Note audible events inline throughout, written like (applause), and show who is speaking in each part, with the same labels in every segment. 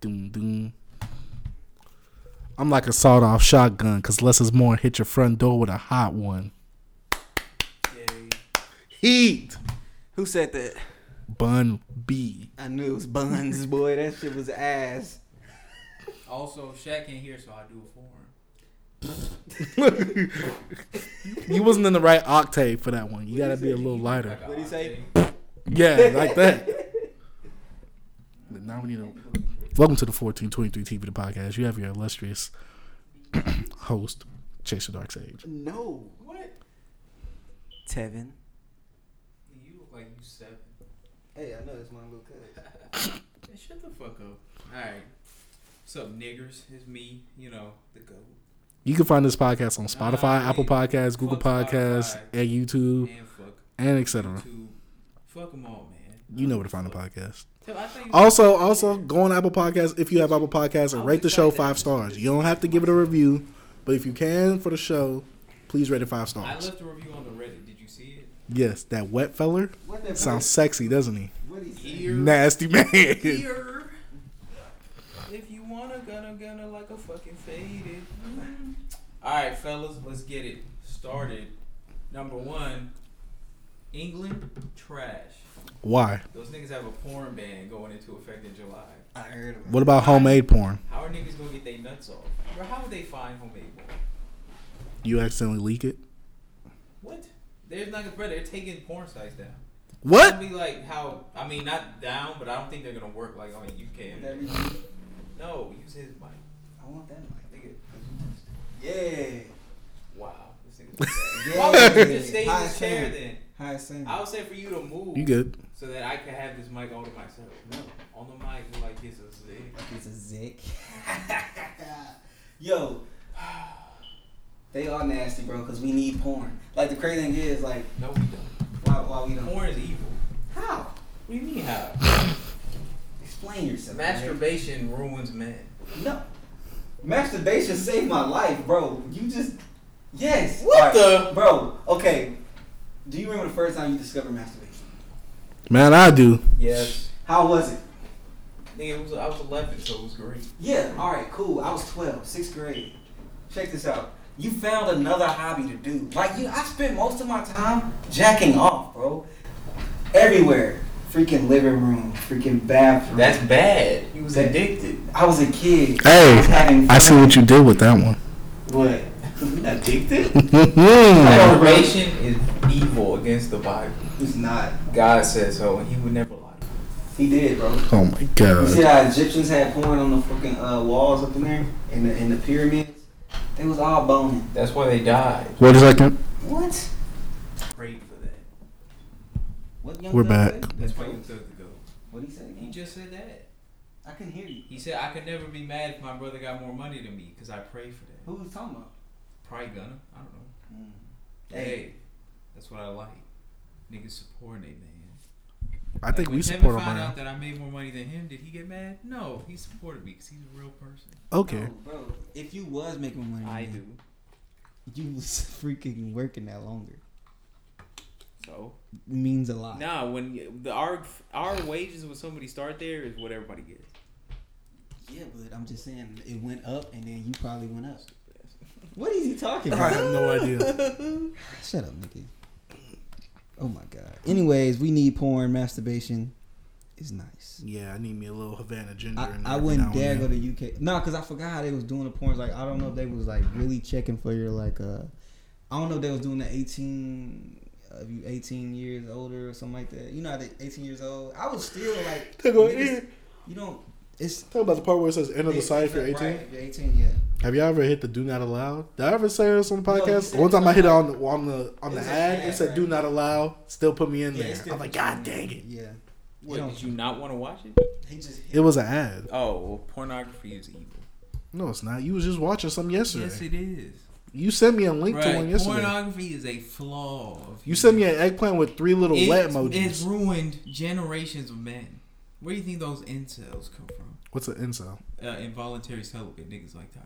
Speaker 1: doom doom. I'm like a sawed off shotgun, cause less is more. Hit your front door with a hot one. Heat.
Speaker 2: Who said that?
Speaker 1: Bun B.
Speaker 2: I knew it was Buns, boy. That shit was ass.
Speaker 3: Also, Shaq ain't here, so I do it for him.
Speaker 1: You wasn't in the right octave for that one. You gotta be a little lighter.
Speaker 3: Like a
Speaker 2: What'd he say?
Speaker 3: octave.
Speaker 1: Yeah, like that. But now we need to. Welcome to the 1423 TV, the podcast. You have your illustrious (clears throat) host, Chase the Dark Sage.
Speaker 2: No.
Speaker 3: What?
Speaker 2: Tevin.
Speaker 3: You look like you seven.
Speaker 2: Hey, I know it's my little cousin.
Speaker 3: Man, shut the fuck up. All right. What's up, niggers? It's me. You know the goat.
Speaker 1: You can find this podcast on Spotify,
Speaker 3: Nah,
Speaker 1: Apple
Speaker 3: man.
Speaker 1: Podcasts, Google
Speaker 3: Fuck
Speaker 1: Podcasts,
Speaker 3: Spotify.
Speaker 1: and YouTube,
Speaker 3: And fuck
Speaker 1: and etc.
Speaker 3: YouTube. Fuck them all, man.
Speaker 1: You know where to find the podcast.
Speaker 3: Tell- I think-
Speaker 1: Also, also go on Apple Podcasts if you have Apple Podcasts and rate the show five stars. You don't have to give it a review, but if you can for the show, please rate it five
Speaker 3: I
Speaker 1: stars.
Speaker 3: left a review on the Reddit. Did you see it?
Speaker 1: Yes, that wet feller
Speaker 2: What that
Speaker 1: sounds sexy, doesn't he?
Speaker 2: What he say?
Speaker 3: Here.
Speaker 1: Nasty man.
Speaker 3: Here. If you wanna, gonna, gonna like a fucking faded. All right, fellas, let's get it started. Number one, England trash.
Speaker 1: Why?
Speaker 3: Those niggas have a porn ban going into effect in July.
Speaker 2: I heard about
Speaker 1: What about homemade porn?
Speaker 3: How are niggas gonna get their nuts off? Bro, how would they find homemade porn?
Speaker 1: You accidentally leak it?
Speaker 3: What? There's not, bro. They're taking porn sites down.
Speaker 1: What?
Speaker 3: Be like how? I mean, not down, but I don't think they're gonna work like on the
Speaker 2: it.
Speaker 3: UK.
Speaker 2: That reason-
Speaker 3: No, use his mic,
Speaker 2: I want that mic.
Speaker 3: nigga.
Speaker 2: Yeah.
Speaker 3: Wow. This nigga.
Speaker 2: yeah.
Speaker 3: Why would you just stay in
Speaker 2: High
Speaker 3: this chair
Speaker 2: singing.
Speaker 3: then?
Speaker 2: High singing.
Speaker 3: I would say for you to move
Speaker 1: You good?
Speaker 3: so that I could have this mic all to myself.
Speaker 2: No.
Speaker 3: On the mic, look like this is it.
Speaker 2: It's a zick. (laughs) Yo, they are nasty, bro. Cause we need porn. Like the crazy thing is, like,
Speaker 3: No, we don't.
Speaker 2: why, why we don't?
Speaker 3: Porn is evil.
Speaker 2: How?
Speaker 3: What do you mean how?
Speaker 2: Explain yourself. man.
Speaker 3: Masturbation ruins men.
Speaker 2: No. Masturbation saved my life, bro. You just. Yes.
Speaker 3: What the-
Speaker 2: Bro, okay. Do you remember the first time you discovered masturbation?
Speaker 1: Man, I do.
Speaker 3: Yes.
Speaker 2: How was it?
Speaker 3: Nigga, it was, I was 11, so it was great.
Speaker 2: Yeah, alright, cool. I was 12, sixth grade. Check this out. You found another hobby to do. Like, you, I spent most of my time jacking off, bro. Everywhere. Freaking living room, freaking bathroom.
Speaker 3: bad. He was
Speaker 2: That-
Speaker 3: addicted.
Speaker 2: I was a kid. I
Speaker 1: Hey,
Speaker 2: was having
Speaker 1: I see
Speaker 2: fun.
Speaker 1: what you did with that one. (laughs)
Speaker 3: (laughs)
Speaker 2: What?
Speaker 3: Addicted?
Speaker 1: Mhm.
Speaker 3: Masturbation is evil against the Bible.
Speaker 2: It's not.
Speaker 3: God said so, and he would never lie.
Speaker 2: He did, bro.
Speaker 1: oh my
Speaker 2: You see
Speaker 1: god.
Speaker 2: how Egyptians had porn on the fucking uh, walls up in there, in the in the pyramids? They was all boning.
Speaker 3: That's why they died.
Speaker 1: Wait a second.
Speaker 2: What?
Speaker 3: Prayed for that.
Speaker 2: What young
Speaker 1: We're
Speaker 2: fella
Speaker 1: back.
Speaker 2: say?
Speaker 3: That's why you took the goat.
Speaker 2: What he say?
Speaker 3: He
Speaker 2: again?
Speaker 3: just said that.
Speaker 2: I can hear you.
Speaker 3: He said, I could never be mad if my brother got more money than me because I pray for that.
Speaker 2: Who was talking about?
Speaker 3: Probably gonna. I don't know.
Speaker 2: Mm.
Speaker 3: Hey,
Speaker 2: Hey.
Speaker 3: that's what I like. Niggas supporting a man.
Speaker 1: I think we
Speaker 3: when
Speaker 1: support
Speaker 3: Kevin
Speaker 1: our
Speaker 3: found
Speaker 1: brand.
Speaker 3: out that I made more money than him, did he get mad? No, he supported me because he's a real person.
Speaker 1: Okay.
Speaker 2: No, Mm. bro. If you was making money,
Speaker 3: I do.
Speaker 2: man, You was (laughs) freaking working that longer.
Speaker 3: So
Speaker 2: It means a lot.
Speaker 3: nah, when you- the our our wages when somebody start there is what everybody gets.
Speaker 2: Yeah, but I'm just saying it went up, and then you probably went
Speaker 3: (laughs)
Speaker 2: up. What is he talking
Speaker 1: I have no idea.
Speaker 2: (laughs) Shut up, nigga. Oh my god. Anyways, we need porn. Masturbation is nice.
Speaker 1: Yeah, I need me a little Havana ginger.
Speaker 2: I,
Speaker 1: in there
Speaker 2: I
Speaker 1: every
Speaker 2: wouldn't
Speaker 1: now and
Speaker 2: dare go
Speaker 1: then.
Speaker 2: to UK. No, cause I forgot how they was doing the porns. Like I don't know if they was like really checking for your like uh, I don't know if they was doing the eighteen. uh, If you eighteen years older or something like that, you know how they eighteen years old. I was still like,
Speaker 1: They go,
Speaker 2: niggas,
Speaker 1: "Eh."
Speaker 2: you don't. It's
Speaker 1: Talk about the part where it says end of the
Speaker 2: it's-
Speaker 1: side if you're
Speaker 2: right,
Speaker 1: 18.
Speaker 2: if you're eighteen, yeah.
Speaker 1: Have y'all ever hit the do not allow? Did I ever say this on the
Speaker 2: No, you
Speaker 1: podcast?
Speaker 2: said
Speaker 1: One time I hit it on the on the on
Speaker 2: It
Speaker 1: the
Speaker 2: was
Speaker 1: ad,
Speaker 2: an
Speaker 1: it
Speaker 2: ad,
Speaker 1: said
Speaker 2: right?
Speaker 1: do not allow. Still put me in
Speaker 2: Yeah, it
Speaker 1: there.
Speaker 2: still
Speaker 1: I'm like,
Speaker 2: puts you
Speaker 1: God
Speaker 2: in
Speaker 1: dang it!
Speaker 2: Yeah,
Speaker 3: What
Speaker 2: You don't-
Speaker 3: did you not want to watch it?
Speaker 2: he just
Speaker 1: It was an ad.
Speaker 3: Oh, well, pornography is evil.
Speaker 1: No, it's not. You was just watching some yesterday.
Speaker 3: Yes, it is.
Speaker 1: you sent me a link to one
Speaker 3: Right.
Speaker 1: yesterday.
Speaker 3: Pornography is a flaw. of
Speaker 1: you
Speaker 3: human-
Speaker 1: sent me an eggplant with three little
Speaker 3: It-
Speaker 1: wet
Speaker 3: It's
Speaker 1: emojis.
Speaker 3: ruined generations of men. Where do you think those incels come from?
Speaker 1: What's an incel?
Speaker 3: Uh, involuntary celibate niggas like Tyler.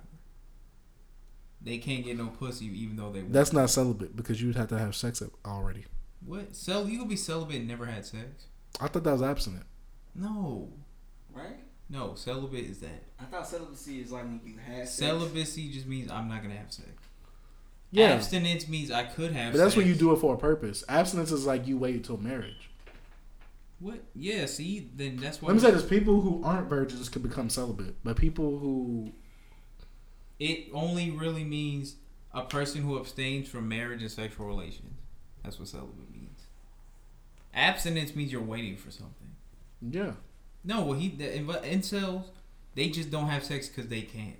Speaker 3: They can't get no pussy even though they. want
Speaker 1: That's
Speaker 3: it.
Speaker 1: not celibate because you'd have to have sex up already.
Speaker 3: what. Cel you could be celibate and never had sex.
Speaker 1: I thought that was abstinent.
Speaker 3: No,
Speaker 2: right.
Speaker 3: No, celibate is that.
Speaker 2: I thought celibacy is like when you had sex.
Speaker 3: Celibacy just means I'm not gonna have sex.
Speaker 1: Yeah,
Speaker 3: Abstinence means I could have.
Speaker 1: but that's
Speaker 3: sex.
Speaker 1: when you do it for a purpose. Abstinence is like you wait until marriage.
Speaker 3: What? Yeah. See, then that's why.
Speaker 1: Let me say this: people who aren't virgins can become celibate, but people who
Speaker 3: It only really means a person who abstains from marriage and sexual relations. That's what celibate means. Abstinence means you're waiting for something.
Speaker 1: yeah,
Speaker 3: No, well, he the inv- incels, they just don't have sex because they can't.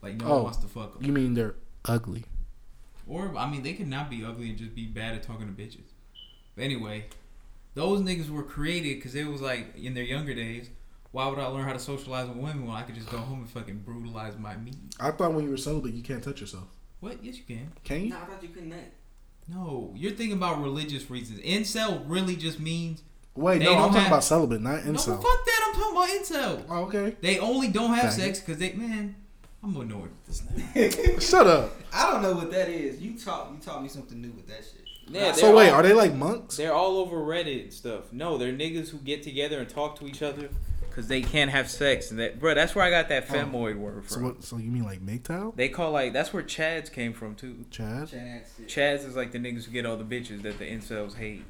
Speaker 3: Like no
Speaker 1: Oh.
Speaker 3: one wants to fuck them.
Speaker 1: you mean they're ugly.
Speaker 3: Or I mean, they could not be ugly and just be bad at talking to bitches. But anyway, those niggas were created because they was like in their younger days. Why would I learn how to socialize with women when I could just go home and fucking brutalize my meat?
Speaker 1: I thought when you were celibate, you can't touch yourself.
Speaker 3: What? Yes, you can.
Speaker 1: Can you?
Speaker 2: No, I thought you couldn't. that.
Speaker 3: No, you're thinking about religious reasons. Incel really just means
Speaker 1: Wait,
Speaker 3: They
Speaker 1: no, I'm
Speaker 3: don't
Speaker 1: talking
Speaker 3: have-
Speaker 1: about celibate, not
Speaker 3: no.
Speaker 1: incel.
Speaker 3: Fuck that! I'm talking about incel.
Speaker 1: Oh, okay,
Speaker 3: They only don't have
Speaker 1: Dang.
Speaker 3: sex because they man. I'm annoyed with this now.
Speaker 1: shut up.
Speaker 2: (laughs) I don't know what that is. You taught you taught me something new with that shit.
Speaker 3: Yeah,
Speaker 1: so wait, are they like monks?
Speaker 3: They're all over Reddit and stuff. No, they're niggas who get together and talk to each other because they can't have sex. And that, bro, that's where I got that
Speaker 1: Oh.
Speaker 3: femoid word
Speaker 1: So
Speaker 3: from.
Speaker 1: what? So you mean like MGTOW?
Speaker 3: They call like that's where chads came from too.
Speaker 1: Chad?
Speaker 2: Chad said-
Speaker 3: Chads is like the niggas who get all the bitches that the incels hate,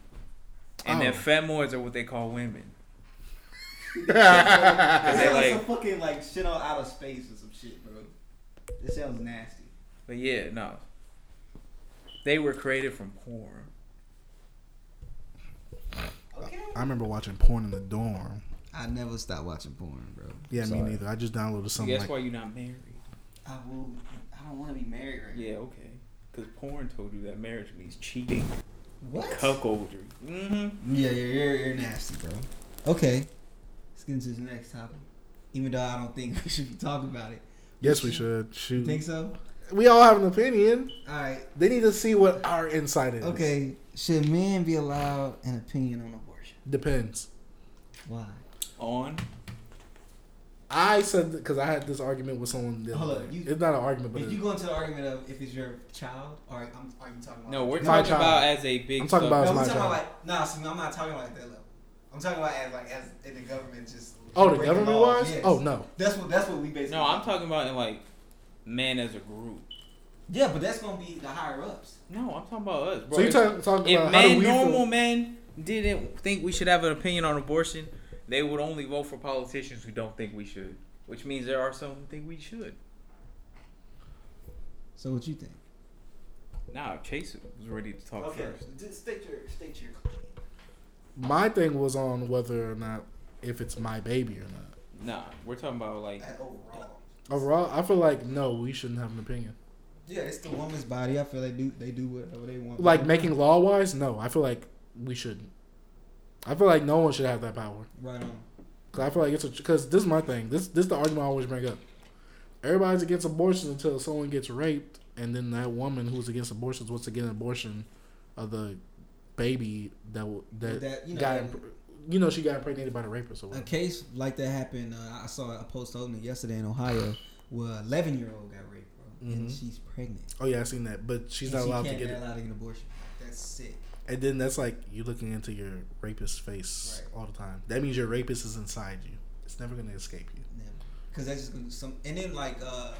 Speaker 3: and then
Speaker 1: Oh.
Speaker 3: femoids are what they call women.
Speaker 2: That
Speaker 3: they
Speaker 2: sounds like
Speaker 3: like-
Speaker 2: some fucking like shit on outer space or some shit, bro. That sounds nasty.
Speaker 3: But yeah, no, they were created from porn.
Speaker 2: Okay.
Speaker 1: I remember watching porn in the dorm.
Speaker 2: I never stopped watching porn, bro.
Speaker 1: Yeah,
Speaker 3: Sorry.
Speaker 1: me neither. I just downloaded
Speaker 3: So
Speaker 1: something
Speaker 3: that's
Speaker 1: like
Speaker 3: why you're not married.
Speaker 2: I will. I don't want to be married right now.
Speaker 3: Yeah, okay. Because porn told you that marriage means cheating,
Speaker 2: What?
Speaker 3: cuckoldry. Mm-hmm.
Speaker 2: Yeah, you're, you're, you're nasty, bro. Okay. Let's get into the next topic. Even though I don't think (laughs) we should be talking about it.
Speaker 1: Yes, we should.
Speaker 2: You think
Speaker 1: Shoot.
Speaker 2: so?
Speaker 1: We all have an opinion.
Speaker 2: All right.
Speaker 1: They need to see what our insight is.
Speaker 2: Okay. Should men be allowed an opinion on abortion?
Speaker 1: Depends.
Speaker 2: Why?
Speaker 3: On.
Speaker 1: I said because I had this argument with someone. The
Speaker 2: Hold
Speaker 1: other
Speaker 2: up,
Speaker 1: day.
Speaker 2: you-
Speaker 1: it's not an argument, but
Speaker 2: If you
Speaker 1: it-
Speaker 2: go into the argument of if it's your child, or I'm, are you talking about?
Speaker 3: No, we're
Speaker 1: My
Speaker 3: talking
Speaker 1: child.
Speaker 3: about as a big.
Speaker 1: I'm talking
Speaker 3: sub-
Speaker 1: about-
Speaker 2: No,
Speaker 1: my
Speaker 2: I'm talking
Speaker 1: child.
Speaker 2: about like. Nah, see, I'm not talking about at that level. I'm talking about as like as in the government just.
Speaker 1: oh, the
Speaker 2: breaking
Speaker 1: government
Speaker 2: laws,
Speaker 1: wise.
Speaker 2: yes.
Speaker 1: Oh no,
Speaker 2: That's what that's what we basically.
Speaker 3: No, I'm talking about in like man as a group.
Speaker 2: Yeah, but that's gonna be the higher ups.
Speaker 3: No, I'm talking about us, bro.
Speaker 1: so you
Speaker 3: If-
Speaker 1: talk, talking
Speaker 3: if
Speaker 1: about how do
Speaker 3: men,
Speaker 1: we
Speaker 3: normal
Speaker 1: feel?
Speaker 3: men, didn't think we should have an opinion on abortion, they would only vote for politicians who don't think we should. Which means there are some who think we should.
Speaker 2: So what you think?
Speaker 3: Nah, Chase was ready to talk
Speaker 2: Okay,
Speaker 3: Oh, first.
Speaker 2: just state your state your.
Speaker 1: My thing was on whether or not if it's my baby or not.
Speaker 3: Nah, we're talking about like
Speaker 2: At overall.
Speaker 1: Overall, I feel like no, we shouldn't have an opinion.
Speaker 2: Yeah, it's the woman's body. I feel they do they do whatever they want.
Speaker 1: Like making law wise, no, I feel like we shouldn't. I feel like no one should have that power.
Speaker 2: right on.
Speaker 1: Cause I feel like it's because this is my thing. This this is the argument I always bring up. Everybody's against abortion until someone gets raped, and then that woman who's against abortions wants to get an abortion of the baby that w- that,
Speaker 2: That, you know,
Speaker 1: got imp- you know she got impregnated by the rapist or
Speaker 2: A
Speaker 1: whatever.
Speaker 2: case like that happened. Uh, I saw a post on it yesterday in Ohio where eleven year old got raped, bro, and
Speaker 1: Mhm.
Speaker 2: she's pregnant.
Speaker 1: Oh yeah, I seen that, but she's
Speaker 2: And
Speaker 1: not
Speaker 2: she
Speaker 1: allowed to
Speaker 2: can't-
Speaker 1: get
Speaker 2: not
Speaker 1: it.
Speaker 2: allowed to get an abortion. That's sick.
Speaker 1: And then that's like you looking into your rapist's face
Speaker 2: Right.
Speaker 1: all the time. That means your rapist is inside you. It's never gonna escape you.
Speaker 2: Because that's just gonna do some. And then like, uh,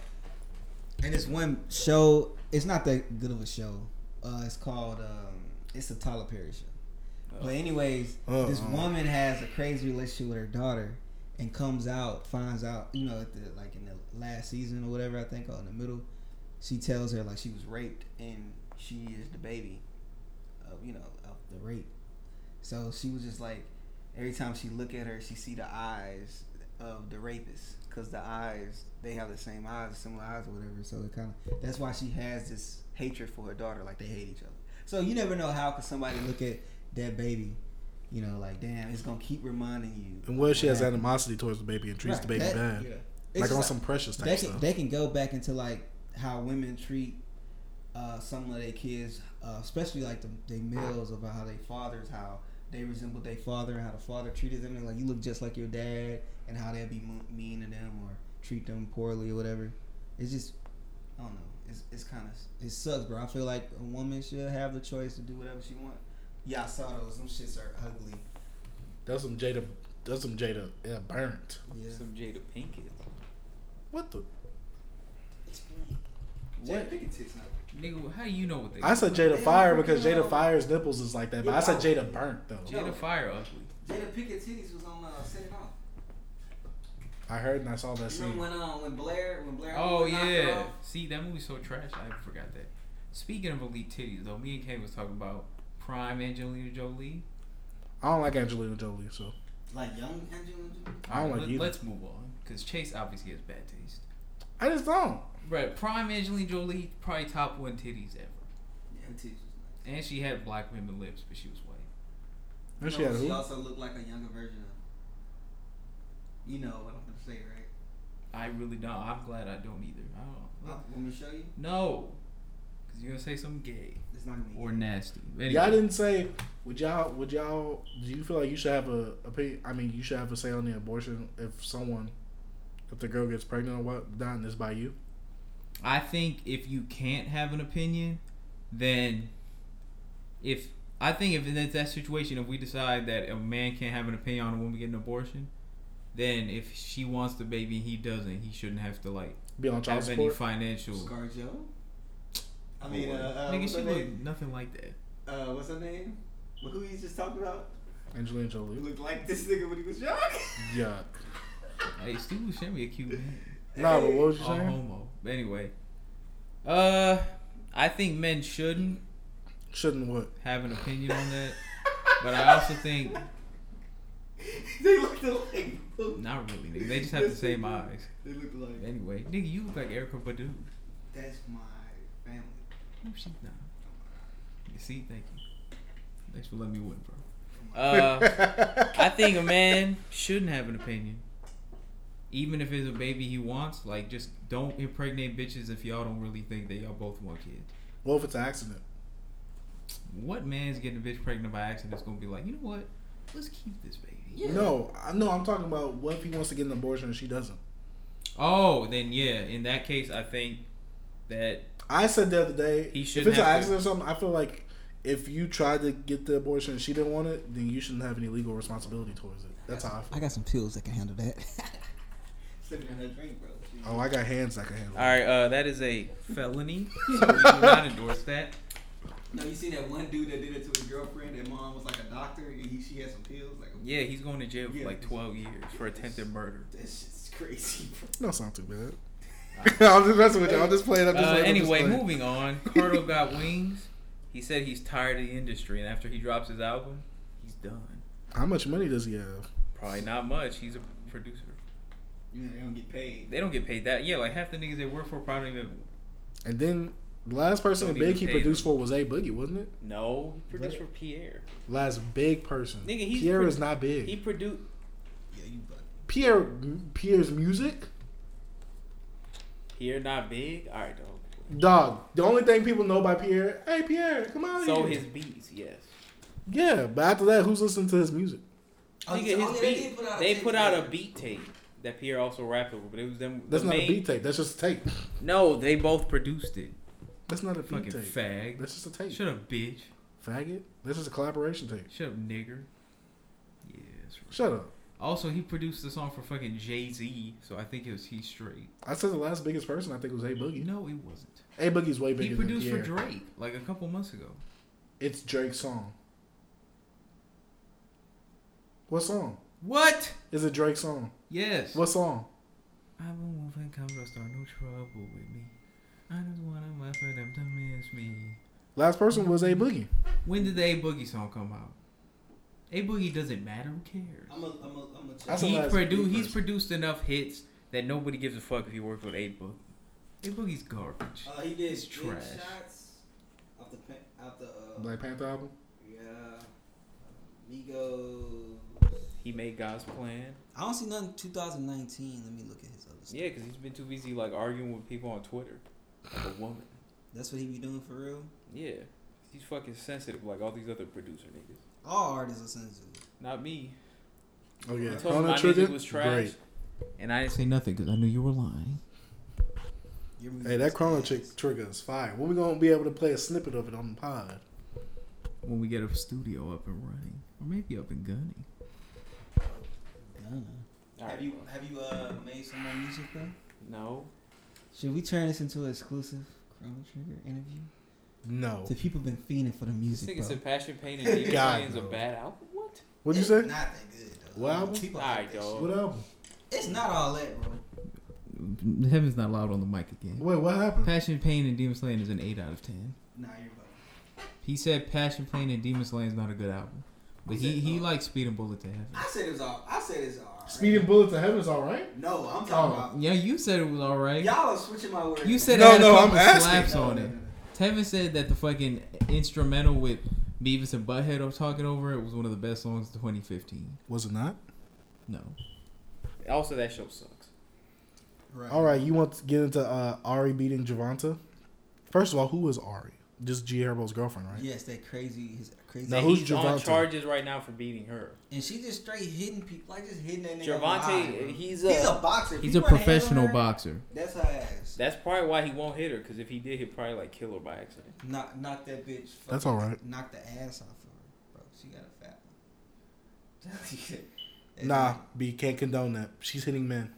Speaker 2: and this one show. It's not that good of a show. Uh, it's called. Um, it's a Tyler Perry show. But anyways,
Speaker 1: Uh,
Speaker 2: this
Speaker 1: uh.
Speaker 2: woman has a crazy relationship with her daughter, and comes out, finds out, you know, at the like in the last season or whatever I think, or in the middle, she tells her like she was raped and she is the baby, of you know, of the rape. So she was just like, every time she look at her, she see the eyes of the rapist, cause the eyes they have the same eyes, similar eyes or whatever. So it kind of that's why she has this hatred for her daughter, like they hate each other. So you never know how could somebody look at that baby, you know, like damn, it's gonna keep reminding you.
Speaker 1: And what if she has
Speaker 2: happened.
Speaker 1: animosity towards the baby and treats the
Speaker 2: Right,
Speaker 1: baby bad?
Speaker 2: that- yeah. It's
Speaker 1: Like
Speaker 2: just
Speaker 1: on some precious type
Speaker 2: they can
Speaker 1: stuff.
Speaker 2: they can go back into like how women treat uh, some of their kids, uh, especially like the they males about how they fathers how they resemble their father and how the father treated them and like you look just like your dad and how they'll be mo- mean to them or treat them poorly or whatever. It's just I don't know. It's it's kind of it sucks, bro. I feel like a woman should have the choice to do whatever she want. Yeah, I saw those. Them shits are ugly.
Speaker 1: That's some Jada That's some Jada yeah, burnt.
Speaker 2: Yeah.
Speaker 3: Some Jada Pinkett.
Speaker 1: What the?
Speaker 2: What?
Speaker 3: Nigga, how do you know what they?
Speaker 1: I said Jada Fire because Jada Fire's nipples is like that, but I said Jada burnt though.
Speaker 3: Jada Fire ugly.
Speaker 2: Jada Pinkett titties was on uh, Set It Off.
Speaker 1: I heard and I saw that
Speaker 2: Remember
Speaker 1: scene.
Speaker 2: when um when Blair when Blair
Speaker 3: Oh
Speaker 2: Underwood knocked her
Speaker 3: yeah.
Speaker 2: off?
Speaker 3: See that movie's so trash. I forgot that. Speaking of elite titties, though, me and Kay was talking about prime Angelina Jolie.
Speaker 1: I don't like Angelina Jolie, so
Speaker 2: like young Angelina Jolie.
Speaker 1: I don't like
Speaker 3: Let,
Speaker 1: either.
Speaker 3: let's move on because Chase obviously has bad taste.
Speaker 1: I just don't.
Speaker 3: Right, prime Angelina Jolie probably top one titties ever,
Speaker 2: Yeah, her titties. was
Speaker 3: and she had black women lips, but she was white.
Speaker 1: Then
Speaker 2: nice.
Speaker 1: she had
Speaker 2: No, she
Speaker 1: who?
Speaker 2: also looked like a younger version of. You know what I'm gonna say, right?
Speaker 3: I really don't. I'm glad I don't either. I don't.
Speaker 2: Uh, want me to show you?
Speaker 3: No, because you're gonna say something gay
Speaker 2: It's not gonna be.
Speaker 3: or nasty. Anyway,
Speaker 1: Y'all didn't say. Would y'all? Would y'all? Do you feel like you should have a opinion? I mean, you should have a say on the abortion if someone, if the girl gets pregnant or what? Done this by you?
Speaker 3: I think if you can't have an opinion, then if I think if in that, that situation, if we decide that a man can't have an opinion on a woman getting an abortion, then if she wants the baby and he doesn't, he shouldn't have to like
Speaker 1: Be on child
Speaker 3: have any
Speaker 1: support?
Speaker 3: financial.
Speaker 2: Scar Jo. I mean, uh, uh,
Speaker 3: nigga,
Speaker 2: what's
Speaker 3: she
Speaker 2: her
Speaker 3: look
Speaker 2: name?
Speaker 3: nothing like that.
Speaker 2: Uh, what's her name? Who you just talked about?
Speaker 1: Angelina
Speaker 2: Who
Speaker 1: Jolie.
Speaker 2: looked like this nigga when he was young? (laughs)
Speaker 1: Yeah.
Speaker 3: Hey, Steve Buscemi a cute man.
Speaker 1: No, but what was you
Speaker 3: All
Speaker 1: saying?
Speaker 3: homo. Anyway, uh, I think men shouldn't
Speaker 1: Shouldn't what?
Speaker 3: have an opinion on that, but I also think
Speaker 2: (laughs) they looked alike.
Speaker 3: not really. Nigga. They just have
Speaker 2: (laughs)
Speaker 3: the same eyes.
Speaker 2: They looked alike.
Speaker 3: Anyway, nigga, you look like Erica Badu.
Speaker 2: That's my family.
Speaker 3: No, she's not. You see, thank you. Thanks for letting me win, bro.
Speaker 1: (laughs)
Speaker 3: Uh, I think a man shouldn't have an opinion. Even if it's a baby he wants, like just don't impregnate bitches if y'all don't really think that y'all both want kids.
Speaker 1: Well, if it's an accident,
Speaker 3: What man's getting a bitch pregnant by accident is gonna be like, you know what? Let's keep this baby.
Speaker 1: no, I, no. I'm talking about what if he wants to get an abortion and she doesn't.
Speaker 3: Oh, then yeah. In that case, I think that
Speaker 1: I said the other day,
Speaker 3: He
Speaker 1: if
Speaker 3: shouldn't
Speaker 1: it's an
Speaker 3: have to-
Speaker 1: accident or something, I feel like if you tried to get the abortion and she didn't want it, then you shouldn't have any legal responsibility towards it. That's how I feel.
Speaker 4: I got some pills that can handle
Speaker 2: (laughs)
Speaker 4: that.
Speaker 2: Sipping on her drink, bro. She-
Speaker 1: Oh, I got hands that can handle. it.
Speaker 3: all right. Uh, that is a felony. so we do not endorse that.
Speaker 2: No, you seen that one dude that did it to his girlfriend, and mom was like a doctor, and he, she had some pills. Like,
Speaker 3: Yeah, he's going to jail for
Speaker 2: Yeah.
Speaker 3: like 12 years for attempted murder.
Speaker 2: that shit's crazy. Bro.
Speaker 1: Don't sound too bad. (laughs) I'm just messing with you. I'm just playing. I'm just
Speaker 3: Uh,
Speaker 1: playing, I'm just
Speaker 3: anyway,
Speaker 1: playing.
Speaker 3: moving on.
Speaker 1: (laughs)
Speaker 3: Cardo got wings. He said he's tired of the industry, and after he drops his album, he's done.
Speaker 1: How much money does he have?
Speaker 3: Probably not much. He's a producer.
Speaker 2: You know, they don't get paid.
Speaker 3: They don't get paid that. Yeah, like half the niggas they work for probably don't even.
Speaker 1: And then the last person
Speaker 3: Don't
Speaker 1: big
Speaker 3: even
Speaker 1: he
Speaker 3: pay
Speaker 1: produced for was A Boogie, wasn't it?
Speaker 3: No, he produced for Pierre.
Speaker 1: Last big person.
Speaker 3: Nigga, he's
Speaker 1: Pierre
Speaker 3: pre-
Speaker 1: is not big.
Speaker 3: He produced.
Speaker 2: Yeah, you buck.
Speaker 1: Pierre Pierre's music,
Speaker 3: Pierre not big. All right, dog.
Speaker 1: dog. The only thing people know by Pierre, hey Pierre, come on.
Speaker 3: So
Speaker 1: here.
Speaker 3: his beats, yes.
Speaker 1: yeah. But after that, who's listening to his music?
Speaker 2: Oh,
Speaker 3: Nigga,
Speaker 2: oh,
Speaker 3: his
Speaker 2: yeah,
Speaker 3: beat.
Speaker 2: did put out a
Speaker 3: they
Speaker 2: tape
Speaker 3: put out a
Speaker 2: together.
Speaker 3: beat tape that Pierre also rapped over, but it was them.
Speaker 1: That's
Speaker 3: the
Speaker 1: not
Speaker 3: main-
Speaker 1: a beat tape. That's just a tape.
Speaker 3: No, they both produced it.
Speaker 1: That's not a beat
Speaker 3: Fucking
Speaker 1: tape.
Speaker 3: fag.
Speaker 1: That's just a tape.
Speaker 3: Shut up, bitch.
Speaker 1: Faggot. This is a collaboration tape.
Speaker 3: Shut up, nigger. Yeah, that's right.
Speaker 1: Shut up.
Speaker 3: Also, he produced the song for fucking Jay Z, so I think it was he's straight.
Speaker 1: I said the last biggest person I think was A Boogie.
Speaker 3: No, it wasn't.
Speaker 1: A Boogie's way bigger
Speaker 3: He produced for
Speaker 1: than Pierre.
Speaker 3: Drake like a couple months ago.
Speaker 1: It's Drake's song. What song?
Speaker 3: What?
Speaker 1: Is it Drake's song?
Speaker 3: Yes.
Speaker 1: What song?
Speaker 3: I've been moving, come to start no trouble with me. I just wanna my for them to miss me.
Speaker 1: Last person was A Boogie.
Speaker 3: When did the A Boogie song come out? A Boogie doesn't matter. Who cares?
Speaker 2: I'm a, I'm a, I'm a check.
Speaker 1: That's
Speaker 3: he
Speaker 1: a lot of
Speaker 3: produ-
Speaker 1: good
Speaker 3: he's
Speaker 1: person.
Speaker 3: produced enough hits that nobody gives a fuck if he works with A Boogie. A Boogie's garbage.
Speaker 2: Uh, he did
Speaker 3: It's
Speaker 2: big
Speaker 3: trash.
Speaker 2: shots off the pen, off the uh,
Speaker 1: Black Panther album.
Speaker 2: yeah, Migos.
Speaker 3: He made God's plan.
Speaker 2: I don't see nothing 2019. Let me look at his other stuff.
Speaker 3: Yeah, because he's been too busy like arguing with people on Twitter. Like a woman.
Speaker 2: That's what he be doing for real.
Speaker 3: Yeah. He's fucking sensitive like all these other producer niggas.
Speaker 2: All artists are sensitive.
Speaker 3: Not me.
Speaker 1: Oh yeah.
Speaker 3: I told him
Speaker 1: Chrono
Speaker 3: my
Speaker 1: Trigger.
Speaker 3: music was trash.
Speaker 1: Great.
Speaker 3: And I didn't say nothing because I knew you were lying.
Speaker 2: Your music
Speaker 1: Hey, that
Speaker 2: is
Speaker 1: Chrono
Speaker 2: ass.
Speaker 1: Chick Trigger is fire. When we gonna be able to play a snippet of it on the pod?
Speaker 3: When we get a studio up and running. Or maybe up and gunning.
Speaker 2: don't know.
Speaker 5: All
Speaker 2: Have
Speaker 5: right.
Speaker 2: you have you uh made some more music though?
Speaker 5: No.
Speaker 2: Should we turn this into an exclusive Chrono Trigger interview?
Speaker 1: No.
Speaker 2: The people been fiending for the
Speaker 5: This
Speaker 2: music,
Speaker 5: nigga
Speaker 2: bro.
Speaker 5: said Passion Pain
Speaker 3: (laughs)
Speaker 5: and Demon
Speaker 1: God,
Speaker 5: Slayer is a
Speaker 1: no.
Speaker 5: bad album. What?
Speaker 1: What'd you
Speaker 2: It's
Speaker 1: say?
Speaker 2: Not that good. Though.
Speaker 1: What
Speaker 2: Wow.
Speaker 1: album?
Speaker 2: People
Speaker 5: All
Speaker 2: like
Speaker 5: right,
Speaker 2: that
Speaker 5: dog.
Speaker 1: What album?
Speaker 2: shit. It's not all that, bro.
Speaker 3: Mm, Heaven's not loud on the mic again.
Speaker 1: Wait, what happened?
Speaker 3: Passion, Pain, and Demon Slayer is an 8 out of 10.
Speaker 2: Nah, you're right.
Speaker 3: He said Passion, Pain, and Demon Slayer is not a good album. But he, he
Speaker 2: Oh.
Speaker 3: likes Speed and Bullet to Heaven.
Speaker 2: I said it was all. I said it's all. Right.
Speaker 1: Speed and Bullet to Heaven is all right.
Speaker 2: No, I'm
Speaker 1: Oh.
Speaker 2: talking
Speaker 3: Yeah, you said it was alright.
Speaker 2: about. Y'all are switching my words.
Speaker 3: You said
Speaker 1: No,
Speaker 3: it had
Speaker 1: no,
Speaker 3: a
Speaker 1: I'm
Speaker 3: couple
Speaker 1: asking.
Speaker 3: slaps
Speaker 2: No,
Speaker 3: on
Speaker 2: no,
Speaker 3: it.
Speaker 2: no, no.
Speaker 3: Tevin said that the fucking instrumental with Beavis and Butthead was talking over it was one of the best songs of 2015.
Speaker 1: Was it not?
Speaker 3: No.
Speaker 5: Also, that show sucks.
Speaker 2: Right.
Speaker 1: All right, you want to get into uh, Ari beating Javante? First of all, who is Ari? Just Gierbo's girlfriend, right?
Speaker 2: Yes, that crazy. His crazy.
Speaker 1: Now
Speaker 5: And
Speaker 1: who's
Speaker 5: he's on
Speaker 1: Javante?
Speaker 5: charges right now for beating her.
Speaker 2: And she just straight hitting people, like just hitting that nigga.
Speaker 5: Javante,
Speaker 2: alive, bro.
Speaker 5: he's
Speaker 2: he's
Speaker 5: a.
Speaker 2: a boxer. If
Speaker 3: He's
Speaker 2: you
Speaker 3: a
Speaker 2: wanna handle
Speaker 3: professional
Speaker 2: her,
Speaker 3: boxer.
Speaker 2: That's her ass.
Speaker 5: that's probably why he won't hit her. Because if he did, he'd probably like kill her by accident.
Speaker 2: Knock, knock that bitch.
Speaker 1: That's
Speaker 2: fucking-
Speaker 1: all right.
Speaker 2: Knock the ass off of her, bro. She got a fat one. (laughs) That
Speaker 1: Nah,
Speaker 2: nigga-
Speaker 1: B can't condone that. She's hitting men.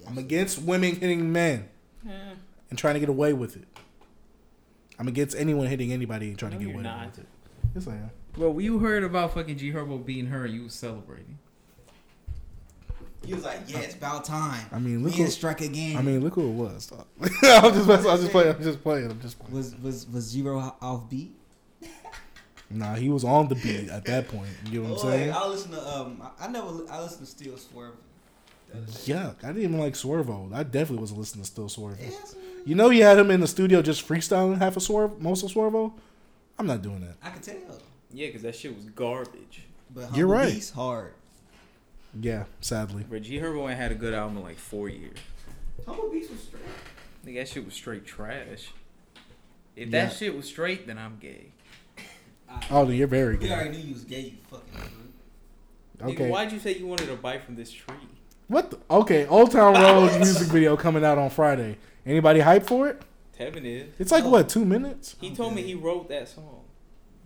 Speaker 2: yeah,
Speaker 1: I'm
Speaker 2: she-
Speaker 1: against women hitting men and trying to get away with it. I'm against anyone hitting anybody and trying
Speaker 5: No,
Speaker 1: to get
Speaker 5: you're
Speaker 1: away
Speaker 5: not.
Speaker 1: with it. Yes, I am.
Speaker 3: Well, you heard about fucking G Herbo beating her and you was celebrating.
Speaker 2: He was like, yeah, it's about time.
Speaker 1: I mean, look
Speaker 2: Men
Speaker 1: who.
Speaker 2: struck again.
Speaker 1: I mean, look who it was. (laughs) I'm just, messing- I'm just playing. I'm just playing. I'm just playing.
Speaker 2: was was was zero ho- off beat?
Speaker 1: Nah, he was on the beat at that point. You get what I'm
Speaker 2: Boy,
Speaker 1: saying?
Speaker 2: Oh, I listen to um, I- I never, li- I listen to Steel Swerve. the other day.
Speaker 1: Yuck! I didn't even like Swervo. I definitely wasn't listening to Still Swervo.
Speaker 2: Yes,
Speaker 1: You know, you had him in the studio just freestyling half a swerve, most of Swervo. I'm not doing that.
Speaker 2: I can tell.
Speaker 5: Yeah, because that shit was garbage.
Speaker 2: But
Speaker 1: You're
Speaker 2: Humble
Speaker 1: right.
Speaker 2: Beast hard.
Speaker 1: Yeah, sadly.
Speaker 5: But G Herbo ain't had a good album in like four years.
Speaker 2: Humble Beast was straight.
Speaker 5: Nigga, that shit was straight trash. If
Speaker 1: Yeah.
Speaker 5: that shit was straight, then I'm gay.
Speaker 1: Oh, you're very
Speaker 2: We
Speaker 1: good.
Speaker 2: already knew you was gay. You fucking. Dude.
Speaker 1: Okay.
Speaker 5: Nigga, why'd you say you wanted a bite from this tree?
Speaker 1: What? The, okay, Old Town
Speaker 3: (laughs)
Speaker 1: Road music video coming out on Friday. Anybody hype for it?
Speaker 5: Tevin is.
Speaker 1: It's like
Speaker 2: No.
Speaker 1: what two minutes?
Speaker 5: He
Speaker 2: I'm
Speaker 5: told me
Speaker 2: good.
Speaker 5: he wrote that song.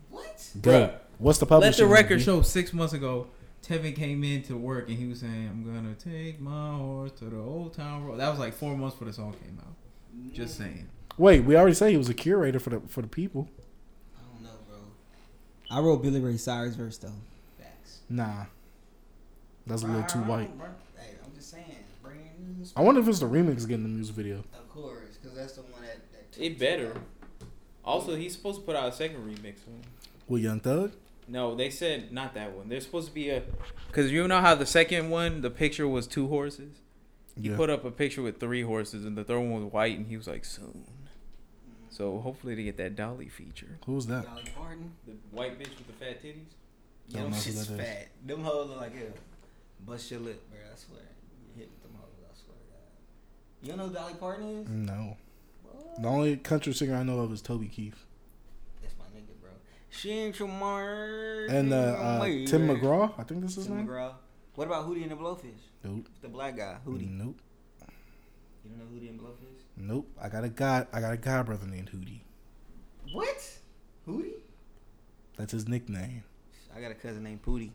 Speaker 2: What?
Speaker 1: Good. What's the publishing?
Speaker 3: Let the record
Speaker 1: movie?
Speaker 3: show six months ago, Tevin came in to work and he was saying, I'm gonna take my horse to the old town road. That was like four months before the song came out. Just
Speaker 5: Mm.
Speaker 3: saying.
Speaker 1: Wait, we already said he was a curator for the for the people.
Speaker 2: I don't know, bro. I wrote Billy Ray Cyrus verse though. Facts.
Speaker 1: Nah, that's a little too white.
Speaker 2: Hey, I'm just saying. Bring in
Speaker 1: I wonder if it's the remix getting the music video.
Speaker 2: Of course, because that's the one that. that
Speaker 5: It better. Also, he's supposed to put out a second remix. One.
Speaker 1: With Young Thug.
Speaker 5: No, they said not that one. There's supposed to be a, cause you know how the second one, the picture was two horses. He
Speaker 1: Yeah.
Speaker 5: put up a picture with three horses, and the third one was white, and he was like, soon. So hopefully they get that dolly feature.
Speaker 1: Who's that?
Speaker 2: Dolly Parton.
Speaker 5: The white bitch with the fat titties.
Speaker 1: Don't
Speaker 2: Them
Speaker 1: know who
Speaker 2: shit's
Speaker 1: that is.
Speaker 2: fat. Them hoes look like hell. Bust your lip, bro. I swear. You hit with them hoes. I swear to God. You don't know who Dolly Parton is?
Speaker 1: No.
Speaker 2: What?
Speaker 1: The only country singer I know of is Toby Keith.
Speaker 2: That's my nigga, bro. She ain't your mark.
Speaker 1: and uh, uh, Tim McGraw. I think this is his
Speaker 2: Tim
Speaker 1: name.
Speaker 2: McGraw. What about Hootie and the Blowfish?
Speaker 1: Nope.
Speaker 2: The black guy, Hootie.
Speaker 1: Nope.
Speaker 2: You don't know Hootie and Blowfish?
Speaker 1: Nope. I got a god. I got a god brother named Hootie.
Speaker 2: What? Hootie?
Speaker 1: That's his nickname.
Speaker 2: I got a cousin named Pootie.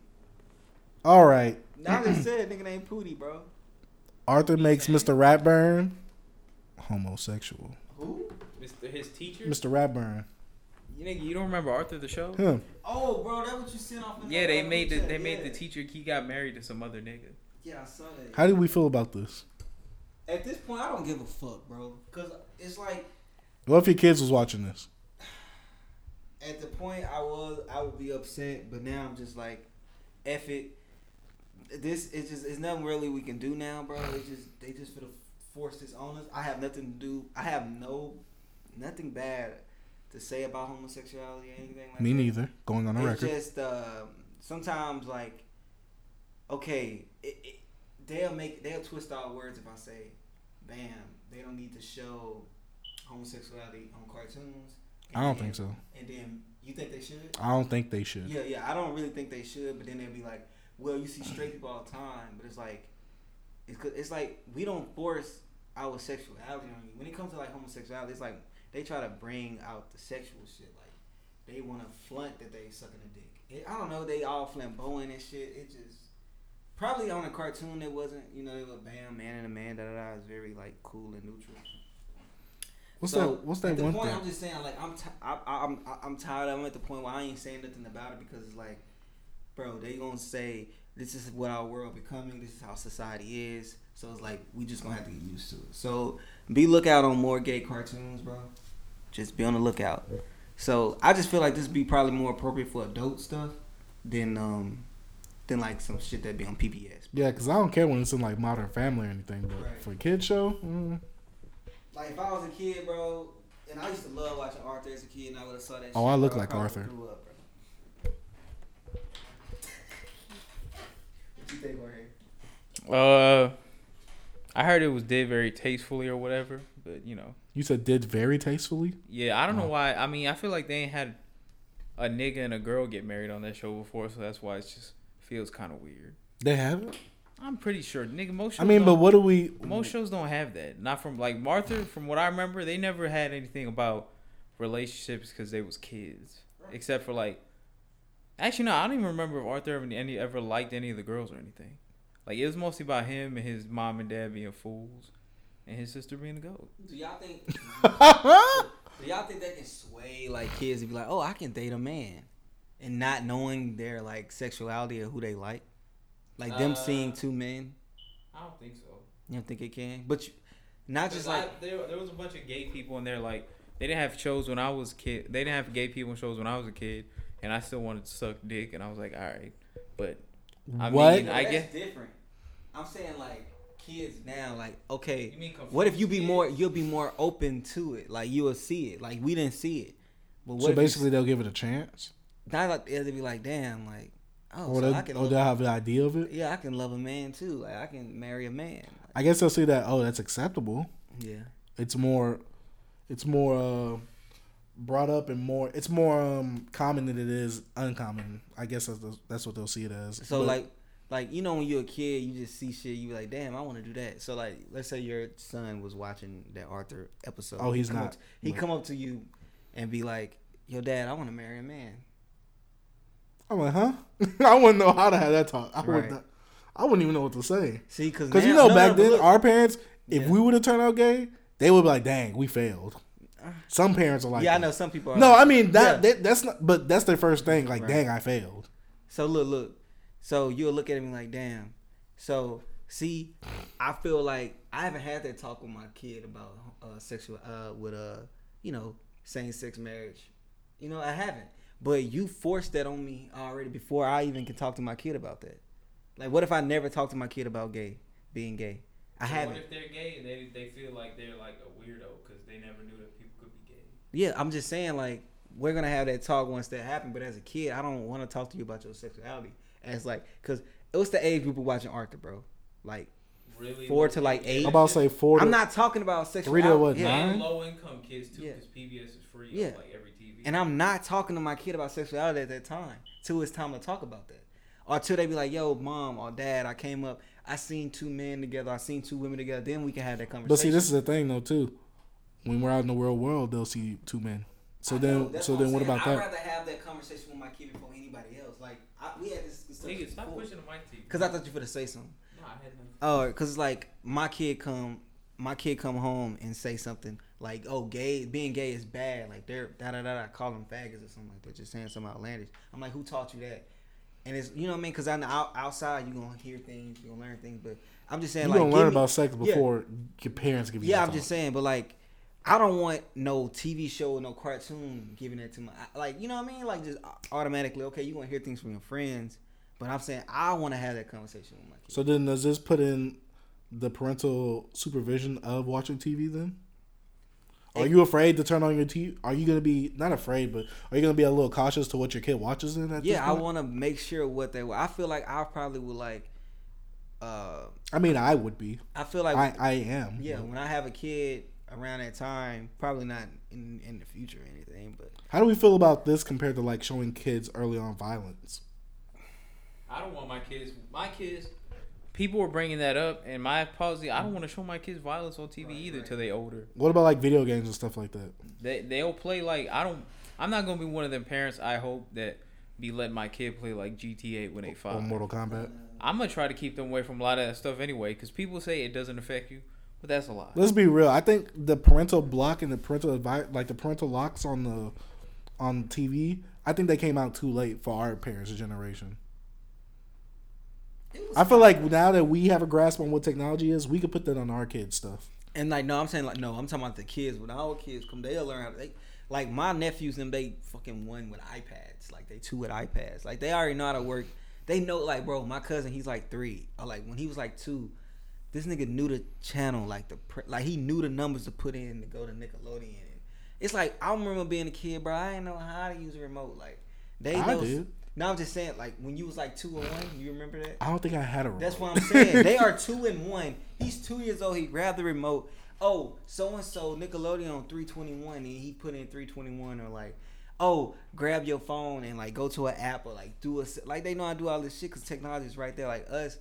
Speaker 1: All right.
Speaker 2: Now they said nigga named Pootie, bro.
Speaker 1: Arthur makes Mr. Ratburn homosexual.
Speaker 2: Who?
Speaker 5: Mr. His teacher.
Speaker 1: Mr. Ratburn.
Speaker 5: You nigga, you don't remember Arthur the show?
Speaker 1: Him.
Speaker 2: Oh, bro, that what you sent off. in
Speaker 5: Yeah, they
Speaker 2: uh,
Speaker 5: made the
Speaker 2: group
Speaker 5: they
Speaker 2: chat,
Speaker 5: made the
Speaker 2: yeah.
Speaker 5: teacher. He got married to some other nigga.
Speaker 2: Yeah, I saw that.
Speaker 1: How do we feel about this?
Speaker 2: At this point, I don't give a fuck, bro. Cause it's like
Speaker 1: What if your kids was watching this?
Speaker 2: at the point I was, I would be upset, but now I'm just like, F it. This it's just it's nothing really we can do now, bro. It's just they just for the force this on us. I have nothing to do. I have no nothing bad to say about homosexuality or anything like
Speaker 1: Me
Speaker 2: that.
Speaker 1: neither. Going on a
Speaker 2: it's
Speaker 1: record.
Speaker 2: just um, sometimes like okay it, it, they'll make they'll twist our words if i say bam they don't need to show homosexuality on cartoons
Speaker 1: I don't think so.
Speaker 2: and then you think they should
Speaker 1: I don't think they should.
Speaker 2: yeah yeah i don't really think they should but then they'll be like well you see straight people all the time but it's like it's, 'cause- it's like we don't force our sexuality on you when it comes to like homosexuality it's like they try to bring out the sexual shit like they want to flaunt that they sucking a dick. It, I don't know. They all flamboyant and shit. It just Probably on a cartoon that wasn't, you know, they were bam, man and a man, da da da. It's very like cool and neutral.
Speaker 1: What's
Speaker 2: So,
Speaker 1: that? What's
Speaker 2: at
Speaker 1: that
Speaker 2: the
Speaker 1: one
Speaker 2: point,
Speaker 1: thing?
Speaker 2: I'm just saying, like, I'm, ti I, I, I'm, I- I'm tired. I'm at the point where I ain't saying nothing about it because it's like, bro, they gonna say this is what our world becoming. This is how society is. So it's like we just gonna have to get used to it. So be lookout on more gay cartoons, bro. Just be on the lookout. So I just feel like this be probably more appropriate for adult stuff than um than like some shit that be on PBS.
Speaker 1: Yeah, because I don't care when it's in like Modern Family or anything, but
Speaker 2: Right.
Speaker 1: for a kid show, mm,
Speaker 2: Like if I was a kid, bro, and I used to love watching Arthur as a kid, and I would have saw that.
Speaker 1: Oh,
Speaker 2: shit,
Speaker 1: I look
Speaker 2: bro,
Speaker 1: like
Speaker 2: probably
Speaker 1: Arthur.
Speaker 2: grew up, bro. What you think, Jorge?
Speaker 3: Uh, I heard it was did very tastefully or whatever, but you know,
Speaker 1: you said did very tastefully.
Speaker 3: yeah, I don't know
Speaker 1: Oh.
Speaker 3: why. I mean, I feel like they ain't had a nigga and a girl get married on that show before, so that's why it just feels kind of weird.
Speaker 1: They have it.
Speaker 3: I'm pretty sure, nigga. Most
Speaker 1: I
Speaker 3: shows
Speaker 1: mean, but
Speaker 3: don't-
Speaker 1: what do we?
Speaker 2: Mm.
Speaker 1: (laughs)
Speaker 3: most shows don't have that. Not from like Martha, from what I remember, they never had anything about relationships because they was kids, except for like. Actually, no, I don't even remember if Arthur ever, any ever liked any of the girls or anything. Like it was mostly about him and his mom and dad being fools, and his sister being a goat.
Speaker 2: Do y'all think? do y'all think that can sway like kids to be like, oh, I can date a man, and not knowing their like sexuality or who they like, like them
Speaker 3: Uh,
Speaker 2: seeing two men?
Speaker 3: I don't think so.
Speaker 2: You don't think it can? But you, not just like
Speaker 3: there, there was a bunch of gay people in there. Like they didn't have shows when I was kid. They didn't have gay people in shows when I was a kid, and I still wanted to suck dick, and I was like, all right, but I
Speaker 1: What?
Speaker 3: mean, I
Speaker 2: that's
Speaker 3: guess
Speaker 2: different. I'm saying like kids now, like okay.
Speaker 3: You mean
Speaker 2: What if you be
Speaker 3: confused
Speaker 2: more?
Speaker 3: kids?
Speaker 2: You'll be more open to it. Like you will see it. Like we didn't see it. But what
Speaker 1: so
Speaker 2: if you-
Speaker 1: basically, they'll give it a chance,
Speaker 2: now like they'll be like, damn, like oh,
Speaker 1: or,
Speaker 2: so
Speaker 1: they'll,
Speaker 2: I can,
Speaker 1: or
Speaker 2: love,
Speaker 1: they'll have the idea of it.
Speaker 2: yeah, I can love a man too. Like I can marry a man.
Speaker 1: I guess they'll see that. Oh, that's acceptable.
Speaker 2: Yeah,
Speaker 1: It's more, it's more uh, brought up and more. It's more um, common than it is uncommon. I guess that's, that's what they'll see it as.
Speaker 2: So
Speaker 1: But-
Speaker 2: like, like you know, when you're a kid, you just see shit. You be like, damn, I want to do that. So like, let's say your son was watching that Arthur episode.
Speaker 1: Oh, he's
Speaker 2: Come
Speaker 1: not,
Speaker 2: up to- he
Speaker 1: but-
Speaker 2: come up to you, and be like, yo, dad, I want to marry a man.
Speaker 1: I'm like, huh? (laughs) I wouldn't know how to have that talk. I
Speaker 2: Right.
Speaker 1: wouldn't. know- I wouldn't even know what to say.
Speaker 2: See, because
Speaker 1: Because you know, back then, our parents, if
Speaker 2: Yeah.
Speaker 1: we would have turned out gay, they would be like, "Dang, we failed." Some parents are like,
Speaker 2: yeah, I
Speaker 1: that.
Speaker 2: know some people. Are
Speaker 1: No,
Speaker 2: like-
Speaker 1: I mean that,
Speaker 2: Yeah.
Speaker 1: that that's not. But that's their first thing. Like,
Speaker 2: Right.
Speaker 1: dang, I failed.
Speaker 2: So look, look. So you'll look at him like, damn. So see, I feel like I haven't had that talk with my kid about uh, sexual, uh, with uh, you know, same sex marriage. You know, I haven't. But you forced that on me already before I even can talk to my kid about that. Like, what if I never talk to my kid about gay, being gay? I haven't.
Speaker 3: if they're gay and they, they feel like they're like a weirdo because they never knew that people could be gay?
Speaker 2: Yeah, I'm just saying like we're gonna have that talk once that happens. But as a kid, I don't want to talk to you about your sexuality. As like, cause it was the age group of watching Arthur, bro. Like
Speaker 3: Really?
Speaker 2: four to like eight.
Speaker 1: I'm about to say four. To,
Speaker 2: I'm not talking about sexuality.
Speaker 1: Three to what,
Speaker 2: yeah.
Speaker 1: nine?
Speaker 3: low income kids too
Speaker 2: Yeah.
Speaker 3: because PBS is free
Speaker 2: Yeah.
Speaker 3: on like every TV.
Speaker 2: And I'm not talking to my kid about sexuality at that time. Till it's time to talk about that. Or till they be like, yo, mom or dad, I came up, I seen two men together, I seen two women together, then we can have that conversation.
Speaker 1: but see, this is the thing though too. When we're out in the real world, they'll see two men. So
Speaker 2: I know,
Speaker 1: then,
Speaker 2: that's
Speaker 1: so
Speaker 2: I'm
Speaker 1: then, what
Speaker 2: saying.
Speaker 1: about
Speaker 2: I'd
Speaker 1: that?
Speaker 2: rather have that conversation with my kid before anybody else. Like, I, we had this discussion
Speaker 3: Nigga, stop
Speaker 2: before.
Speaker 3: pushing the mic to you.
Speaker 2: Cause I thought you were gonna say something.
Speaker 3: No, I had nothing.
Speaker 2: Oh, cause like my kid come, my kid come home and say something like, "Oh, gay, being gay is bad." Like they're da da da. da, I call them faggots or something like that. Just saying something outlandish. I'm like, "Who taught you that?" And it's you know what I mean? Cause I know out, outside you gonna hear things, you gonna learn things, but I'm just saying
Speaker 1: You
Speaker 2: like
Speaker 1: don't
Speaker 2: give
Speaker 1: learn
Speaker 2: me-
Speaker 1: about sex
Speaker 2: yeah.
Speaker 1: before your parents give you.
Speaker 2: yeah,
Speaker 1: that
Speaker 2: I'm
Speaker 1: talk.
Speaker 2: just saying, but like, I don't want no TV show, no cartoon giving that to my I- like, you know what I mean? Like, just au- automatically, okay, you gonna hear things from your friends, but I'm saying I want to have that conversation with my kid.
Speaker 1: So then, does this put in the parental supervision of watching TV? Then, are you afraid to turn on your TV? Are you gonna be not afraid, but are you gonna be a little cautious to what your kid watches? Then, at
Speaker 2: yeah,
Speaker 1: this
Speaker 2: I
Speaker 1: point?
Speaker 2: want to make sure what they. I feel like I probably would like. Uh,
Speaker 1: I mean, I would be.
Speaker 2: I feel like
Speaker 1: I, I am.
Speaker 2: yeah, when I have a kid around that time, probably not in in the future or anything, but
Speaker 1: How do we feel about this compared to like showing kids early on violence?
Speaker 3: I don't want my kids. My kids. Mm. People were bringing that up, and my policy. I don't want to show my kids violence on TV either till they older.
Speaker 1: What about like video games and stuff like that?
Speaker 3: They they'll play like I don't. I'm not gonna be one of them parents. I hope that be letting my kid play like GTA when they
Speaker 1: Or
Speaker 3: five.
Speaker 1: Mortal Kombat?
Speaker 3: I'm gonna try to keep them away from a lot of that stuff anyway, because people say it doesn't affect you, but that's a lie.
Speaker 1: Let's be real. I think the parental block and the parental advice, like the parental locks on the on TV, I think they came out too late for our parents' generation. I feel like now that we have a grasp on what technology is, we could put that on our kids' stuff.
Speaker 2: And like, no, I'm saying like, no, I'm talking about the kids. When our kids come, they'll learn. How to, they, like my nephews, them they fucking one with iPads. Like they two with iPads. Like they already know how to work. They know like, bro, my cousin, he's like three. Or like when he was like two, this nigga knew the channel. Like the pre- like he knew the numbers to put in to go to Nickelodeon. It's like I remember being a kid, bro. I didn't know how to use a remote. Like they
Speaker 1: I
Speaker 2: know.
Speaker 1: did.
Speaker 2: No, I'm just saying. Like when you was like two or one, you remember that?
Speaker 1: I don't think I had a. Remote.
Speaker 2: That's what I'm
Speaker 1: (laughs)
Speaker 2: saying. they are two and one. He's two years old. He grabbed the remote. Oh, so and so Nickelodeon 321, and he put in 321 or like, oh, grab your phone and like go to an app or like do a s- like they know I do all this shit because technology is right there. Like us,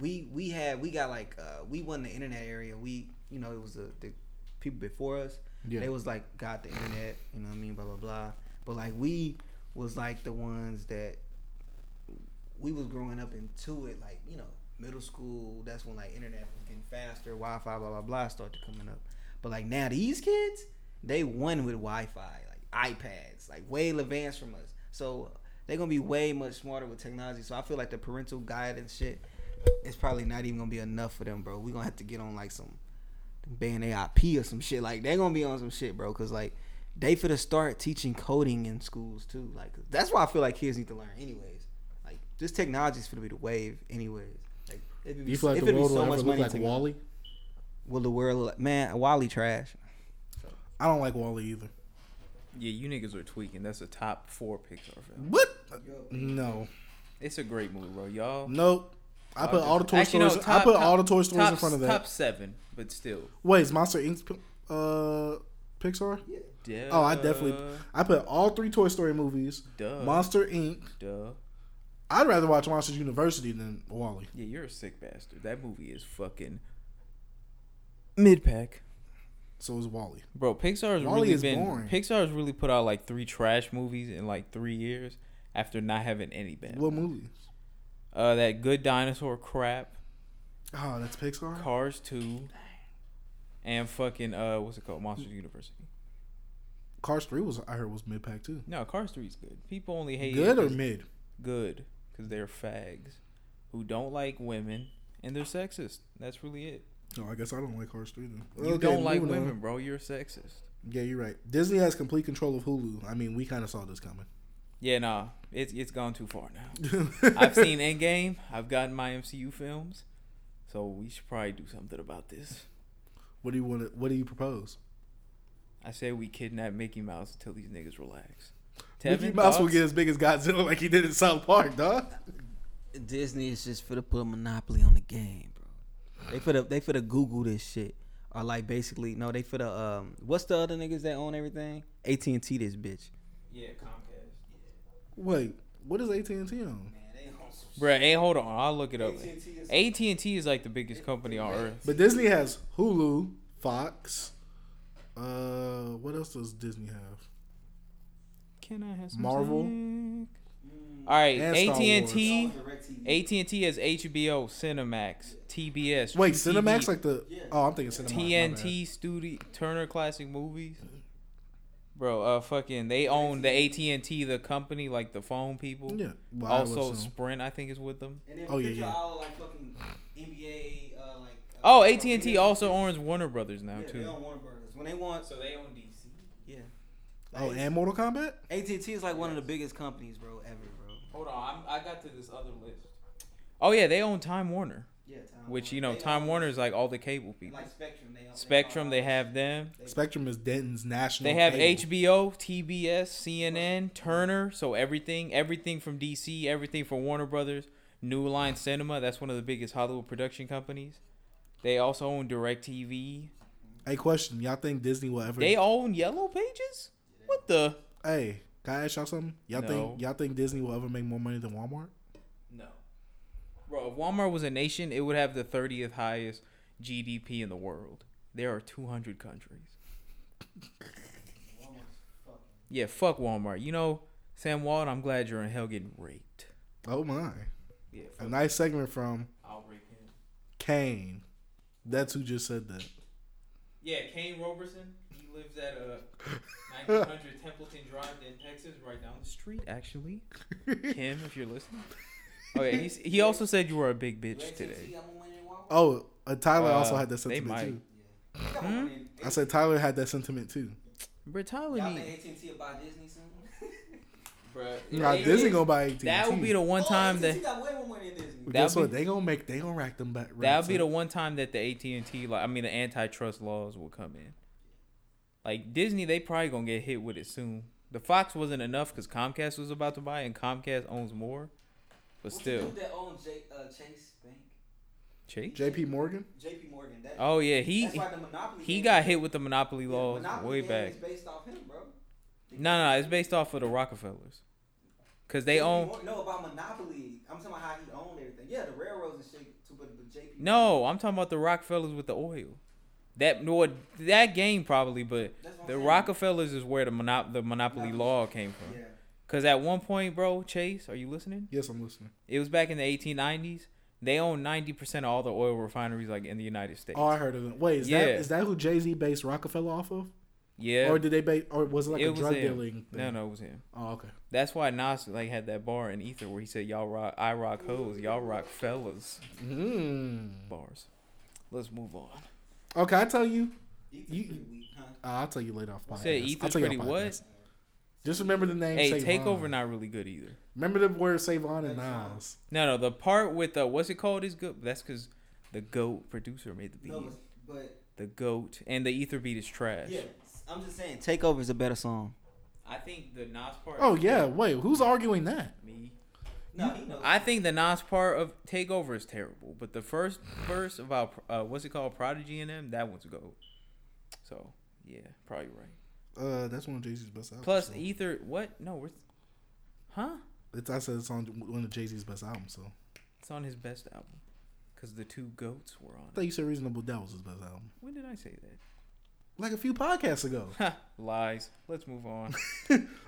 Speaker 2: we we had we got like uh we won the internet area. We you know it was the, the people before us.
Speaker 1: Yeah.
Speaker 2: They was like got the internet. You know what I mean? Blah blah blah. But like we was like the ones that we was growing up into it, like you know, middle school. That's when like internet was getting faster, Wi-Fi, blah blah blah, started coming up. But like now, these kids, they won with Wi-Fi, like iPads, like way advanced from us. So they're gonna be way much smarter with technology. So I feel like the parental guidance shit, it's probably not even gonna be enough for them, bro. We gonna have to get on like some band AIP or some shit. Like they gonna be on some shit, bro. Cause like they finna start teaching coding in schools too. Like that's why I feel like kids need to learn anyways. Like this technology is finna be the wave anyways. Like it
Speaker 1: Do you feel like the world will ever look like Wally?
Speaker 2: Will the world look like man? Wally trash.
Speaker 1: I don't like Wally either.
Speaker 3: Yeah, you niggas are tweaking. That's a top four Pixar film.
Speaker 1: What? No,
Speaker 3: It's a great movie, bro. Y'all.
Speaker 1: nope. I put all the Toy
Speaker 3: Actually, no,
Speaker 1: Stories. I
Speaker 3: top-
Speaker 1: put
Speaker 3: top-
Speaker 1: all the Toy Stories in
Speaker 3: top-
Speaker 1: front of
Speaker 3: Top
Speaker 1: that.
Speaker 3: seven, but still.
Speaker 1: Wait, is Monster Inc. p- Uh, Pixar?
Speaker 3: Duh,
Speaker 1: Oh, I definitely. I put all three Toy Story movies.
Speaker 3: Uh, Duh.
Speaker 1: Monster Inc.
Speaker 3: Duh.
Speaker 1: I'd rather watch Monsters University than Wally.
Speaker 3: Yeah, you're a sick bastard. That movie is fucking mid pack.
Speaker 1: So is Wally.
Speaker 3: Bro, Pixar's
Speaker 1: Wall-E
Speaker 3: really
Speaker 1: is
Speaker 3: been
Speaker 1: boring.
Speaker 3: Pixar's really put out like three trash movies in like three years after not having any bad.
Speaker 1: What movies?
Speaker 3: Uh, that good dinosaur crap,
Speaker 1: Oh, that's Pixar.
Speaker 3: Cars two, and fucking uh, what's it called, Monsters University?
Speaker 1: Cars three was I heard was mid pack too.
Speaker 3: No, Cars three is good. People only hate
Speaker 1: Good
Speaker 3: it
Speaker 1: or
Speaker 3: 'cause-
Speaker 1: mid?
Speaker 3: good because they're fags who don't like women and they're sexist. That's really it.
Speaker 1: No, Oh, I guess I don't like Cars three then.
Speaker 3: You
Speaker 1: Okay,
Speaker 3: don't like
Speaker 1: moving on.
Speaker 3: women, bro. You're sexist.
Speaker 1: Yeah, you're right. Disney has complete control of Hulu. I mean, we kind of saw this coming. (laughs)
Speaker 3: Yeah, nah, it's it's gone too far now. (laughs) I've seen Endgame. I've gotten my MCU films, so we should probably do something about this.
Speaker 1: What do you want? to What do you propose?
Speaker 3: I say we kidnap Mickey Mouse until these niggas relax.
Speaker 1: Mickey
Speaker 3: Tevin,
Speaker 1: Mouse will
Speaker 3: thoughts?
Speaker 1: get as big as Godzilla (laughs) like he did in South Park, dog.
Speaker 2: Disney is just for to put a monopoly on the game, bro. They for the they for the Google this shit. Or like basically no, they for the um what's the other niggas that own everything? AT and T this bitch.
Speaker 6: Yeah, Comcast.
Speaker 1: Wait, what is AT and T on?
Speaker 3: Bruh, hey, hold on. I'll look it up. AT and T is like the biggest company on earth.
Speaker 1: But Disney has Hulu, Fox. Uh, what else does Disney have?
Speaker 3: Can I have some
Speaker 1: Marvel.
Speaker 3: All right,
Speaker 1: And Star
Speaker 3: AT and T.
Speaker 1: Wars.
Speaker 3: AT and T has HBO, Cinemax, TBS.
Speaker 1: Wait,
Speaker 3: GTV,
Speaker 1: Cinemax like the? Oh, I'm thinking Cinemax. my bad.
Speaker 3: TNT Studio Turner Classic Movies. Bro, uh, fucking, they own the AT and T, the company, like the phone people.
Speaker 1: Yeah. Well, I would
Speaker 3: also,
Speaker 1: assume.
Speaker 3: Sprint, I think, is with them.
Speaker 2: And then
Speaker 1: Oh, yeah, picture yeah.
Speaker 2: all like fucking NBA uh, like
Speaker 3: Oh, AT and T also owns Warner Brothers now
Speaker 2: Yeah, they
Speaker 3: too.
Speaker 2: don't want burgers. When they want,
Speaker 6: So they own DC.
Speaker 2: yeah.
Speaker 1: Oh, and Mortal Kombat.
Speaker 2: AT and T is like one of the biggest companies, bro, ever, bro.
Speaker 6: Hold on, I'm, I got to this other list.
Speaker 3: Oh yeah, they own Time Warner,
Speaker 2: Yeah. Time
Speaker 3: which you know, Time Warner is like all the cable people.
Speaker 2: Like Spectrum, they
Speaker 3: Spectrum, they have them.
Speaker 1: Spectrum is Denton's national.
Speaker 3: They have
Speaker 1: cable.
Speaker 3: HBO, TBS, CNN, Turner, so everything, everything from DC, everything from Warner Brothers, New Line Cinema. That's one of the biggest Hollywood production companies. They also own DirecTV.
Speaker 1: Hey, question. Y'all think Disney will ever?
Speaker 3: They own Yellow Pages. What the?
Speaker 1: hey, can I ask y'all something? Y'all
Speaker 3: No.
Speaker 1: think y'all think Disney will ever make more money than Walmart?
Speaker 6: No.
Speaker 3: Bro, if Walmart was a nation, it would have the 30th highest GDP in the world. There are 200 countries. Yeah, fuck Walmart. You know, Sam Walton, I'm glad you're in hell getting raped.
Speaker 1: Oh my.
Speaker 5: Yeah,
Speaker 1: A nice segment from
Speaker 5: I'll break him.
Speaker 1: Kane. That's who just said that.
Speaker 5: Yeah, Kane Roberson. He lives at uh
Speaker 2: (laughs)
Speaker 5: 1900 Templeton Drive in Texas, right down the street.
Speaker 3: Street, actually. (laughs) Kim, if
Speaker 2: (laughs)
Speaker 3: you're listening. Oh, yeah. He's, he also said you were a big bitch today.
Speaker 1: Oh, uh, Tyler also
Speaker 3: Uh,
Speaker 1: had that
Speaker 3: they
Speaker 1: sentiment
Speaker 3: might.
Speaker 1: too.
Speaker 3: Hmm?
Speaker 1: I said Tyler had that sentiment too.
Speaker 3: Bro, Tyler
Speaker 2: Y'all
Speaker 3: need-
Speaker 2: think AT&T will buy Disney
Speaker 3: (laughs)
Speaker 2: soon?
Speaker 5: Bruh,
Speaker 1: Nah,
Speaker 5: it-
Speaker 1: Disney
Speaker 5: it-
Speaker 1: gonna buy AT.
Speaker 3: That would be the one time
Speaker 2: oh,
Speaker 3: that
Speaker 2: AT&T got way more money than Disney.
Speaker 1: Guess
Speaker 3: that'd
Speaker 1: what?
Speaker 3: be-
Speaker 1: They gonna make. They gonna rack them back.
Speaker 3: that would
Speaker 1: racks
Speaker 3: be the
Speaker 1: up.
Speaker 3: one time that the AT and T, like I mean, the antitrust laws will come in. Like Disney, they probably gonna get hit with it soon. The Fox wasn't enough because Comcast was about to buy, and Comcast owns more. But
Speaker 2: What's the
Speaker 3: still,
Speaker 2: dude that owns J- uh, Chase Bank,
Speaker 3: Chase.
Speaker 1: J.P. Morgan.
Speaker 2: J.P. Morgan. That,
Speaker 3: Oh yeah, he
Speaker 2: that's why the Monopoly
Speaker 3: he
Speaker 2: game-
Speaker 3: got hit with the monopoly
Speaker 2: the
Speaker 3: laws
Speaker 2: Monopoly
Speaker 3: way
Speaker 2: game
Speaker 3: back.
Speaker 2: Is based off him, bro.
Speaker 3: No, no, it's based off of the Rockefellers, cause they
Speaker 2: J.P.
Speaker 3: own.
Speaker 2: Morgan- No, about Monopoly. I'm talking about how he owned everything. Yeah, the railroads and shit. Too, but, but J.P.
Speaker 3: No, I'm talking about the Rockefellers with the oil. That no, that game probably, but
Speaker 2: That's what I'm
Speaker 3: the
Speaker 2: saying.
Speaker 3: Rockefellers is where the monop- the monopoly law came from.
Speaker 2: Yeah.
Speaker 3: Cause at one point, bro, Chase, are you listening?
Speaker 1: Yes, I'm listening.
Speaker 3: It was back in the 1890s. They owned 90 percent of all the oil refineries like in the United States.
Speaker 1: Oh, I heard of it. Wait, is that
Speaker 3: Yeah.
Speaker 1: is that who Jay Z based Rockefeller off of?
Speaker 3: yeah,
Speaker 1: Or did they base? Or was it like
Speaker 3: it
Speaker 1: a
Speaker 3: was
Speaker 1: drug
Speaker 3: him.
Speaker 1: dealing? Thing?
Speaker 3: No, no, it was him.
Speaker 1: Oh, okay.
Speaker 3: That's why Nas like had that bar in Ether where he said, "Y'all rock, I rock hoes, y'all rock fellas."
Speaker 1: Mm.
Speaker 3: Bars. Let's move on.
Speaker 1: Okay, I tell you.
Speaker 2: Ethan's
Speaker 1: You-
Speaker 2: pretty weak, huh?
Speaker 1: Uh, I'll tell you later off podcast.
Speaker 3: Say
Speaker 1: I'll
Speaker 3: Ether's
Speaker 1: tell you
Speaker 3: pretty
Speaker 1: off
Speaker 3: what?
Speaker 1: podcast. Just remember the name.
Speaker 3: Hey,
Speaker 1: Savon.
Speaker 3: Takeover not really good either.
Speaker 1: Remember the word Savon and
Speaker 2: Savon.
Speaker 1: Nas.
Speaker 3: No, no, the part with uh, what's it called is good. but That's because the goat producer made the beat.
Speaker 2: No, but, but
Speaker 3: the goat and the Ether beat is trash.
Speaker 2: yeah, I'm just saying. Takeover is a better song.
Speaker 3: I think the Nas part.
Speaker 1: Oh yeah. Wait, who's arguing that?
Speaker 3: me.
Speaker 2: No, he knows.
Speaker 3: I think the Nas part of Takeover is terrible, but the first verse about uh, what's it called, Prodigy and them, that one's a goat. So yeah, probably right.
Speaker 1: Uh, that's one of Jay Z's best albums.
Speaker 3: Plus
Speaker 1: so.
Speaker 3: Ether, what? No, we're, huh?
Speaker 1: it's, I said it's on one of Jay Z's best albums. So
Speaker 3: It's on his best album, cause the two goats were on.
Speaker 1: I
Speaker 3: it.
Speaker 1: thought you said Reasonable Doubt was his best album.
Speaker 3: When did I say that?
Speaker 1: Like a few podcasts ago.
Speaker 3: Ha, lies. Let's move
Speaker 1: (laughs)
Speaker 3: on.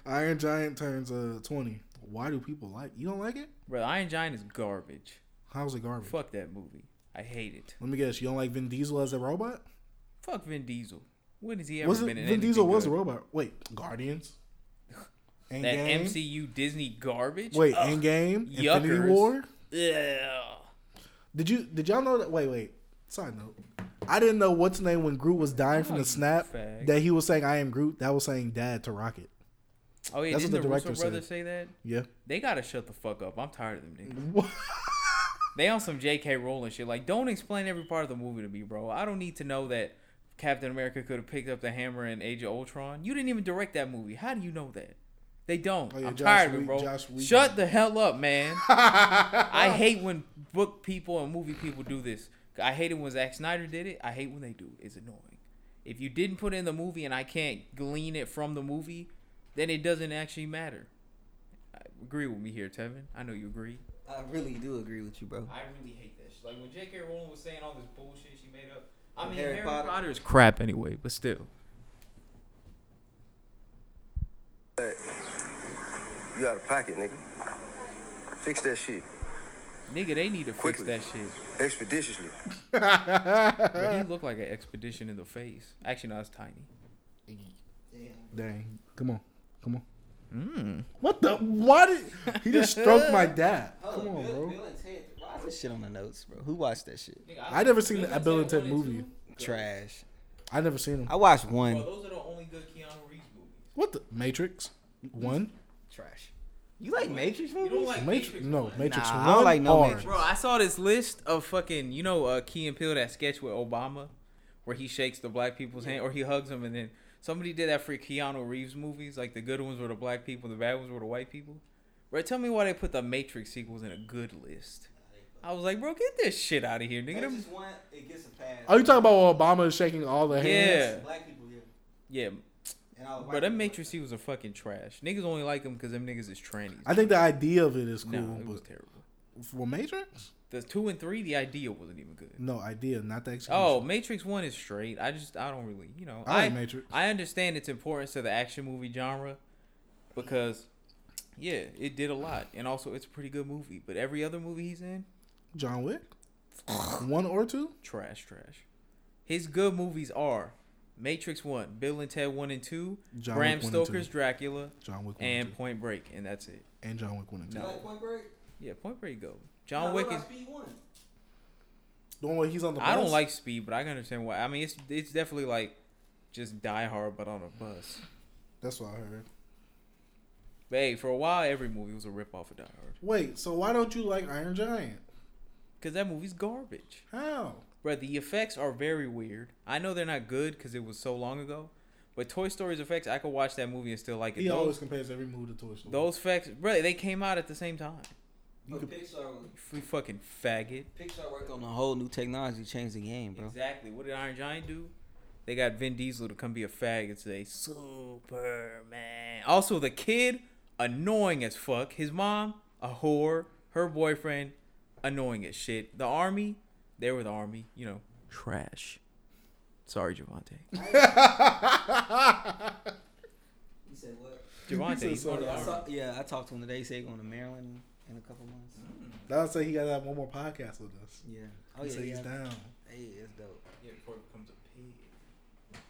Speaker 1: Iron Giant turns uh twenty. Why do people like? You don't like it?
Speaker 3: Bro, Iron Giant is garbage.
Speaker 1: How's it garbage?
Speaker 3: Fuck that movie. I hate it.
Speaker 1: Let me guess. You don't like Vin Diesel as a robot?
Speaker 3: Fuck Vin Diesel. When has he ever
Speaker 1: Was it
Speaker 3: been in
Speaker 1: Vin Diesel was a
Speaker 3: good?
Speaker 1: robot? Wait,
Speaker 3: (laughs)
Speaker 1: Guardians. Endgame?
Speaker 3: that MCU Disney garbage?
Speaker 1: Wait,
Speaker 3: Ugh.
Speaker 1: Endgame. Infinity
Speaker 3: Yuckers.
Speaker 1: War.
Speaker 3: Ugh.
Speaker 1: Did you did y'all know that? Wait, wait. Side note. I didn't know what's name when Groot was dying from
Speaker 3: Oh,
Speaker 1: the snap
Speaker 3: fag.
Speaker 1: that he was saying "I am Groot." That was saying "Dad" to Rocket.
Speaker 3: Oh yeah,
Speaker 1: That's
Speaker 3: didn't
Speaker 1: what the
Speaker 3: the, Russo
Speaker 1: director
Speaker 3: brothers say that?
Speaker 1: Yeah.
Speaker 3: They gotta shut the fuck up. I'm tired of them niggas.
Speaker 1: (laughs)
Speaker 3: They on some J.K. Rowling shit. Like, don't explain every part of the movie to me, bro. I don't need to know that Captain America could have picked up the hammer in Age of Ultron. You didn't even direct that movie. How do you know that? They don't.
Speaker 1: Oh, yeah,
Speaker 3: I'm
Speaker 1: Josh
Speaker 3: tired of
Speaker 1: Whe-
Speaker 3: it, bro.
Speaker 1: Josh Whedon.
Speaker 3: Shut the hell
Speaker 1: (laughs)
Speaker 3: up, man. I hate when book people and movie people do this. I hate it when Zack Snyder did it. I hate when they do. it. It's annoying. If you didn't put it in the movie and I can't glean it from the movie, then it doesn't actually matter. I, agree with me here, Tevin. I know you agree.
Speaker 7: I really do agree with you, bro.
Speaker 3: I really hate that shit. Like when J.K. Rowling was saying all this bullshit she made up. I mean,
Speaker 2: Harry
Speaker 3: Harry,
Speaker 2: Potter.
Speaker 3: Potter. is crap anyway, but still.
Speaker 8: You out of pocket, nigga. Fix that shit
Speaker 3: Nigga, they need to fix
Speaker 8: Quickly.
Speaker 3: that shit.
Speaker 9: (laughs)
Speaker 8: expeditiously.
Speaker 3: But he looked like an expedition in the face. Actually, no, it's tiny.
Speaker 1: Dang. Come on. Come on.
Speaker 3: Mm.
Speaker 1: What the? Why did he just
Speaker 3: (laughs)
Speaker 1: stroked my dad?
Speaker 3: Oh,
Speaker 1: Come on,
Speaker 2: Bill,
Speaker 1: bro.
Speaker 2: Bill and Ted. Why is
Speaker 7: That shit on the notes, bro. Who watched that shit?
Speaker 3: Nigga,
Speaker 1: I never seen the Bill and Ted
Speaker 3: one and
Speaker 1: movie.
Speaker 3: two?
Speaker 7: Trash.
Speaker 1: I never seen him.
Speaker 7: I watched
Speaker 3: Bro,
Speaker 7: one.
Speaker 3: those are the only good Keanu Reeves movies.
Speaker 1: What the Matrix? One.
Speaker 7: Trash. You like Matrix movies?
Speaker 3: You don't like
Speaker 1: Matrix.
Speaker 3: Matrix?
Speaker 1: No, Matrix
Speaker 7: Nah, I
Speaker 1: One.
Speaker 7: don't like no
Speaker 1: hard.
Speaker 7: Matrix.
Speaker 3: Bro, I saw this list of fucking, you know, uh, Key and Peele that sketch with Obama, where he shakes the black people's hand or he hugs them, and then somebody did that for Keanu Reeves movies, like the good ones were the black people, the bad ones were the white people. Bro, tell me why they put the Matrix sequels in a good list. I was like, bro, get this shit out of here, nigga.
Speaker 2: That's
Speaker 3: Them- Oh,
Speaker 2: just one. It gets a pass.
Speaker 1: Are you talking about when Obama is shaking all the hands?
Speaker 3: Yeah.
Speaker 2: Black people here.
Speaker 3: yeah,
Speaker 2: And all the
Speaker 3: bro,
Speaker 2: white
Speaker 3: them
Speaker 2: people.
Speaker 3: Matrix sequels are fucking trash. Niggas only like them because them niggas is trannies.
Speaker 1: I think the idea of it is cool,
Speaker 3: no, it was
Speaker 1: but
Speaker 3: terrible.
Speaker 1: for Matrix,
Speaker 3: The two and three, the idea wasn't even good.
Speaker 1: no idea, not the execution.
Speaker 3: Oh, Matrix One is straight. I just I don't really you know
Speaker 1: I
Speaker 3: I
Speaker 1: like Matrix.
Speaker 3: I understand its importance to the action movie genre because Yeah, it did a lot, and also it's a pretty good movie. But every other movie he's in,
Speaker 1: John Wick, one or two.
Speaker 3: trash, trash. His good movies are Matrix One, Bill and Ted One and Two,
Speaker 1: John
Speaker 3: Bram
Speaker 1: Wick one and
Speaker 3: Stoker's
Speaker 1: two.
Speaker 3: Dracula,
Speaker 1: John Wick one and,
Speaker 3: and
Speaker 1: two.
Speaker 3: Point Break, and that's it.
Speaker 1: and John Wick one and two.
Speaker 2: You like Point Break?
Speaker 3: Yeah, Point Break go. John Wick is.
Speaker 2: Speed One.
Speaker 1: The one where he's on the.
Speaker 3: I don't
Speaker 1: bus?
Speaker 3: like Speed, but I can understand why. I mean, it's it's definitely like just Die Hard, but on a bus.
Speaker 1: That's what I heard.
Speaker 3: But hey, for a while, every movie was a rip off of Die Hard
Speaker 1: Wait, so why don't you like Iron Giant?
Speaker 3: because that movie's garbage.
Speaker 1: How?
Speaker 3: Bro, the effects are very weird. I know they're not good because it was so long ago, but Toy Story's effects, I could watch that movie and still like it.
Speaker 1: He always
Speaker 3: Those,
Speaker 1: compares every movie to Toy Story. (laughs)
Speaker 3: those effects, bro, they came out at the same time.
Speaker 7: Oh,
Speaker 2: But Pixar, was-
Speaker 3: You fucking faggot.
Speaker 2: Pixar worked on a whole new technology, changed the game, bro.
Speaker 3: Exactly. What did Iron Giant do? They got Vin Diesel to come be a fag and say Superman. Also, the kid annoying as fuck. His mom a whore. Her boyfriend annoying as shit. The army, they were the army. You know, trash. Sorry, Javante.
Speaker 2: He said what?
Speaker 3: (laughs) Javante,
Speaker 1: said
Speaker 3: he's going to the
Speaker 2: I
Speaker 3: army.
Speaker 2: saw,
Speaker 7: Oh, Yeah, I talked to him today. He said he's going to Maryland in a couple months.
Speaker 2: Mm-hmm.
Speaker 1: That'll say he gotta have one more podcast with us.
Speaker 7: Yeah.
Speaker 1: Oh,
Speaker 7: Oh yeah.
Speaker 1: he's
Speaker 7: yeah.
Speaker 1: down.
Speaker 7: Hey, it's dope.
Speaker 5: Yeah, before it becomes a pig.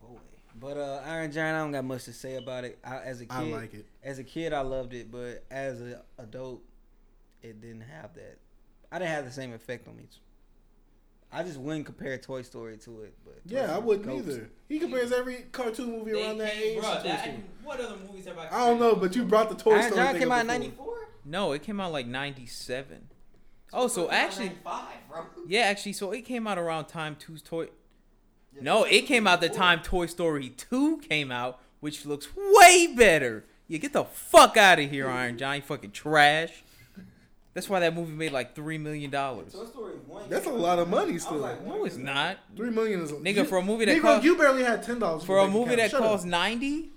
Speaker 7: Boy. But uh, Iron Giant, I don't got much to say about it. I, as a kid,
Speaker 1: I like it.
Speaker 7: as a kid, I loved it, but as an adult, it didn't have that. I didn't have the same effect on me. I just wouldn't compare Toy Story to it. But Toy
Speaker 1: Yeah, I
Speaker 7: Story's
Speaker 1: wouldn't
Speaker 7: dope.
Speaker 1: either. He compares every cartoon movie
Speaker 5: They
Speaker 1: around that
Speaker 5: came-
Speaker 1: age.
Speaker 5: bruh,
Speaker 1: to Toy
Speaker 5: that-
Speaker 1: Story.
Speaker 5: what other movies have I?
Speaker 1: I don't know, but you brought the Toy
Speaker 7: Iron
Speaker 1: Story.
Speaker 7: Giant
Speaker 1: thing
Speaker 7: came
Speaker 1: up
Speaker 7: out in
Speaker 1: before.
Speaker 7: '94.
Speaker 3: No, it came out like '97. Oh, so actually,
Speaker 2: five, bro.
Speaker 3: yeah, actually, so it came out around time two's toy. No, it came out the time Toy Story Two came out, which looks way better. Yeah, get the fuck out of here, Iron Giant, you fucking trash. That's why that movie made like three million dollars.
Speaker 2: Toy Story one.
Speaker 1: That's a lot of money still.
Speaker 3: No, it's not.
Speaker 1: Three million is a,
Speaker 3: Nigga, for a movie that
Speaker 1: nigga,
Speaker 3: cost-
Speaker 1: you barely had ten dollars
Speaker 3: For a movie that cost
Speaker 1: costs
Speaker 3: ninety.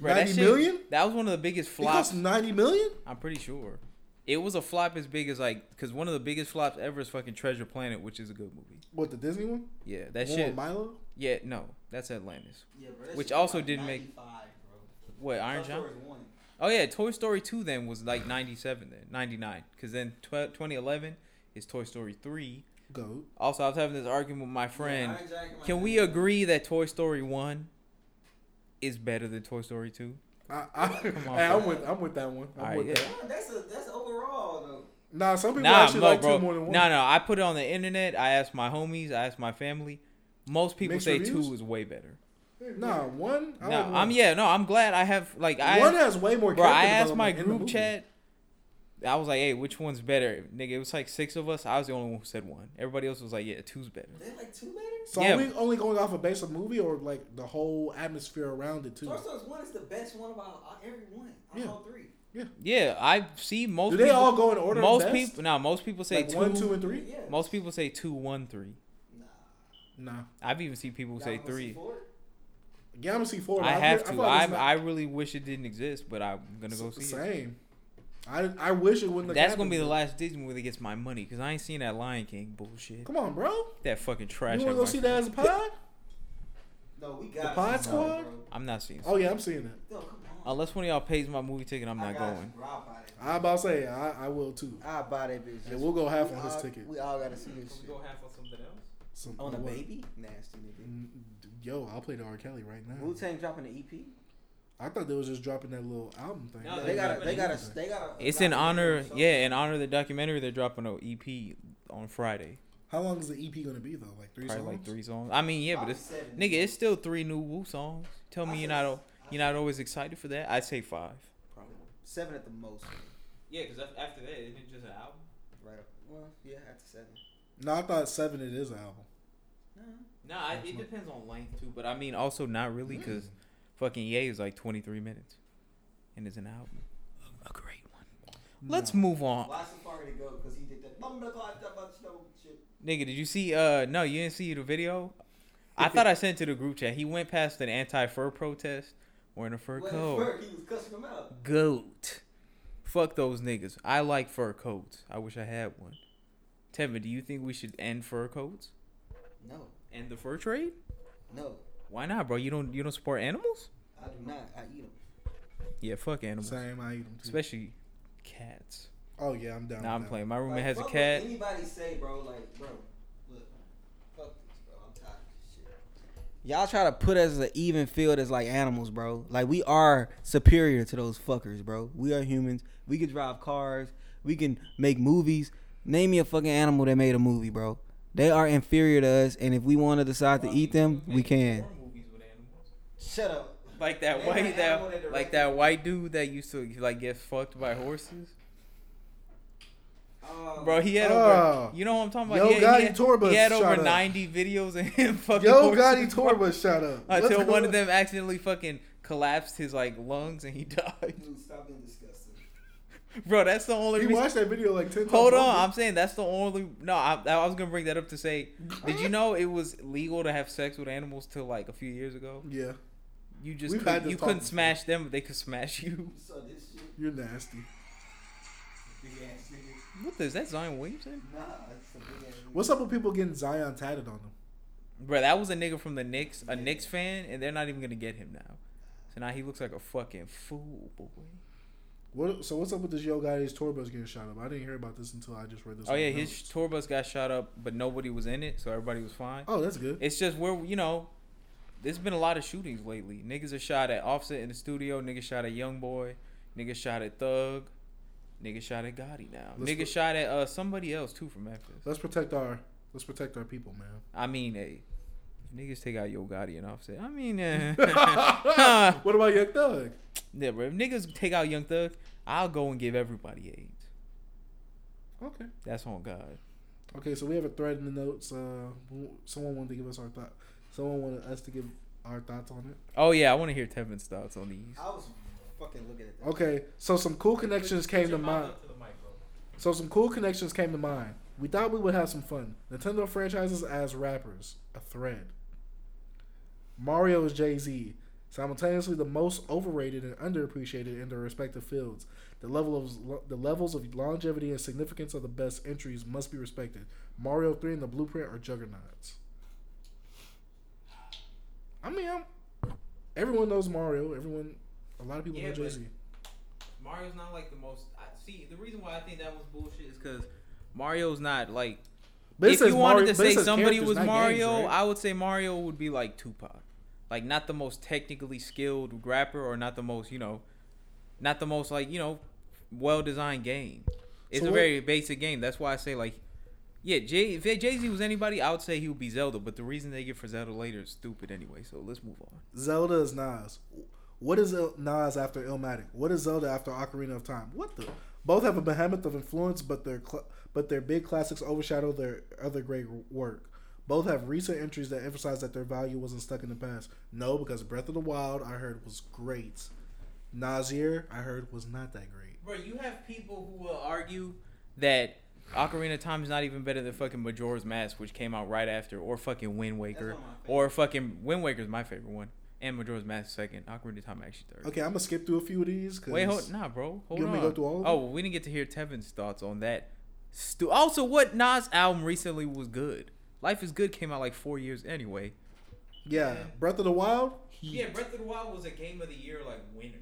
Speaker 3: Bro,
Speaker 1: 90
Speaker 3: that,
Speaker 1: million?
Speaker 3: shit, that was one of the biggest
Speaker 1: it
Speaker 3: flops.
Speaker 1: cost ninety million.
Speaker 3: I'm pretty sure. It was a flop as big as like, because one of the biggest flops ever is fucking Treasure Planet, which is a good movie.
Speaker 1: What the Disney one?
Speaker 3: Yeah, that
Speaker 1: one
Speaker 3: shit.
Speaker 1: with Milo.
Speaker 3: yeah, no, that's Atlantis.
Speaker 2: Yeah, bro, that
Speaker 3: Which
Speaker 2: shit
Speaker 3: also
Speaker 2: was
Speaker 3: didn't make-
Speaker 2: 95, bro.
Speaker 3: What Iron
Speaker 2: Toy
Speaker 3: John?
Speaker 2: Story one.
Speaker 3: Oh yeah, Toy Story two then was like ninety seven then ninety nine because then tw- twenty eleven is Toy Story three.
Speaker 1: Go.
Speaker 3: Also, I was having this argument with my friend.
Speaker 2: Iron Giant came out
Speaker 3: Can
Speaker 2: in
Speaker 3: we
Speaker 2: 95.
Speaker 3: agree that Toy Story one is better than Toy Story two?
Speaker 1: I,
Speaker 3: (laughs)
Speaker 1: I,
Speaker 3: on,
Speaker 1: hey, I'm
Speaker 3: bro.
Speaker 1: with I'm with that one. I'm
Speaker 3: All right,
Speaker 1: with
Speaker 3: yeah.
Speaker 1: that.
Speaker 2: Yeah, That's a that's overall though.
Speaker 1: Nah, some people
Speaker 3: Nah,
Speaker 1: actually
Speaker 3: no,
Speaker 1: like
Speaker 3: bro.
Speaker 1: two more than one.
Speaker 3: No, no. I put it on the internet. I asked my homies. I asked my family. Most people
Speaker 1: Mixed
Speaker 3: say
Speaker 1: reviews?
Speaker 3: two is way better.
Speaker 1: Nah, one. I
Speaker 3: No,
Speaker 1: like one.
Speaker 3: I'm yeah. No, I'm glad I have like I
Speaker 1: one has way more.
Speaker 3: bro. I
Speaker 1: character
Speaker 3: asked my
Speaker 1: development in the
Speaker 3: group
Speaker 1: movie.
Speaker 3: chat. I was like, "Hey, which one's better, nigga?" It was like six of us. I was the only one who said one. Everybody else was like, "Yeah, two's better."
Speaker 2: They like two letters.
Speaker 1: So
Speaker 3: Yeah.
Speaker 1: are we only going off a of base of movie or like the whole atmosphere around it too?
Speaker 2: Toy Story one is the best one about every one.
Speaker 1: Yeah.
Speaker 2: Yeah. All three.
Speaker 3: Yeah, I see most.
Speaker 1: Do they
Speaker 3: people,
Speaker 1: all go in order? of
Speaker 3: Most
Speaker 1: best?
Speaker 3: people, no, most people say
Speaker 1: like
Speaker 3: two,
Speaker 1: one, two, and three.
Speaker 2: Yeah.
Speaker 3: Most people say two, one, three.
Speaker 2: Nah.
Speaker 1: Nah,
Speaker 3: I've even seen people
Speaker 2: Y'all
Speaker 3: say
Speaker 2: wanna see
Speaker 3: three.
Speaker 2: four?
Speaker 1: yeah, I'm gonna see four.
Speaker 3: I
Speaker 1: but
Speaker 3: have
Speaker 1: feel-
Speaker 3: to.
Speaker 1: I
Speaker 3: I
Speaker 1: feel like
Speaker 3: I really wish it didn't exist, but I'm gonna
Speaker 1: it's
Speaker 3: go
Speaker 1: not
Speaker 3: see
Speaker 1: the
Speaker 3: it.
Speaker 1: same. I I wish it wouldn't. have
Speaker 3: That's gonna
Speaker 1: happened,
Speaker 3: be the
Speaker 1: but-
Speaker 3: last Disney movie that gets my money because I ain't seen that Lion King bullshit.
Speaker 1: Come on, bro.
Speaker 3: That
Speaker 1: You
Speaker 3: fucking trash.
Speaker 1: wanna
Speaker 3: out
Speaker 1: go
Speaker 3: my-
Speaker 1: see that as a pod?
Speaker 2: No, we got
Speaker 1: Pod
Speaker 2: some,
Speaker 1: Squad?
Speaker 2: bro.
Speaker 3: I'm not seeing.
Speaker 1: Oh yeah, I'm seeing it.
Speaker 2: No, come on.
Speaker 3: Unless one of y'all pays my movie ticket, I'm
Speaker 2: I
Speaker 3: not
Speaker 2: got you,
Speaker 3: going.
Speaker 2: bro. I'll buy that.
Speaker 1: I about to say I, I will too.
Speaker 7: I buy that bitch.
Speaker 1: Yeah, we'll go half
Speaker 7: We
Speaker 1: on his
Speaker 7: all-
Speaker 1: ticket.
Speaker 7: We all gotta see this
Speaker 5: Can we
Speaker 7: shit.
Speaker 5: go half on something else?
Speaker 1: Some,
Speaker 7: On a
Speaker 1: what?
Speaker 7: baby? Nasty nigga.
Speaker 1: Mm, Yo, I'll play the R. Kelly right now.
Speaker 7: Wu Tang dropping
Speaker 2: E
Speaker 7: an EP.
Speaker 1: I thought they was just dropping that little album thing.
Speaker 5: No,
Speaker 7: They got. to They got.
Speaker 1: gotta.
Speaker 7: to They got. to
Speaker 3: It's in honor, yeah, in honor of the documentary. They're dropping an EP on Friday.
Speaker 1: How long is the EP gonna be though? Like three
Speaker 3: Probably
Speaker 1: songs.
Speaker 3: like three songs. I mean, yeah, but
Speaker 2: Probably
Speaker 3: it's
Speaker 2: seven.
Speaker 3: nigga, it's still three new Wu songs. Tell
Speaker 2: I
Speaker 3: me you're
Speaker 2: said-
Speaker 3: not you're not always excited for that. I'd say five.
Speaker 7: Probably seven at the most.
Speaker 5: Yeah, because after that, isn't it just an album?
Speaker 7: Right. Up. Well, yeah, after seven.
Speaker 1: No, I thought seven. It is an album.
Speaker 3: No, I, it depends on length too. But I mean, also not really because fucking Ye is like 23 minutes, and it's an album. A great one. Let's move on,
Speaker 2: Why Safari to go? Because he did that. Shit.
Speaker 3: nigga. Did you see? Uh, no, you didn't see the video. I thought I sent to the group chat. He went past an anti-fur protest wearing a fur
Speaker 2: Well,
Speaker 3: coat.
Speaker 2: Ferg, he was cussing him out.
Speaker 3: Goat. Fuck those niggas. I like fur coats. I wish I had one. Tevin, do you think we should end fur coats?
Speaker 7: No.
Speaker 3: End the fur trade?
Speaker 7: No.
Speaker 3: Why not, bro? You don't you don't support animals?
Speaker 7: I do not. I eat them.
Speaker 3: Yeah, fuck animals,
Speaker 1: Same, I eat them too.
Speaker 3: especially cats.
Speaker 1: Oh yeah, I'm down.
Speaker 3: Nah,
Speaker 1: with
Speaker 3: I'm
Speaker 1: that.
Speaker 3: playing. My roommate
Speaker 2: Like,
Speaker 3: has a
Speaker 2: what would
Speaker 3: cat.
Speaker 2: Anybody say, bro, like, bro, look, fuck this, bro. I'm tired of this shit. Y'all try to put us as an even field as like animals, bro. Like we are superior to those fuckers, bro. We are humans. We can drive cars. We can make movies. Name me a fucking animal that made a movie, bro. They are inferior to us, and if we want to decide to eat them, we can. Shut up.
Speaker 3: Like that
Speaker 2: They
Speaker 3: white
Speaker 2: might animal that
Speaker 3: that
Speaker 2: direct
Speaker 3: like that white dude that used to like get fucked by horses. Bro, he had
Speaker 1: Oh.
Speaker 3: over you know what I'm talking
Speaker 1: Yo
Speaker 3: about. he, had- he
Speaker 1: Gotti
Speaker 3: had,
Speaker 1: Torbus
Speaker 3: he had
Speaker 1: shot
Speaker 3: over
Speaker 1: up.
Speaker 3: 90 videos of him (laughs) fucking
Speaker 1: Yo,
Speaker 3: horses,
Speaker 1: Gotti
Speaker 3: bro.
Speaker 1: (laughs) Torba, shut up.
Speaker 3: (laughs)
Speaker 1: What's
Speaker 3: until one of
Speaker 1: going-
Speaker 3: them accidentally fucking collapsed his like lungs and he (laughs) died.
Speaker 2: Dude, stop being disgusting.
Speaker 3: Bro, that's the only
Speaker 1: He
Speaker 3: reason.
Speaker 1: watched that video like ten times.
Speaker 3: Hold
Speaker 1: over.
Speaker 3: on, I'm saying that's the only. No, I, I was gonna bring that up to say, did you know it was legal to have sex with animals till like a few years ago?
Speaker 1: Yeah,
Speaker 3: You just
Speaker 1: We've
Speaker 3: could,
Speaker 1: had this
Speaker 3: you
Speaker 1: talk
Speaker 3: couldn't
Speaker 1: before.
Speaker 3: smash them, but they could smash (laughs) you.
Speaker 2: You saw this shit,
Speaker 1: you're nasty.
Speaker 2: big ass nigga.
Speaker 3: What the- is that, Zion Williamson?
Speaker 2: Nah, it's a big ass. nigga.
Speaker 1: What's up with people getting Zion tatted on them?
Speaker 3: Bro, that was a nigga from the Knicks, a Knicks fan, and they're not even gonna get him now. So now he looks like a fucking fool, boy.
Speaker 1: What? So what's up with this Yo Gotti's tour bus getting shot up? I didn't hear about this until I just read this.
Speaker 3: Oh
Speaker 1: on
Speaker 3: yeah,
Speaker 1: the
Speaker 3: his
Speaker 1: notes.
Speaker 3: tour bus got shot up, but nobody was in it, so everybody was fine.
Speaker 1: Oh, that's good.
Speaker 3: It's just where you know, there's been a lot of shootings lately. Niggas are shot at Offset in the studio. Niggas shot at Young Boy. Niggas shot at Thug. Niggas shot at Gotti now.
Speaker 1: Let's
Speaker 3: Niggas
Speaker 1: put-
Speaker 3: shot at uh, somebody else too from Memphis.
Speaker 1: Let's protect our let's protect our people, man.
Speaker 3: (laughs)
Speaker 1: (laughs)
Speaker 3: I mean, hey, if niggas take out Yo Gotti and Offset. I mean, eh.
Speaker 1: (laughs)
Speaker 3: (laughs)
Speaker 1: what about Young Thug?
Speaker 3: yeah, bro. If niggas take out Young Thug, I'll go and give everybody AIDS.
Speaker 1: Okay.
Speaker 3: That's on God.
Speaker 1: Okay, so we have a thread in the notes. Uh, w- someone wanted to give us our thought. Someone wanted us to give our thoughts on it.
Speaker 3: Oh yeah, I want to hear Tevin's thoughts on these.
Speaker 2: I was fucking looking at that.
Speaker 1: Okay, so some cool connections
Speaker 5: Put your
Speaker 1: came to
Speaker 5: mouth
Speaker 1: mind.
Speaker 5: up to the mic, bro.
Speaker 1: So some cool connections came to mind. We thought we would have some fun. Nintendo franchises as rappers, a thread. Mario is Jay Z, simultaneously the most overrated and underappreciated in their respective fields. The level of the levels of longevity and significance of the best entries must be respected. Mario three and the Blueprint are juggernauts. I mean, I'm, everyone knows Mario. Everyone, a lot of people
Speaker 5: Yeah,
Speaker 1: know
Speaker 5: but-
Speaker 1: Jay Z.
Speaker 3: Mario's not like the most. I, see, the reason why I think that was bullshit is because Mario's not like. if you wanted to say somebody was Mario, I would say Mario would be like Tupac, like not the most technically skilled rapper, or not the most you know, not the most like you know, well designed game. It's
Speaker 1: So
Speaker 3: a
Speaker 1: what-
Speaker 3: very basic game. That's why I say like, yeah, Jay, if Jay Z was anybody, I would say he would be Zelda. But the reason they get for Zelda later is stupid anyway. So let's move on.
Speaker 1: Zelda is Nas. What is Il- Nas after Illmatic? What is Zelda after Ocarina of Time? What the? Both have a behemoth of influence, but their cl- but their big classics overshadow their other great work. Both have recent entries that emphasize that their value wasn't stuck in the past. No, because Breath of the Wild I heard was great. Nasir I heard was not that great.
Speaker 3: Bro, you have people who will argue that Ocarina of Time is not even better than fucking Majora's Mask, which came out right after, or fucking Wind Waker,
Speaker 2: one of my favorites.
Speaker 3: or fucking Wind Waker's my favorite one, and Majora's Mask is second, Ocarina of Time actually third.
Speaker 1: Okay, I'm gonna skip through a few of these. 'cause-
Speaker 3: Wait, hold, nah, bro, hold
Speaker 1: You
Speaker 3: on.
Speaker 1: want me to go through all of
Speaker 3: oh,
Speaker 1: them?
Speaker 3: well, we didn't get to hear Tevin's thoughts on that. Stu- also, what Nas album recently was good. Life is Good came out like four years anyway.
Speaker 1: Yeah, Breath of the Wild.
Speaker 3: Yeah, Breath of the Wild was a Game of the Year like winner.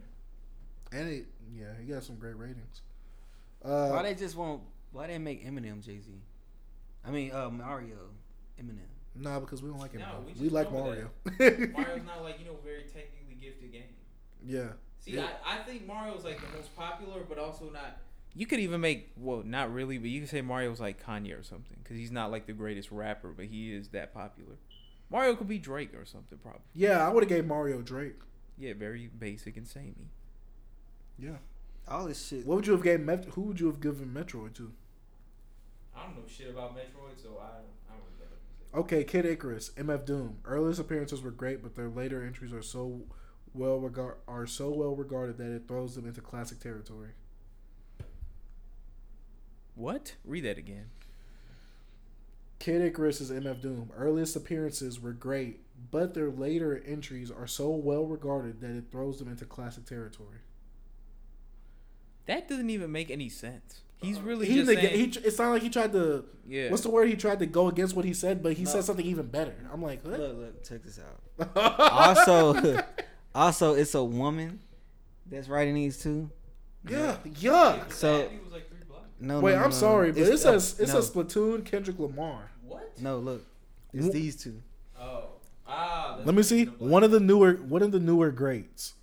Speaker 1: And it, yeah, he got some great ratings.
Speaker 2: Why
Speaker 1: Uh,
Speaker 2: they just won't? Why they make Eminem Jay Z? I mean uh, Mario, Eminem.
Speaker 1: nah, because we don't like him.
Speaker 3: No, we
Speaker 1: we,
Speaker 3: just
Speaker 1: like
Speaker 3: go
Speaker 1: Mario.
Speaker 3: with Mario's not like you know very technically gifted game.
Speaker 1: (laughs) yeah.
Speaker 3: See, I, I think Mario's like the most popular, but also not. You could even make well, not really, but you could say Mario's like Kanye or something because he's not like the greatest rapper, but he is that popular. Mario could be Drake or something, probably.
Speaker 1: Yeah, I would have gave Mario Drake.
Speaker 3: Yeah, very basic and samey.
Speaker 1: Yeah.
Speaker 7: All this shit.
Speaker 1: What would you have gave? Met- who would you have given Metroid to?
Speaker 5: I don't know shit about Metroid, so I don't. I don't really know.
Speaker 1: Okay, Kid Icarus, MF Doom. Earliest appearances were great, but their later entries are so well regard are so well regarded that it throws them into classic territory.
Speaker 3: What? Read that again.
Speaker 1: Kid Icarus is MF Doom. Earliest appearances were great, but their later entries are so well regarded that it throws them into classic territory.
Speaker 3: That doesn't even make any sense.
Speaker 5: Uh,
Speaker 3: He's really
Speaker 1: (laughs) He,
Speaker 3: just
Speaker 1: neg-
Speaker 3: saying,
Speaker 1: he tr- it's not like he tried to.
Speaker 3: yeah.
Speaker 1: What's the word? He tried to go against what he said, but he
Speaker 7: No.
Speaker 1: said something even better. I'm like, (laughs) what?
Speaker 7: (laughs)
Speaker 2: (laughs)
Speaker 7: Look, look, check this out. Also, also, it's a woman that's writing these two.
Speaker 1: Yeah, yuck.
Speaker 7: So-
Speaker 5: he was like three blocks.
Speaker 7: No,
Speaker 1: Wait,
Speaker 7: no, no,
Speaker 1: I'm
Speaker 7: no,
Speaker 1: sorry,
Speaker 7: no.
Speaker 1: but it says
Speaker 7: uh,
Speaker 1: it
Speaker 7: no,
Speaker 1: says Splatoon Kendrick Lamar.
Speaker 5: What?
Speaker 7: no. Look, it's
Speaker 1: Wh-
Speaker 7: these two.
Speaker 5: Oh. Ah. that's
Speaker 1: Let me see.
Speaker 5: the black.
Speaker 1: One of the newer one of the newer greats.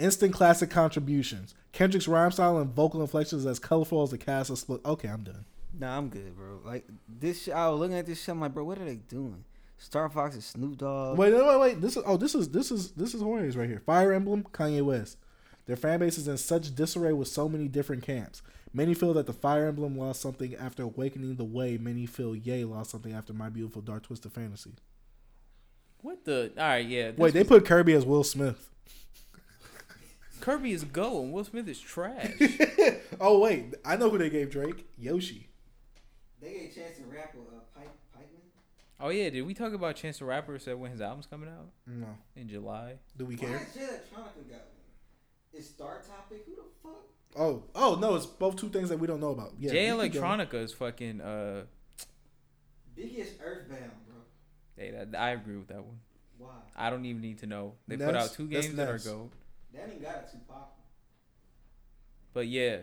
Speaker 1: Instant classic contributions. Kendrick's rhyme style and vocal inflections as colorful as the cast of Split. Okay, I'm done.
Speaker 7: Nah, I'm good, bro. Like this, shit, I was looking at this shit. I'm like, bro, what are they doing? Star Fox and Snoop Dogg.
Speaker 1: Wait, wait, wait, wait. This is oh, this is this is this is Jorge's right here. Fire Emblem, Kanye West. Their fan base is in such disarray with so many different camps. Many feel that the Fire Emblem lost something after Awakening the Way. Many feel Yay lost something after My Beautiful Dark Twisted Fantasy.
Speaker 3: What the? All right, yeah. this
Speaker 1: Wait, they
Speaker 3: was-
Speaker 1: put Kirby as Will Smith.
Speaker 3: Kirby is gold and Will Smith is trash.
Speaker 1: (laughs) oh wait, I know who they gave Drake. Yoshi.
Speaker 2: They get a chance to rap with uh, Pike, Pikeman.
Speaker 3: oh yeah, did we talk about Chance the Rapper said when his album's coming out
Speaker 1: No,
Speaker 3: in July?
Speaker 1: do we
Speaker 2: Why
Speaker 1: care?
Speaker 2: is Jay Electronica got one? It's Star Topic. Who the fuck?
Speaker 1: Oh, oh no, it's both two things that we don't know about. Yeah,
Speaker 3: Jay
Speaker 1: you keep going.
Speaker 3: Electronica is fucking. Uh,
Speaker 2: Biggest Earthbound, bro.
Speaker 3: hey, that, I agree with that one.
Speaker 2: Why?
Speaker 3: I don't even need to know. They put
Speaker 1: That's-
Speaker 3: out two
Speaker 1: that's
Speaker 3: games that are
Speaker 1: nice.
Speaker 3: gold.
Speaker 2: That ain't got it too popular.
Speaker 3: But yeah,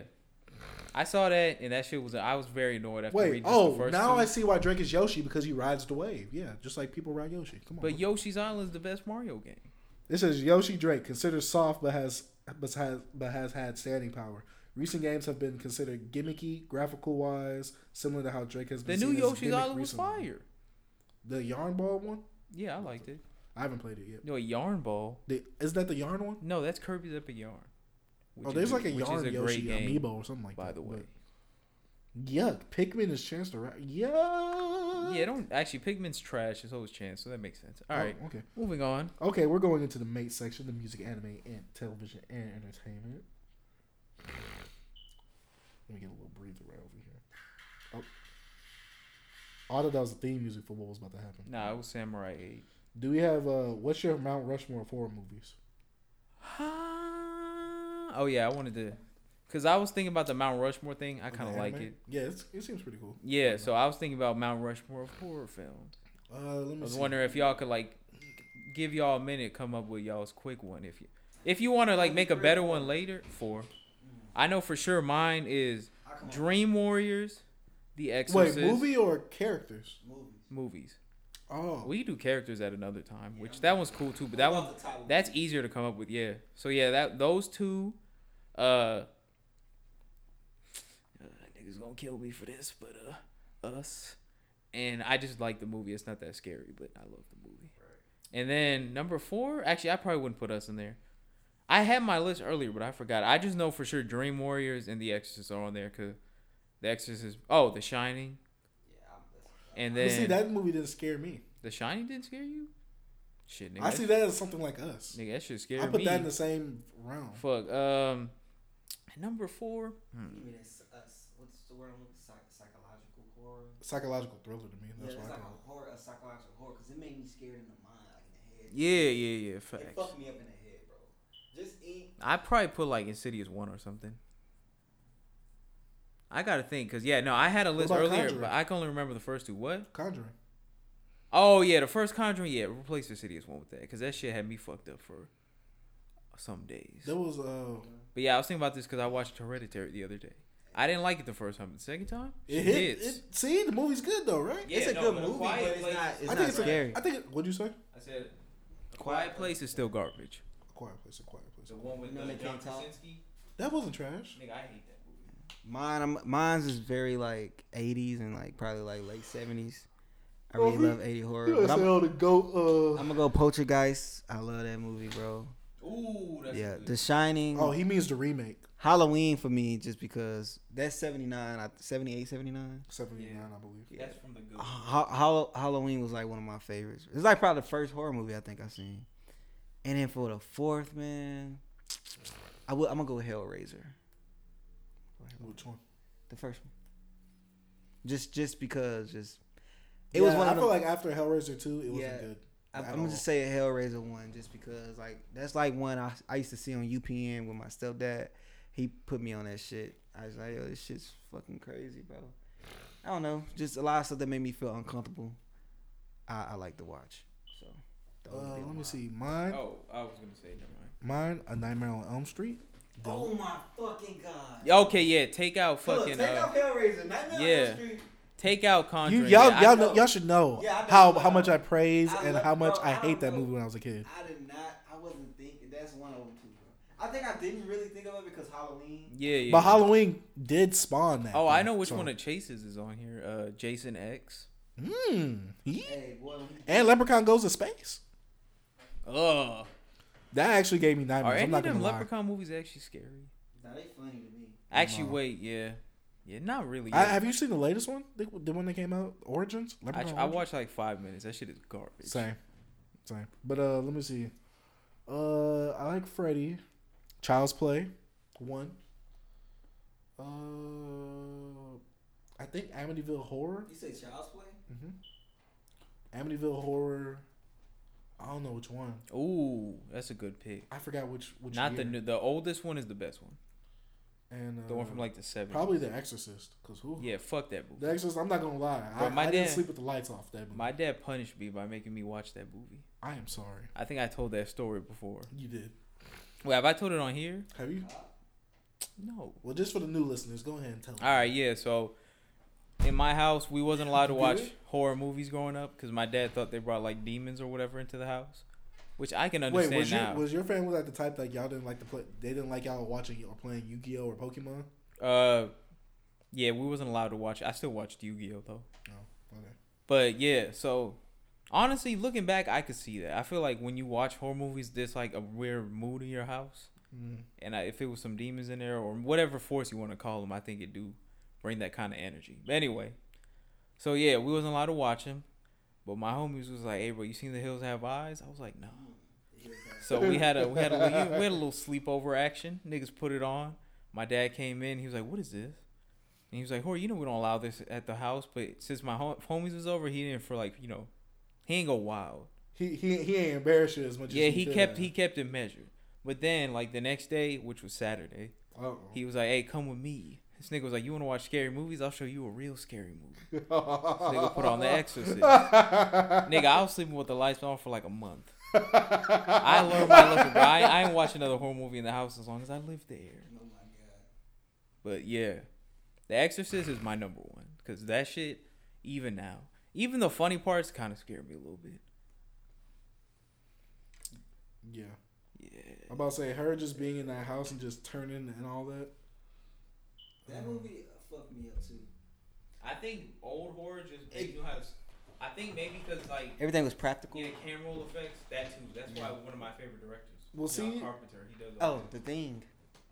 Speaker 3: I saw that and that shit was. I was very annoyed after
Speaker 1: Wait,
Speaker 3: reading just the
Speaker 1: oh,
Speaker 3: first
Speaker 1: now
Speaker 3: two.
Speaker 1: I see why Drake is Yoshi because he rides the wave. Yeah, just like people ride Yoshi. Come on.
Speaker 3: But Yoshi's Island is the best Mario game.
Speaker 1: This is Yoshi Drake, considered soft but has but has but has had standing power. Recent games have been considered gimmicky, graphical wise, similar to how Drake has
Speaker 3: The
Speaker 1: been.
Speaker 3: new
Speaker 1: seen as
Speaker 3: Yoshi's
Speaker 1: gimmick
Speaker 3: Island was
Speaker 1: recently.
Speaker 3: fire.
Speaker 1: The yarn ball one?
Speaker 3: Yeah, I liked it.
Speaker 1: I haven't played it yet.
Speaker 3: No, a yarn ball.
Speaker 1: The, is that the yarn one?
Speaker 3: No, that's Kirby's Epic Yarn. which
Speaker 1: oh,
Speaker 3: is
Speaker 1: there's like a
Speaker 3: which is
Speaker 1: yarn Yoshi
Speaker 3: game,
Speaker 1: amiibo or something like
Speaker 3: by
Speaker 1: that.
Speaker 3: the way.
Speaker 1: but- yuck! Pikmin is chance to rap. Yuck!
Speaker 3: Yeah, don't actually. Pigment's trash. It's always chance, so that makes sense. All
Speaker 1: Oh,
Speaker 3: right,
Speaker 1: Okay.
Speaker 3: moving on.
Speaker 1: Okay, we're going into the mate section: the music, anime, and television and entertainment. Let me get a little breather right over here. Oh, I thought that was the theme music for what was about to happen.
Speaker 3: Nah, it was Samurai Eight.
Speaker 1: Do we have uh, what's your Mount Rushmore of horror movies?
Speaker 3: oh yeah, I wanted to, cause I was thinking about the Mount Rushmore thing. I kind of
Speaker 1: The
Speaker 3: like
Speaker 1: anime?
Speaker 3: it.
Speaker 1: Yeah, it's, it seems pretty cool.
Speaker 3: Yeah, so I was thinking about Mount Rushmore of horror films.
Speaker 1: Uh, let me
Speaker 3: I was
Speaker 1: see.
Speaker 3: wondering if y'all could like give y'all a minute, come up with y'all's quick one if you if you want to like make a better one later. Four, I know for sure mine is
Speaker 2: I come on
Speaker 3: Dream Warriors, The
Speaker 1: Wait,
Speaker 3: Exorcist
Speaker 1: movie or characters?
Speaker 2: movies.
Speaker 3: movies.
Speaker 1: Oh,
Speaker 3: We do characters at another time, which that one's cool too. But that one
Speaker 2: Off the top of
Speaker 3: that's easier to come up with. Yeah. So yeah, that those two, uh, uh niggas gonna kill me for this, but uh, us, and I just like the movie. It's not that scary, but I love the movie. And then number four, actually, I probably wouldn't put us in there. I had my list earlier, but I forgot. I just know for sure Dream Warriors and The Exorcist are on there because The Exorcist. Oh, The Shining,
Speaker 2: Yeah, I'm, that's,
Speaker 3: and
Speaker 1: you
Speaker 3: then
Speaker 1: see that movie didn't scare me.
Speaker 3: The Shining didn't scare you. Shit, nigga.
Speaker 1: I see that as something like us.
Speaker 3: Nigga, that shit scared
Speaker 1: I put
Speaker 3: me.
Speaker 1: that in the same round.
Speaker 3: Fuck. Um, number four.
Speaker 7: Hmm.
Speaker 2: you mean it's us? What's the word I'm looking for? Psych- psychological horror?
Speaker 1: Psychological thriller to me. That's
Speaker 2: yeah,
Speaker 1: why
Speaker 2: it's
Speaker 1: I
Speaker 2: like
Speaker 1: call
Speaker 2: a horror, a psychological horror, because it made me scared in the mind, like in the head.
Speaker 3: Yeah, yeah, yeah.
Speaker 2: It
Speaker 3: Facts.
Speaker 2: fucked me up in the head, bro. Just eat.
Speaker 3: I probably put like Insidious one or something. I gotta think, cause yeah, no, I had a list
Speaker 1: about
Speaker 3: earlier,
Speaker 1: Conjuring?
Speaker 3: but I can only remember the first two. What?
Speaker 1: it Conjuring.
Speaker 3: Oh yeah, the first Conjuring. Yeah, replace the Insidious one with that, cause that shit had me fucked up for some days.
Speaker 1: There was uh,
Speaker 3: But yeah, I was thinking about this because I watched Hereditary the other day. I didn't like it the first time. The second time,
Speaker 1: it
Speaker 3: it
Speaker 1: hit.
Speaker 3: hits.
Speaker 1: It, see, the movie's good though, right?
Speaker 3: Yeah,
Speaker 2: it's a
Speaker 3: no,
Speaker 2: good
Speaker 3: but A
Speaker 2: movie, but
Speaker 3: Quiet
Speaker 2: it's
Speaker 3: Place-
Speaker 2: not. It's
Speaker 1: I
Speaker 2: not
Speaker 1: think it's
Speaker 2: scary.
Speaker 1: A, I think. It, what'd you say?
Speaker 5: I said
Speaker 3: A Quiet Place is still garbage.
Speaker 1: A quiet place. A quiet place.
Speaker 5: the one with
Speaker 2: No,
Speaker 5: uh,
Speaker 2: they
Speaker 5: John
Speaker 2: can't talk.
Speaker 5: Krasinski.
Speaker 1: That wasn't trash.
Speaker 5: Nigga, I hate that movie.
Speaker 7: Mine, I'm, mine's is very like '80s and like probably like late '70s. I
Speaker 1: Well,
Speaker 7: really
Speaker 1: he-
Speaker 7: love '80 horror.
Speaker 1: You
Speaker 7: But
Speaker 1: gotta say
Speaker 7: I'm,
Speaker 1: all the goat. Uh,
Speaker 7: I'm gonna go Poltergeist. I love that movie, bro.
Speaker 5: Ooh, that's
Speaker 7: Yeah,
Speaker 5: good.
Speaker 7: The Shining.
Speaker 1: oh, he means the remake.
Speaker 7: Halloween for me, just because that's 79, I- 78, 79.
Speaker 1: Seventy nine,
Speaker 5: Yeah.
Speaker 1: I believe.
Speaker 5: that's from the good.
Speaker 1: Uh-huh.
Speaker 7: Ha- ha- Halloween was like one of my favorites. It's like probably the first horror movie I think i seen. And then for the fourth, man, I will, I'm gonna go with Hellraiser.
Speaker 1: Which one?
Speaker 7: The first one. Just just because just it was
Speaker 1: Yeah,
Speaker 7: one
Speaker 1: I
Speaker 7: of
Speaker 1: feel
Speaker 7: the,
Speaker 1: like after Hellraiser two, it wasn't
Speaker 7: Yeah.
Speaker 1: good.
Speaker 7: I,
Speaker 1: at
Speaker 7: I'm gonna just say a Hellraiser one just because like that's like one I, I used to see on UPN with my stepdad. He put me on that shit. I was like, yo, this shit's fucking crazy, bro. I don't know, just a lot of stuff that made me feel uncomfortable. I, I like to watch. So those
Speaker 1: Uh,
Speaker 2: Oh,
Speaker 7: would be
Speaker 1: let me
Speaker 7: mine.
Speaker 1: see. Mine,
Speaker 5: Oh,
Speaker 3: Oh, I was gonna say never mind.
Speaker 1: mine, A Nightmare on Elm Street,
Speaker 10: Oh my fucking god.
Speaker 3: Okay, yeah, take out
Speaker 10: Look,
Speaker 3: fucking
Speaker 10: take
Speaker 3: uh,
Speaker 10: out Hellraiser. Nightmare on
Speaker 3: yeah.
Speaker 10: Elm Street.
Speaker 3: take out Conjuring.
Speaker 1: You y'all
Speaker 3: yeah, I-
Speaker 1: y'all
Speaker 10: know.
Speaker 1: know, y'all should know
Speaker 10: Yeah, I know.
Speaker 1: how how much I praise
Speaker 10: I
Speaker 1: and
Speaker 10: love-
Speaker 1: how much
Speaker 10: bro,
Speaker 1: I
Speaker 10: I
Speaker 1: hate that
Speaker 10: love-
Speaker 1: movie when I was a kid.
Speaker 10: I did not. I wasn't thinking. That's one of them too, bro. I think I didn't really think of it because Halloween.
Speaker 3: yeah, yeah.
Speaker 1: But Halloween did spawn that.
Speaker 3: Oh, I know which
Speaker 1: so-
Speaker 3: one of Chase's is on here. Uh, Jason X.
Speaker 1: Mm. Yee.
Speaker 10: Hey, boy. when we-
Speaker 1: And Leprechaun goes to space.
Speaker 3: Ugh.
Speaker 1: That actually gave me
Speaker 3: Are
Speaker 1: nightmares. I'm
Speaker 3: any
Speaker 1: not
Speaker 3: of
Speaker 1: gonna
Speaker 3: them
Speaker 1: lie.
Speaker 3: Leprechaun movies actually scary?
Speaker 10: Nah, they funny to me.
Speaker 3: Actually, wait, yeah, yeah, not really.
Speaker 1: I,
Speaker 3: yeah.
Speaker 1: have you seen the latest one? The, the one that came out, Origins.
Speaker 3: I,
Speaker 1: Leprechaun
Speaker 3: I
Speaker 1: Origins?
Speaker 3: watched like five minutes. That shit is garbage.
Speaker 1: Same, same. But uh, let me see. Uh, I like Freddy. Child's Play, one. Uh, I think Amityville Horror.
Speaker 10: You say Child's Play?
Speaker 7: (laughs)
Speaker 1: Amityville Horror. I don't know which one.
Speaker 3: Ooh, that's a good pick.
Speaker 1: I forgot which which.
Speaker 3: Not the
Speaker 1: year.
Speaker 3: new, the oldest one is the best one.
Speaker 1: and uh,
Speaker 3: The one from like the seventies.
Speaker 1: probably The Exorcist. Cause who?
Speaker 3: Yeah, fuck that movie.
Speaker 1: The Exorcist. I'm not gonna lie. I,
Speaker 3: Bro, my
Speaker 1: I didn't
Speaker 3: dad-
Speaker 1: sleep with the lights off. That movie.
Speaker 3: My dad punished me by making me watch that movie.
Speaker 1: I am sorry.
Speaker 3: I think I told that story before.
Speaker 1: You did.
Speaker 3: Wait, have I told it on here?
Speaker 1: Have you?
Speaker 3: No.
Speaker 1: Well, just for the new listeners, go ahead and tell. them.
Speaker 3: All right, yeah. So in my house, we wasn't allowed to watch
Speaker 1: Really?
Speaker 3: horror movies growing up because my dad thought they brought like demons or whatever into the house, which I can
Speaker 1: Wait,
Speaker 3: understand
Speaker 1: was your
Speaker 3: now.
Speaker 1: was your family like the type that y'all didn't like to play? They didn't like y'all watching or playing Yu Gi Oh or Pokemon.
Speaker 3: uh, yeah, we wasn't allowed to watch. I still watched Yu-Gi-Oh though.
Speaker 1: No, okay.
Speaker 3: But yeah, so honestly, looking back, I could see that. I feel like when you watch horror movies, there's like a weird mood in your house,
Speaker 1: Mm.
Speaker 3: and I, if it was some demons in there or whatever force you want to call them, I think it do bring that kind of energy. But anyway, so yeah, we wasn't allowed to watch them. But my homies was like, "Hey, bro, you seen The Hills Have Eyes?" I was like, "No." So we had a we had a little, we had a little sleepover action. Niggas put it on. My dad came in. He was like, "What is this?" And he was like, "Hor, you know we don't allow this at the house, but since my hom- homies was over, he didn't for like you know, he ain't go wild.
Speaker 1: He he he ain't embarrassed you as much.
Speaker 3: yeah,
Speaker 1: as
Speaker 3: he kept he kept it measured. But then like the next day, which was Saturday,
Speaker 1: Oh, (laughs)
Speaker 3: he was like, "Hey, come with me." This nigga was like, "You want to watch scary movies? I'll show you a real scary movie." This nigga
Speaker 10: (laughs)
Speaker 3: put on The Exorcist. nigga, I was sleeping with the lights on for like a month. I learned my lesson, bro. I, I ain't watch another horror movie in the house as long as I live there.
Speaker 10: Oh my god.
Speaker 3: But yeah, The Exorcist is my number one because that shit, even now, even the funny parts kind of scare me a little bit.
Speaker 1: yeah.
Speaker 3: Yeah,
Speaker 1: I'm about to say her just being in that house and just turning and all that.
Speaker 10: That movie uh, fucked me up too.
Speaker 3: I think old horror just they knew how to. I think maybe because like
Speaker 2: Everything was practical.
Speaker 3: camera roll effects, that too. That's why one of my favorite directors,
Speaker 1: Well, John see-
Speaker 3: Carpenter, he does.
Speaker 2: Oh, the thing.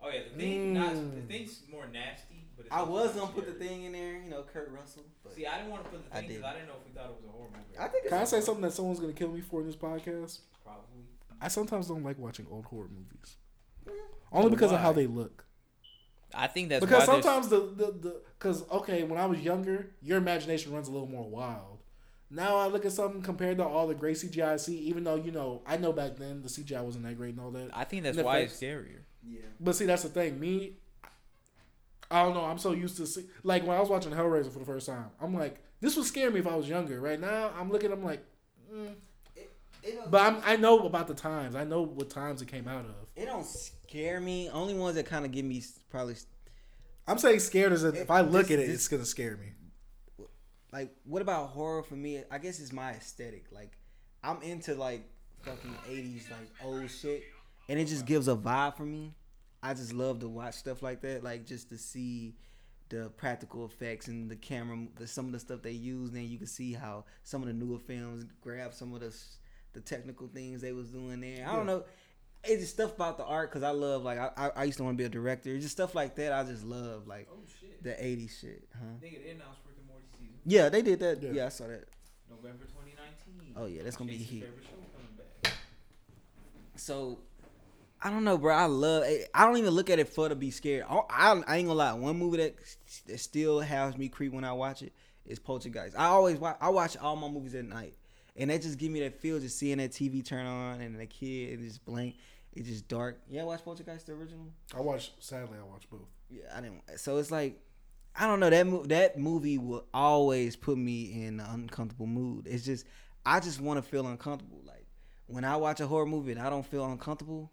Speaker 3: oh yeah, the
Speaker 1: Thing, not- the Mm.
Speaker 3: thing's more nasty, but
Speaker 10: I was gonna put the thing in there, you know, Kurt Russell. But
Speaker 3: I didn't want to put the
Speaker 2: I Thing 'cause did. I
Speaker 3: didn't know if we thought it was a horror movie.
Speaker 10: I think it's
Speaker 1: Can I say something that someone's gonna kill me for in this podcast?
Speaker 3: Probably.
Speaker 1: I sometimes don't like watching old horror movies, only because of how
Speaker 3: Why?
Speaker 1: they look.
Speaker 3: I think that's
Speaker 1: because
Speaker 3: why there's-
Speaker 1: sometimes the the the because okay, when I was younger, your imagination runs a little more wild. Now I look at something compared to all the great CGI I see, even though you know I know back then the CGI wasn't that great and all that.
Speaker 3: I think that's
Speaker 1: the
Speaker 3: why
Speaker 1: effects.
Speaker 3: it's scarier.
Speaker 10: Yeah.
Speaker 1: But see, that's the thing. Me, I don't know. I'm so used to see like when I was watching Hellraiser for the first time, I'm like, this would scare me if I was younger. Right now, I'm looking, I'm like, mm.
Speaker 10: It don't,
Speaker 1: but I'm, I know about the times. I know what times it came out of.
Speaker 2: It don't scare me. Only ones that kind of give me s- probably s-
Speaker 1: I'm saying scared is that if I look
Speaker 2: this-
Speaker 1: at it,
Speaker 2: this-
Speaker 1: it's gonna scare me.
Speaker 2: like what about horror for me? I guess it's my aesthetic. Like I'm into like fucking 80s like old shit and it just gives a vibe for me. I just love to watch stuff like that, like just to see the practical effects and the camera, the, some of the stuff they use. Then you can see how some of the newer films grab some of the s- the technical things they was doing there. I don't know. It's just stuff about the art because I love like I, I, I used to want to be a director. It's just stuff like that. I just love like
Speaker 3: Oh shit!
Speaker 2: the 80s shit, huh?
Speaker 3: Nigga, they announced Rick and Morty season
Speaker 2: Yeah, they did that.
Speaker 1: Yeah.
Speaker 2: Yeah, I saw that.
Speaker 3: November 2019.
Speaker 2: Oh yeah, that's gonna be
Speaker 3: Jason's
Speaker 2: heat.
Speaker 3: favorite show coming back.
Speaker 2: So I don't know, bro. I love. It. I don't even look at it for to be scared. I, I, I ain't gonna lie. One movie that that still has me creep when I watch it is Poltergeist. I always watch. I watch all my movies at night, and that just give me that feel just seeing that TV turn on and the kid and just blank. It's just dark. Yeah, watch Poltergeist the original.
Speaker 1: I watch. Sadly, I watch both.
Speaker 2: Yeah, I didn't. So it's like, I don't know that mo- that movie will always put me in an uncomfortable mood. It's just I just want to feel uncomfortable. Like when I watch a horror movie and I don't feel uncomfortable,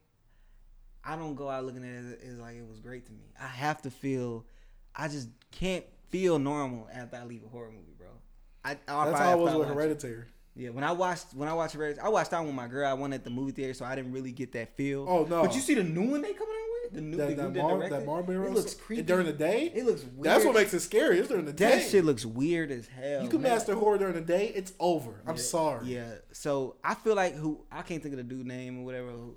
Speaker 2: I don't go out looking at it as, as like it was great to me. I have to feel. I just can't feel normal after I leave a horror movie, bro. I, or if
Speaker 1: That's
Speaker 2: I-
Speaker 1: how I
Speaker 2: if
Speaker 1: was
Speaker 2: I
Speaker 1: with
Speaker 2: watch it.
Speaker 1: Hereditary.
Speaker 2: Yeah, when I watched when I watched Hereditary, I watched that one with my girl. I went at the movie theater, so I didn't really get that feel.
Speaker 1: Oh, no.
Speaker 2: But you see the new one they coming out with? The new
Speaker 1: That
Speaker 2: the
Speaker 1: that,
Speaker 2: dude
Speaker 1: Mar-
Speaker 2: directed
Speaker 1: that
Speaker 2: it?
Speaker 1: Marlboro
Speaker 2: It looks
Speaker 1: stuff?
Speaker 2: creepy
Speaker 1: during the day.
Speaker 2: It looks weird.
Speaker 1: That's what makes it scary. It's during the
Speaker 2: that
Speaker 1: day.
Speaker 2: shit looks weird as hell.
Speaker 1: you can
Speaker 2: man.
Speaker 1: master horror during the day. It's over. I'm
Speaker 2: Yeah,
Speaker 1: sorry.
Speaker 2: Yeah. So I feel like who I can't think of the dude name or whatever. Who,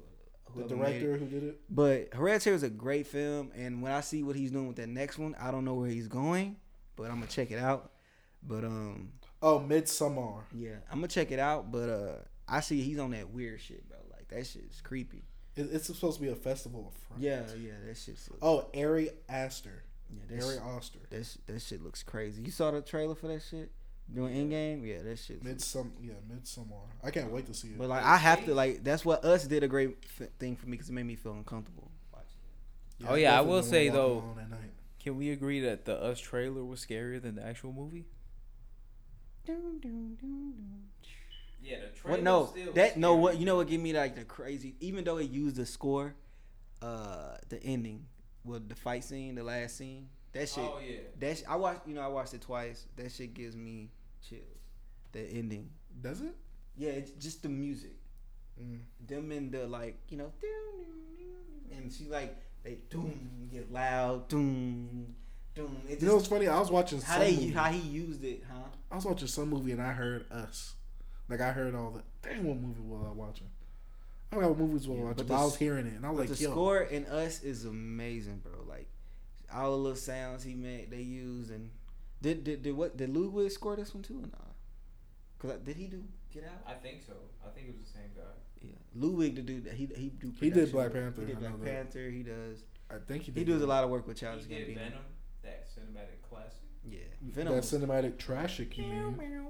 Speaker 1: The
Speaker 2: whoever made it.
Speaker 1: director who did it.
Speaker 2: But Hereditary is a great film, and when I see what he's doing with that next one, I don't know where he's going, but I'm gonna check it out. But um,
Speaker 1: Oh, Midsommar.
Speaker 2: yeah, I'm gonna check it out. But uh, I see he's on that weird shit, bro. Like that shit's creepy.
Speaker 1: It, it's supposed to be a festival. Of Fright.
Speaker 2: Yeah, yeah, that shit's.
Speaker 1: Oh, Ari Aster.
Speaker 2: Yeah, that,
Speaker 1: Ari
Speaker 2: sh-
Speaker 1: Aster.
Speaker 2: that, sh- that shit looks crazy. You saw the trailer for that shit during Endgame? Yeah, that shit.
Speaker 1: Midsum. Yeah, Midsommar. I can't wait to see it.
Speaker 2: But like, I have to like. That's what Us did a great f- thing for me because it made me feel uncomfortable.
Speaker 3: Oh, yeah, I
Speaker 1: definitely
Speaker 3: will
Speaker 1: wanna
Speaker 3: say,
Speaker 1: walk
Speaker 3: though-
Speaker 1: alone at night.
Speaker 3: Can we agree that the Us trailer was scarier than the actual movie?
Speaker 11: Yeah, the trailer.
Speaker 2: What no?
Speaker 11: still
Speaker 2: That no.
Speaker 11: scary.
Speaker 2: What you know? What gave me like the crazy? Even though it used the score, uh, the ending with the fight scene, the last scene. That shit.
Speaker 11: Oh yeah.
Speaker 2: That sh- I watched. You know, I watched it twice. That shit gives me chills. The ending.
Speaker 1: Does it?
Speaker 2: Yeah, it's just the music.
Speaker 1: Mm.
Speaker 2: Them and the like, you know, and she like they doom get loud, doom, doom. It
Speaker 1: You know what's
Speaker 2: just
Speaker 1: funny? I was watching
Speaker 2: how
Speaker 1: some
Speaker 2: they
Speaker 1: movie.
Speaker 2: how he used it, huh?
Speaker 1: I was watching some movie and I heard us. Like I heard all the dang what movie was I watching? I don't know what movies was I
Speaker 2: Yeah,
Speaker 1: watching,
Speaker 2: but
Speaker 1: but,
Speaker 2: the
Speaker 1: I was
Speaker 2: s-
Speaker 1: hearing it and I was
Speaker 2: the
Speaker 1: like, yo,
Speaker 2: score in Us is amazing, bro. Like all the little sounds he made, they used, and did did, did what did Ludwig score this one too or not? Cause I- did he do Get Out?
Speaker 11: I think so. I think it was the same guy.
Speaker 2: Yeah, Ludwig the dude that he he do
Speaker 1: He did
Speaker 2: production
Speaker 1: Black
Speaker 2: work.
Speaker 1: Panther,
Speaker 2: He did
Speaker 1: I
Speaker 2: Black
Speaker 1: know that.
Speaker 2: Panther. He does.
Speaker 1: I think he
Speaker 2: He
Speaker 1: did.
Speaker 2: does a lot of work with Childish
Speaker 11: He did
Speaker 2: Gambino.
Speaker 11: Venom, that cinematic classic.
Speaker 2: Yeah,
Speaker 1: Venom.
Speaker 2: Venom.
Speaker 1: That
Speaker 2: was-
Speaker 1: cinematic trashic, you mean?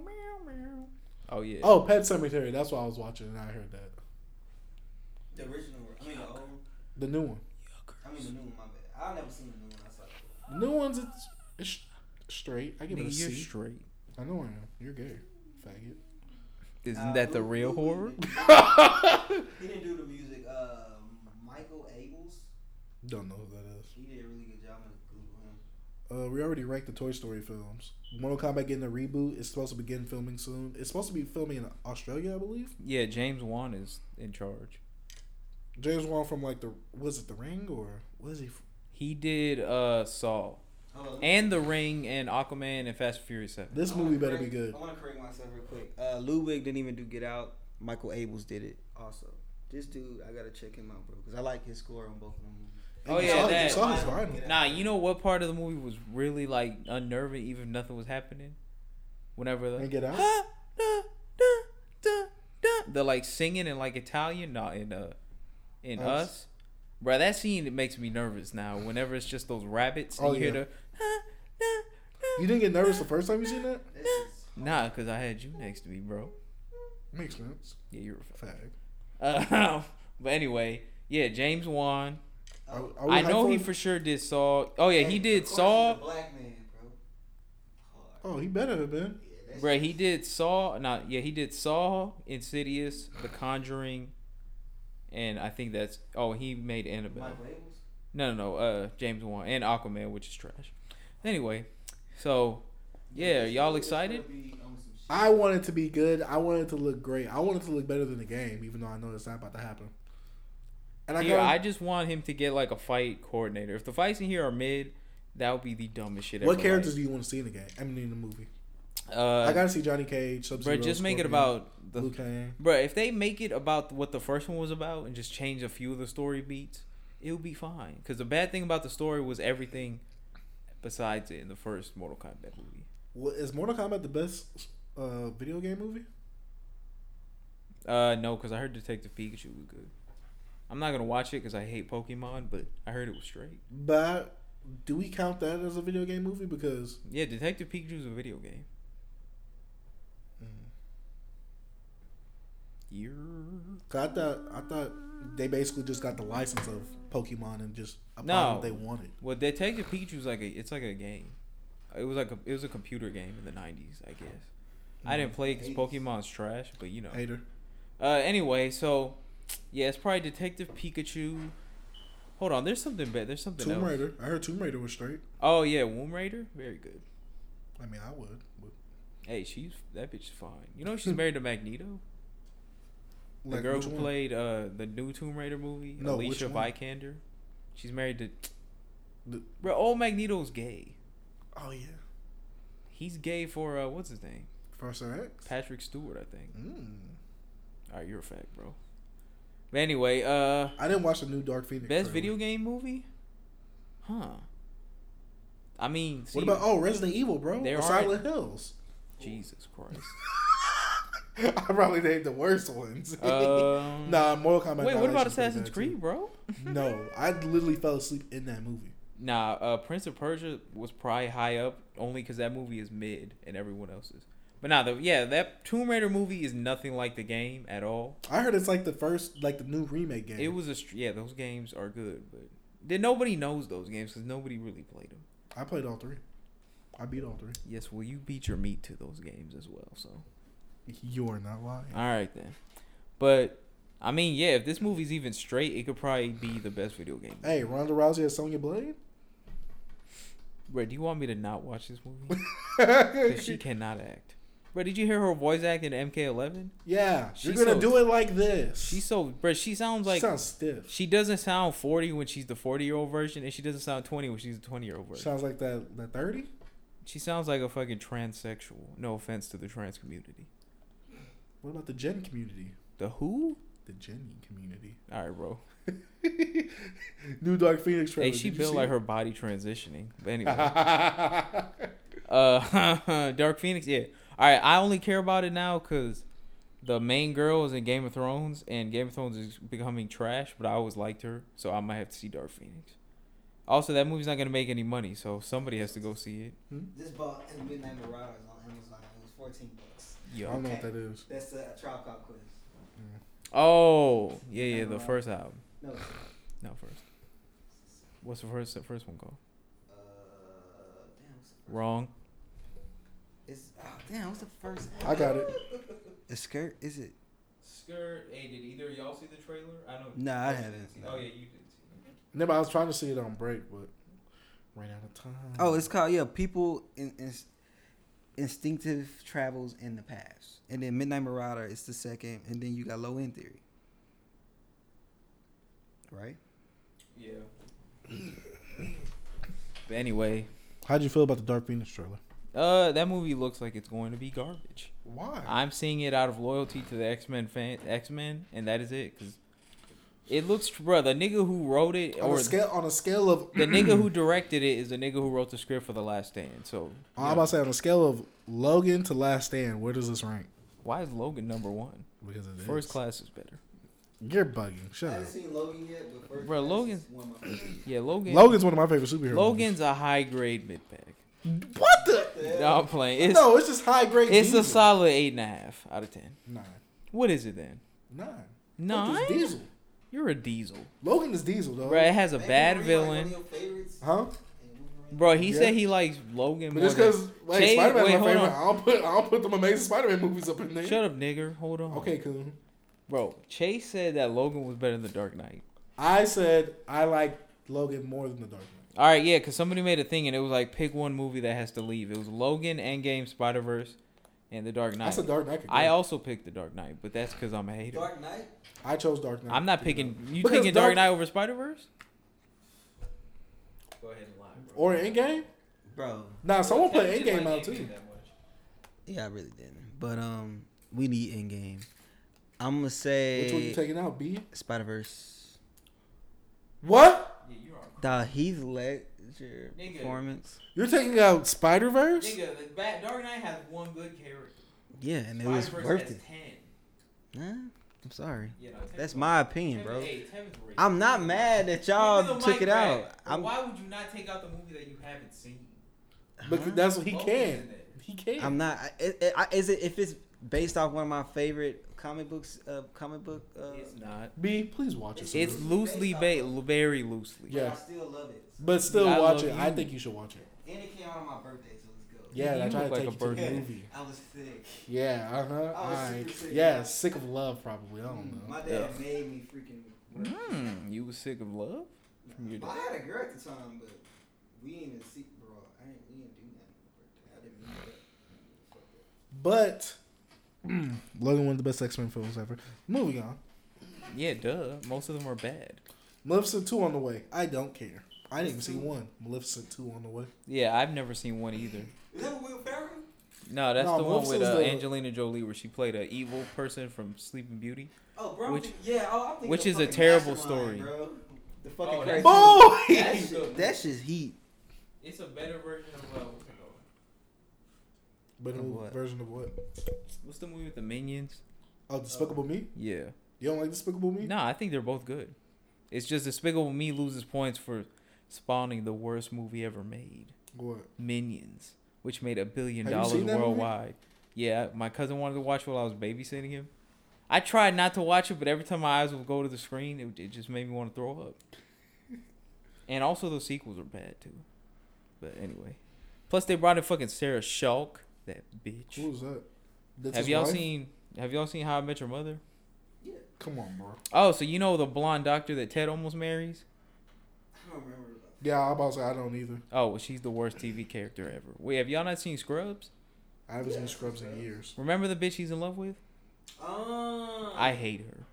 Speaker 3: Oh yeah.
Speaker 1: Oh, Pet Cemetery. That's what I was watching and I heard that.
Speaker 2: The original, I mean the old,
Speaker 1: The new one.
Speaker 2: I mean the new one. My bad. I never seen the new one. I saw. it.
Speaker 1: The new one's it's, it's sh- straight. I give it a
Speaker 3: Nigga, you're
Speaker 1: C.
Speaker 3: straight.
Speaker 1: I know I am. You're gay, faggot.
Speaker 3: Isn't that the real horror?
Speaker 2: He didn't do the music. Uh, Michael Abels.
Speaker 1: Don't know who that is.
Speaker 2: He did a really good job. I'm gonna Google him.
Speaker 1: Uh, we already ranked the Toy Story films. Mortal Kombat getting a reboot. It's supposed to begin filming soon. It's supposed to be filming in Australia, I believe.
Speaker 3: Yeah, James Wan is in charge.
Speaker 1: James Wan from like the was it The Ring or was he? From?
Speaker 3: He did uh Saw
Speaker 2: Hold on.
Speaker 3: and The Ring and Aquaman and Fast and Furious Seven.
Speaker 1: This
Speaker 2: I wanna
Speaker 1: movie better be
Speaker 2: correct-
Speaker 1: good.
Speaker 2: I want to correct myself real quick. Uh, Ludwig didn't even do Get Out. Michael Abels did it also. This dude, I gotta check him out, bro, because I like his score on both of them.
Speaker 3: Oh,
Speaker 1: You
Speaker 3: yeah,
Speaker 1: saw-
Speaker 3: that-
Speaker 1: you saw his vinyl.
Speaker 3: Nah, you know what part of the movie was really like unnerving, even if nothing was happening. Whenever
Speaker 1: And
Speaker 3: the
Speaker 1: Get Out?
Speaker 3: Ah, da, da, da, da. the like singing in like Italian, not in uh in
Speaker 1: Us.
Speaker 3: us. Bruh, that scene it makes me nervous now. Whenever it's just those rabbits, and
Speaker 1: Oh,
Speaker 3: you
Speaker 1: yeah.
Speaker 3: hear the. "Ah, ah, ah,
Speaker 1: You didn't get nervous the first time you seen that?
Speaker 2: This is
Speaker 3: Nah, cause I had you next to me, bro.
Speaker 1: Makes sense.
Speaker 3: Yeah, you're.
Speaker 1: Fag.
Speaker 3: a f- Uh, (laughs) but anyway, yeah, James Wan.
Speaker 1: Are,
Speaker 2: Oh,
Speaker 1: are we
Speaker 3: I know
Speaker 1: hyped
Speaker 3: he
Speaker 1: for
Speaker 3: for sure did Saw. Oh yeah,
Speaker 2: hey,
Speaker 3: he
Speaker 2: of
Speaker 3: did
Speaker 2: course
Speaker 3: Saw.
Speaker 2: he's a Black man, bro. Hard.
Speaker 1: Oh, he better have been.
Speaker 2: Yeah, that's-
Speaker 3: Bruh, he did Saw. Not yeah, he did Saw, Insidious, The Conjuring, and I think that's. Oh, he made Annabelle.
Speaker 2: Michael Abels.
Speaker 3: No, no, no. Uh, James Wan and Aquaman, which is trash. Anyway, so yeah,
Speaker 2: this
Speaker 3: y'all
Speaker 2: dude is gonna
Speaker 3: excited?
Speaker 2: be on some shit.
Speaker 1: I want it to be good. I want it to look great. I want it to look better than the game, even though I know it's not about to happen. And I
Speaker 3: Here,
Speaker 1: got.
Speaker 3: I just want him to get like a fight coordinator. If the fights in here are mid, that would be the dumbest shit.
Speaker 1: What
Speaker 3: ever,
Speaker 1: characters do you want to see in the game? I mean, in the movie.
Speaker 3: Like, uh,
Speaker 1: I gotta see Johnny Cage. Sub-Zero,
Speaker 3: bruh, just make it
Speaker 1: Scorpion,
Speaker 3: about the
Speaker 1: Liu Kang.
Speaker 3: Bruh, if they make it about what the first one was about and just change a few of the story beats, it'll be fine. Because the bad thing about the story was everything besides it in the first Mortal Kombat movie.
Speaker 1: What, is Mortal Kombat the best uh, video game movie?
Speaker 3: Uh, no, because I heard Detective Pikachu was good. I'm not gonna watch it because I hate Pokemon, but I heard it was straight.
Speaker 1: But do we count that as a video game movie? Because
Speaker 3: Yeah, Detective Pikachu's a video game. Year.
Speaker 1: Cause I thought I thought they basically just got the license of Pokemon and just applied
Speaker 3: No.
Speaker 1: what they wanted.
Speaker 3: Well, Detective Pikachu's like a it's like a game. It was like a it was a computer game in the '90s, I guess. I
Speaker 1: Mm-hmm.
Speaker 3: didn't play because
Speaker 2: 80s.
Speaker 3: Pokemon's trash, but you know.
Speaker 1: Hater.
Speaker 3: Uh, anyway, so yeah, it's probably Detective Pikachu, Hold on, there's something better. There's something
Speaker 1: Tomb
Speaker 3: else.
Speaker 1: Raider. I heard Tomb Raider was straight.
Speaker 3: Oh yeah, Womb Raider, very good.
Speaker 1: I mean, I would. But
Speaker 3: Hey, she's that bitch is fine. You know
Speaker 1: (laughs)
Speaker 3: she's married to Magneto, the
Speaker 1: Like,
Speaker 3: girl
Speaker 1: which
Speaker 3: who
Speaker 1: one?
Speaker 3: played uh the new Tomb Raider movie,
Speaker 1: No, which
Speaker 3: Alicia
Speaker 1: one?
Speaker 3: Vikander. She's married to.
Speaker 1: The-
Speaker 3: Bro, old Magneto's gay.
Speaker 1: Oh yeah,
Speaker 3: He's gay for uh what's his name?
Speaker 1: Professor X.
Speaker 3: Patrick Stewart, I think.
Speaker 1: Mm.
Speaker 3: All right, you're a fact, bro. But anyway, uh,
Speaker 1: I didn't watch the new Dark Phoenix.
Speaker 3: best
Speaker 1: trailer.
Speaker 3: video game movie, huh? I mean, see,
Speaker 1: What about oh Resident Evil, bro?
Speaker 3: There
Speaker 1: Or
Speaker 3: are-
Speaker 1: Silent Hills. (laughs)
Speaker 3: Jesus Christ?
Speaker 1: I probably named the worst ones. (laughs)
Speaker 3: um,
Speaker 1: nah, Mortal Kombat.
Speaker 3: Wait, what about
Speaker 1: Annihilation's pretty
Speaker 3: Assassin's
Speaker 1: bad,
Speaker 3: Creed, bro? (laughs)
Speaker 1: too. no, I literally fell asleep in that movie.
Speaker 3: Nah, uh, Prince of Persia was probably high up only because that movie is mid and everyone else's. But nah, the, yeah, that Tomb Raider movie is nothing like the game at all.
Speaker 1: I heard it's like the first, like the new remake game.
Speaker 3: It was a str- yeah, those games are good, but then nobody knows those games because nobody really played them.
Speaker 1: I played all three. I beat all three.
Speaker 3: Yes, well, you beat your meat to those games as well, so.
Speaker 1: You are not lying.
Speaker 3: All right then, but I mean, yeah, if this movie's even straight, it could probably be the best video game.
Speaker 1: Hey, Ronda Rousey as Sonya Blade.
Speaker 3: Bro, do you want me to not watch this
Speaker 1: (laughs)
Speaker 3: movie? Because she cannot act. Bro, did you hear her voice act in MK11?
Speaker 1: yeah,
Speaker 3: She's
Speaker 1: you're gonna
Speaker 3: so-
Speaker 1: do it like this.
Speaker 3: She's so, bro, she sounds
Speaker 1: she
Speaker 3: like
Speaker 1: sounds stiff.
Speaker 3: she doesn't sound 40 when she's the 40 year old version, and she doesn't sound 20 when she's the 20 year old version.
Speaker 1: Sounds like that that thirty.
Speaker 3: She sounds like a fucking transsexual. No offense to the trans community.
Speaker 1: What about the Gen community?
Speaker 3: The who?
Speaker 1: The Gen community. (laughs)
Speaker 3: All right, bro.
Speaker 1: New Dark Phoenix trailer.
Speaker 3: Hey, she
Speaker 1: Did you
Speaker 3: built
Speaker 1: see
Speaker 3: like
Speaker 1: it? (laughs)
Speaker 3: her body transitioning. But anyway. Uh, (laughs) Dark Phoenix. Yeah. All right. I only care about it now because the main girl is in Game of Thrones, and Game of Thrones is becoming trash. But I always liked her, so I might have to see Dark Phoenix. Also, that movie's not gonna make any money, so somebody has to go see it.
Speaker 1: Hmm?
Speaker 2: This bought in Midnight Marauders on Amazon. It was 14 bucks.
Speaker 1: I
Speaker 3: Yo.
Speaker 1: don't know what that is.
Speaker 2: That's the Trial Cop Quiz.
Speaker 3: Oh, yeah, yeah. The first album.
Speaker 2: No, it's,
Speaker 3: No, first. What's the first? The first one called?
Speaker 2: uh, damn, what's the first?
Speaker 3: Wrong.
Speaker 2: It's, oh, damn, what's the first?
Speaker 1: I got it.
Speaker 12: A skirt? Is it?
Speaker 3: Skirt. Hey, did either of y'all see the trailer? I don't.
Speaker 12: Nah, I haven't.
Speaker 3: Oh yeah, you did. See
Speaker 1: Never. I was trying to see it on break, but ran out of time.
Speaker 12: Oh, it's called yeah. People in, in, instinctive travels in the past, and then Midnight Marauder is the second, and then you got Low End Theory. Right.
Speaker 3: Yeah. but anyway,
Speaker 1: How'd you feel about the Dark Phoenix trailer?
Speaker 3: Uh, that movie looks like it's going to be garbage.
Speaker 1: Why?
Speaker 3: I'm seeing it out of loyalty to the X Men fan, X Men, and that is it. Cause it looks, bro, the nigga who wrote it
Speaker 1: on
Speaker 3: or
Speaker 1: a scale on a scale of
Speaker 3: the nigga who directed it is the nigga who wrote the script for The Last Stand. So
Speaker 1: I'm about to say on a scale of Logan to Last Stand, where does this rank?
Speaker 3: why is Logan number one?
Speaker 1: Because it is
Speaker 3: First Class is better.
Speaker 1: You're bugging.
Speaker 2: I
Speaker 1: Shut up.
Speaker 2: haven't seen Logan yet, but first
Speaker 3: Bro,
Speaker 2: Class
Speaker 3: Logan-
Speaker 2: is one of my favorites.
Speaker 3: Yeah, Logan.
Speaker 1: Logan's one of my favorite superheroes.
Speaker 3: Logan's a high grade mid pack.
Speaker 1: What the?
Speaker 3: No, I'm playing. It's
Speaker 1: no, it's just high grade.
Speaker 3: it's
Speaker 1: diesel.
Speaker 3: a solid eight and a half out of ten.
Speaker 1: nine.
Speaker 3: What is it then?
Speaker 1: Nine. Fuck this
Speaker 3: Nine.
Speaker 1: Diesel. Oh.
Speaker 3: You're a diesel,
Speaker 1: Logan is Diesel, though.
Speaker 3: bro. It has a
Speaker 2: Ain't
Speaker 3: bad
Speaker 2: Wolverine, like,
Speaker 3: villain.
Speaker 2: One of your favorites.
Speaker 1: Huh?
Speaker 2: And Wolverine-
Speaker 3: Bro, he
Speaker 1: Yeah.
Speaker 3: said he likes
Speaker 1: But
Speaker 3: Logan more.
Speaker 1: just
Speaker 3: than-
Speaker 1: because like
Speaker 3: Shade-
Speaker 1: Spider
Speaker 3: wait,
Speaker 1: Man's my
Speaker 3: hold
Speaker 1: favorite,
Speaker 3: on.
Speaker 1: I'll put I'll put them amazing Spider Man movies up in there.
Speaker 3: Shut up, nigger. Hold on.
Speaker 1: Okay, cool.
Speaker 3: Bro, Chase said that Logan was better than The Dark Knight.
Speaker 1: I said I like Logan more than the Dark Knight.
Speaker 3: All right, yeah, because somebody made a thing and it was like pick one movie that has to leave. It was Logan, Endgame, Spider Verse, and The Dark Knight.
Speaker 1: That's a Dark Knight. could
Speaker 3: I
Speaker 1: go.
Speaker 3: also picked The Dark Knight, but that's because I'm a hater.
Speaker 2: Dark Knight.
Speaker 1: I chose Dark Knight.
Speaker 3: I'm not picking. You
Speaker 1: Because
Speaker 3: taking
Speaker 1: Dark-
Speaker 3: Dark Knight over Spider Verse? Go ahead and lie,
Speaker 1: or Endgame.
Speaker 12: Bro.
Speaker 1: Nah, someone put Endgame out too.
Speaker 12: Yeah, I really didn't. But um, we need Endgame. I'm gonna say
Speaker 1: Which one you taking out? B.
Speaker 12: Spider Verse.
Speaker 1: What?
Speaker 3: Yeah, you're on.
Speaker 12: The Heath Ledger
Speaker 3: Nigga.
Speaker 12: performance.
Speaker 1: You're taking out Spider Verse?
Speaker 3: Nigga, the Bat- Dark Knight has one good character.
Speaker 12: Yeah, and it was
Speaker 3: Spider-Verse
Speaker 12: worth
Speaker 3: has
Speaker 12: it.
Speaker 3: 10.
Speaker 12: Nah, I'm sorry.
Speaker 3: Yeah, no,
Speaker 12: That's
Speaker 3: Tevin's-
Speaker 12: my opinion,
Speaker 3: Tevin's-
Speaker 12: bro.
Speaker 3: hey, Tevin's racist.
Speaker 12: I'm not mad that y'all
Speaker 3: Give me the
Speaker 12: took
Speaker 3: mic
Speaker 12: it
Speaker 3: back.
Speaker 12: out.
Speaker 3: But
Speaker 12: I'm,
Speaker 3: Why would you not take out the movie that you haven't seen?
Speaker 1: Look,
Speaker 12: Huh?
Speaker 1: that's what he
Speaker 3: Logan's in
Speaker 1: can.
Speaker 3: there.
Speaker 1: He can.
Speaker 12: I'm not. I- I- I- Is it if it's based off one of my favorite comic books? Uh, comic book. Uh,
Speaker 3: It's not.
Speaker 1: B. Please watch it. sir.
Speaker 3: It's loosely based, very loosely.
Speaker 1: Yeah.
Speaker 2: I still love it.
Speaker 1: but still
Speaker 3: I
Speaker 1: watch
Speaker 3: love
Speaker 1: it. I
Speaker 3: you.
Speaker 1: think you should watch it.
Speaker 2: And it came out on my birthday, so let's go.
Speaker 1: Yeah,
Speaker 3: you
Speaker 1: I tried to
Speaker 3: look
Speaker 1: take
Speaker 3: like a
Speaker 1: you to the
Speaker 3: bird.
Speaker 1: movie.
Speaker 2: I was sick.
Speaker 1: Yeah, uh huh.
Speaker 2: I was super sick.
Speaker 1: Yeah, sick Oh, of love probably. I don't know.
Speaker 2: My dad made me freaking. work.
Speaker 3: Hmm, you was sick of love? from your
Speaker 2: Well,
Speaker 3: day.
Speaker 2: I had a girl at the time, but we didn't even see, bro. I didn't, we didn't do nothing for her birthday. I didn't mean that. Fuck that.
Speaker 1: But (clears throat) Logan one of the best X Men films ever. Moving on.
Speaker 3: Yeah, duh. Most of them are bad.
Speaker 1: Maleficent two on the way. I don't care. I didn't even see one. Maleficent two on the way.
Speaker 3: Yeah, I've never seen one either.
Speaker 2: Is that Will Ferrell?
Speaker 3: No, that's
Speaker 1: No,
Speaker 3: the one with
Speaker 1: Maleficent's
Speaker 3: uh,
Speaker 1: the-
Speaker 3: Angelina Jolie where she played an evil person from Sleeping Beauty.
Speaker 2: Oh, bro. I'm
Speaker 3: Which-
Speaker 2: thinking- yeah, oh, I'm thinking
Speaker 3: which
Speaker 2: of
Speaker 3: is a
Speaker 2: fucking
Speaker 3: terrible
Speaker 2: Mastermind,
Speaker 3: story.
Speaker 2: Bro.
Speaker 7: The fucking
Speaker 5: Oh,
Speaker 7: crazy.
Speaker 5: that's-
Speaker 2: (laughs)
Speaker 5: That's
Speaker 1: Boy,
Speaker 5: good.
Speaker 7: That's just heat.
Speaker 5: It's a better version of uh, what's it called?
Speaker 1: but
Speaker 7: Of
Speaker 1: a
Speaker 7: what?
Speaker 1: version of what?
Speaker 3: What's the movie with the minions?
Speaker 1: Oh, Despicable Me.
Speaker 3: Yeah.
Speaker 1: You don't like Despicable Me?
Speaker 3: No, I think they're both good. It's just Despicable Me loses points for spawning the worst movie ever made,
Speaker 1: What?
Speaker 3: Minions, which made a billion
Speaker 1: Have you
Speaker 3: dollars
Speaker 1: seen that movie?
Speaker 3: worldwide. Yeah, my cousin wanted to watch it while I was babysitting him. I tried not to watch it, but every time my eyes would go to the screen, it, it just made me want to throw up. and also, those sequels are bad too. But anyway, plus they brought in fucking Sarah Shulk, that bitch.
Speaker 1: Who was that? That's
Speaker 3: have
Speaker 1: his
Speaker 3: y'all
Speaker 1: wife?
Speaker 3: seen? Have y'all seen How I Met Your Mother?
Speaker 1: Come on, bro.
Speaker 3: Oh, so you know the blonde doctor that Ted almost marries?
Speaker 2: I don't remember. about
Speaker 1: Yeah, I'm about to say I don't either.
Speaker 3: Oh, well, she's the worst TV character ever. Wait, have y'all not seen Scrubs?
Speaker 1: I haven't seen Scrubs in years.
Speaker 3: Remember the bitch he's in love with?
Speaker 2: that. Um,
Speaker 3: I hate her.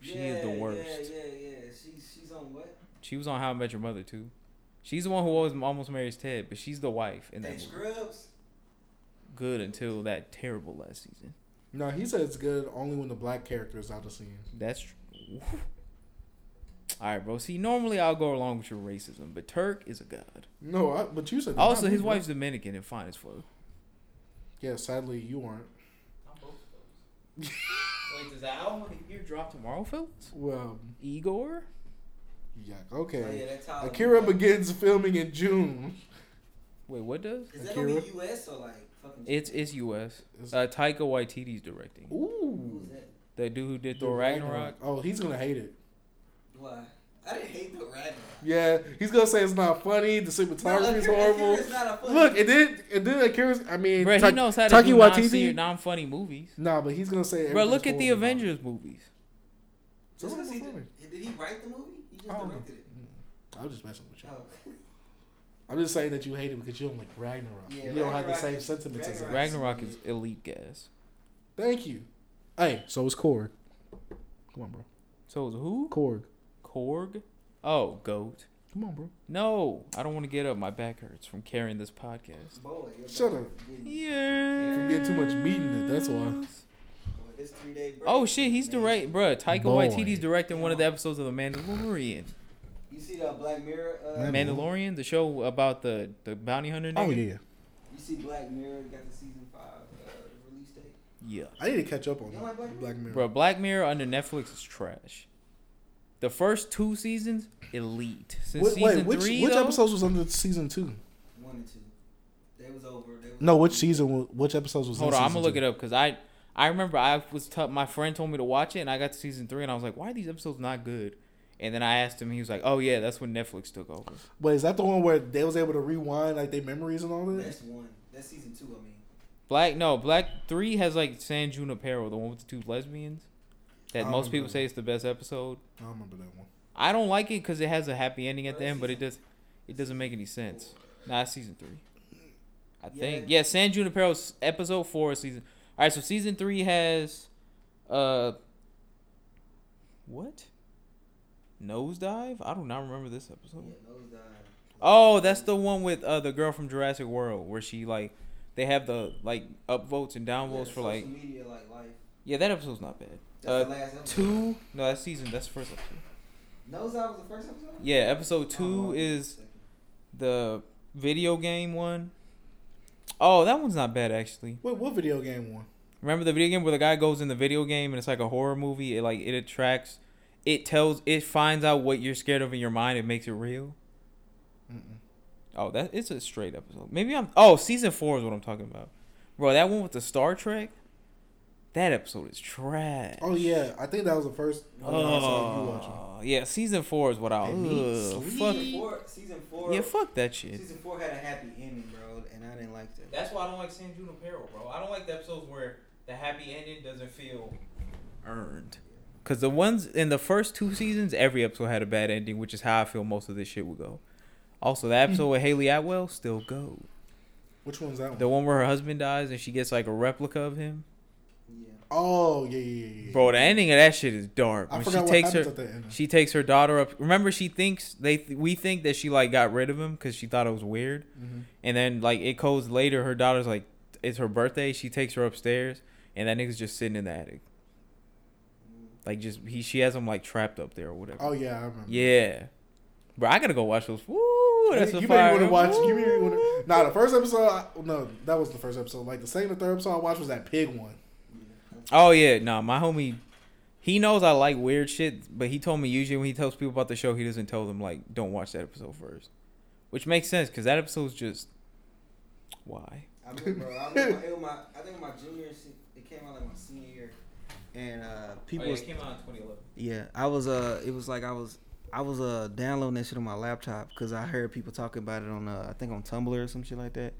Speaker 3: She is the
Speaker 2: yeah,
Speaker 3: worst.
Speaker 2: Yeah, yeah, yeah. She's she's on what?
Speaker 3: She was on How I Met Your Mother too. She's the one who always almost marries Ted, but she's the wife in that
Speaker 2: Hey,
Speaker 3: movie.
Speaker 2: Scrubs.
Speaker 3: Good until that terrible last season.
Speaker 1: No, he said it's good only when the black character is out of scene.
Speaker 3: That's true. All right, bro. See, normally I'll go along with your racism, but Turk is a god.
Speaker 1: No, I, but you said that,
Speaker 3: Also,
Speaker 1: not
Speaker 3: his
Speaker 1: me, bro.
Speaker 3: wife's Dominican and fine as fuck.
Speaker 1: Yeah, sadly you aren't.
Speaker 5: I'm both of those. Wait, does that album?
Speaker 3: Your drop tomorrow, Phillips?
Speaker 1: Well,
Speaker 3: Igor?
Speaker 1: yeah,
Speaker 2: Oh yeah,
Speaker 1: okay.
Speaker 2: that's how.
Speaker 1: Akira begins filming in June.
Speaker 3: Wait, what does?
Speaker 2: Is that only
Speaker 1: Akira?
Speaker 2: U.S. or like fucking?
Speaker 3: It's it's U.S.
Speaker 1: It's-
Speaker 3: Uh, Taika Waititi's directing.
Speaker 1: Ooh,
Speaker 2: Who's that?
Speaker 3: The dude who did Thor Ragnarok.
Speaker 1: Oh, he's gonna hate it.
Speaker 2: Why? I didn't hate the Ragnarok.
Speaker 1: Yeah, he's gonna say it's not funny. The
Speaker 2: (laughs)
Speaker 1: cinematography is
Speaker 2: Akira-
Speaker 1: horrible.
Speaker 2: Akira's not a funny-
Speaker 1: Look, it did. It did. Akira's. I mean,
Speaker 3: Bro, he
Speaker 1: Tak-
Speaker 3: knows how to
Speaker 1: Taiki
Speaker 3: do
Speaker 1: Waititi-
Speaker 3: non-funny, non-funny movies.
Speaker 1: Nah, but he's gonna say.
Speaker 3: Bro,
Speaker 1: everything's
Speaker 3: look at the
Speaker 1: horrible.
Speaker 3: Avengers movies.
Speaker 1: So
Speaker 2: Just
Speaker 1: what's
Speaker 2: 'cause he
Speaker 1: funny?
Speaker 2: did, did he write the movie? He just
Speaker 1: I don't know.
Speaker 2: directed it.
Speaker 1: I was just messing with you.
Speaker 2: Oh. (laughs)
Speaker 1: I'm just saying that you hate it because you don't like Ragnarok.
Speaker 2: Yeah,
Speaker 1: you don't have the
Speaker 2: Ragnarok
Speaker 1: same
Speaker 2: is-
Speaker 1: sentiments as us.
Speaker 2: Ragnarok-
Speaker 3: Ragnarok is elite gas.
Speaker 1: Thank you. Hey, so it's Korg. Come on, bro.
Speaker 3: So is who?
Speaker 1: Korg.
Speaker 3: Korg? Oh, goat.
Speaker 1: Come on, bro.
Speaker 3: No, I don't want to get up. My back hurts from carrying this podcast.
Speaker 2: Boy, you're
Speaker 1: Shut
Speaker 2: back.
Speaker 1: up.
Speaker 2: Boy,
Speaker 3: Yeah.
Speaker 1: From getting too much meat in it, that's why.
Speaker 2: this three-day break,
Speaker 3: Oh shit, he's
Speaker 2: man.
Speaker 3: direct, bro. Taika
Speaker 1: Boy.
Speaker 3: Waititi's directing one of the episodes of The Mandalorian.
Speaker 2: You see that Black Mirror? Uh,
Speaker 1: Man-
Speaker 3: Mandalorian, the show about the the bounty hunter.
Speaker 1: Oh
Speaker 3: nigga?
Speaker 1: yeah.
Speaker 2: You see Black Mirror got the season five uh, release date.
Speaker 3: Yeah.
Speaker 1: I need to catch up on
Speaker 2: You don't like Black
Speaker 1: that. Black Mirror.
Speaker 3: Bro, Black Mirror under Netflix is trash. The first two seasons, elite. Since
Speaker 1: Wait,
Speaker 3: season
Speaker 1: wait, which
Speaker 3: three,
Speaker 1: which
Speaker 3: though,
Speaker 1: episodes was under season two?
Speaker 2: One and two. They was over. They was
Speaker 1: No, which season? wa- Which episodes was?
Speaker 3: Hold
Speaker 1: in
Speaker 3: on, I'm
Speaker 1: season
Speaker 3: gonna look
Speaker 1: two?
Speaker 3: it up because I I remember I was t- my friend told me to watch it and I got to season three and I was like, why are these episodes not good? And then I asked him, and he was like, oh yeah, that's when Netflix took over.
Speaker 1: Wait, is that the one where they was able to rewind like their memories and all that?
Speaker 2: That's one. That's season two. I mean,
Speaker 3: Black no, Black three has like San Junipero, the one with the two lesbians, that
Speaker 1: I
Speaker 3: most
Speaker 1: remember
Speaker 3: people
Speaker 1: that.
Speaker 3: say is the best episode.
Speaker 1: I don't remember that one.
Speaker 3: I don't like it because it has a happy ending at the
Speaker 2: That's
Speaker 3: end, but it
Speaker 2: season
Speaker 3: does it doesn't make any sense. Nah, it's season three. I
Speaker 2: Yeah.
Speaker 3: think yeah, San Junipero's episode four is season. All right, so season three has, uh, what? Nosedive? I do not remember this
Speaker 2: yeah,
Speaker 3: episode.
Speaker 2: those died.
Speaker 3: Oh, that's the one with uh the girl from Jurassic World where she like they have the like upvotes and downvotes
Speaker 2: Yeah,
Speaker 3: for like
Speaker 2: social media, like life.
Speaker 3: yeah that episode's not bad.
Speaker 2: That's the
Speaker 3: Uh,
Speaker 2: last episode.
Speaker 3: two no that's season that's the first episode.
Speaker 2: Nosedive was the first episode.
Speaker 3: Yeah, episode
Speaker 2: Oh,
Speaker 3: two
Speaker 2: okay,
Speaker 3: is
Speaker 2: second.
Speaker 3: the video game one. Oh, that one's not bad actually.
Speaker 1: Wait, what video game one?
Speaker 3: Remember the video game where the guy goes in the video game and it's like a horror movie. It like it attracts, it tells, it finds out what you're scared of in your mind. It makes it real.
Speaker 1: Mm-mm.
Speaker 3: Oh, that it's a straight episode. Maybe I'm. Oh, season four is what I'm talking about, bro. That one with the Star Trek. That episode is trash.
Speaker 1: Oh yeah, I think that was the first one I saw you watching.
Speaker 3: Oh, yeah. Season four is what I.
Speaker 1: And me,
Speaker 3: Ugh,
Speaker 1: sleep.
Speaker 3: fuck.
Speaker 2: Season four. Season four.
Speaker 3: Yeah, fuck that shit.
Speaker 2: Season four had a happy ending, bro, and I didn't like that.
Speaker 5: That's why I don't like San Junipero, bro. I don't like the episodes where the happy ending doesn't feel
Speaker 3: Earned. Because the ones in the first two seasons, every episode had a bad ending, which is how I feel most of this shit would go. Also, the episode with Haley Atwell still goes.
Speaker 1: Which one's that one?
Speaker 3: The one where her husband dies and she gets like a replica of him.
Speaker 1: oh yeah, yeah, yeah. yeah.
Speaker 3: Bro, the ending of that shit is dark.
Speaker 1: I
Speaker 3: When
Speaker 1: forgot
Speaker 3: she
Speaker 1: what
Speaker 3: takes her,
Speaker 1: happens at the end.
Speaker 3: she takes her daughter up. Remember, she thinks they th- we think that she like got rid of him because she thought it was weird,
Speaker 1: Mm-hmm.
Speaker 3: and then like it goes later. Her daughter's like, it's her birthday. She takes her upstairs, and that nigga's just sitting in the attic.
Speaker 2: Mm,
Speaker 3: Like just he, she has him like trapped up there or whatever.
Speaker 1: Oh yeah, I remember.
Speaker 3: Yeah, bro, I gotta go watch those. Woo, that's
Speaker 1: you
Speaker 3: a
Speaker 1: you
Speaker 3: fire.
Speaker 1: made me want to watch. You made me
Speaker 3: Woo.
Speaker 1: want to. Nah, the first episode. I, no, that was the first episode. Like the second and third episode I watched was that pig one.
Speaker 3: Oh yeah, no, my homie, he knows I like weird shit, but he told me usually when he tells people about the show, he doesn't tell them like don't watch that episode first, which makes sense because that episode's just why.
Speaker 2: I remember, bro, I remember it was my, I think my junior, se- it came out like my senior year.
Speaker 12: And uh, people, was-
Speaker 3: Oh, came out in 2011.
Speaker 12: yeah, I was uh, it was like I was, I was uh, downloading that shit on my laptop because I heard people talking about it on uh, I think on Tumblr or some shit like that.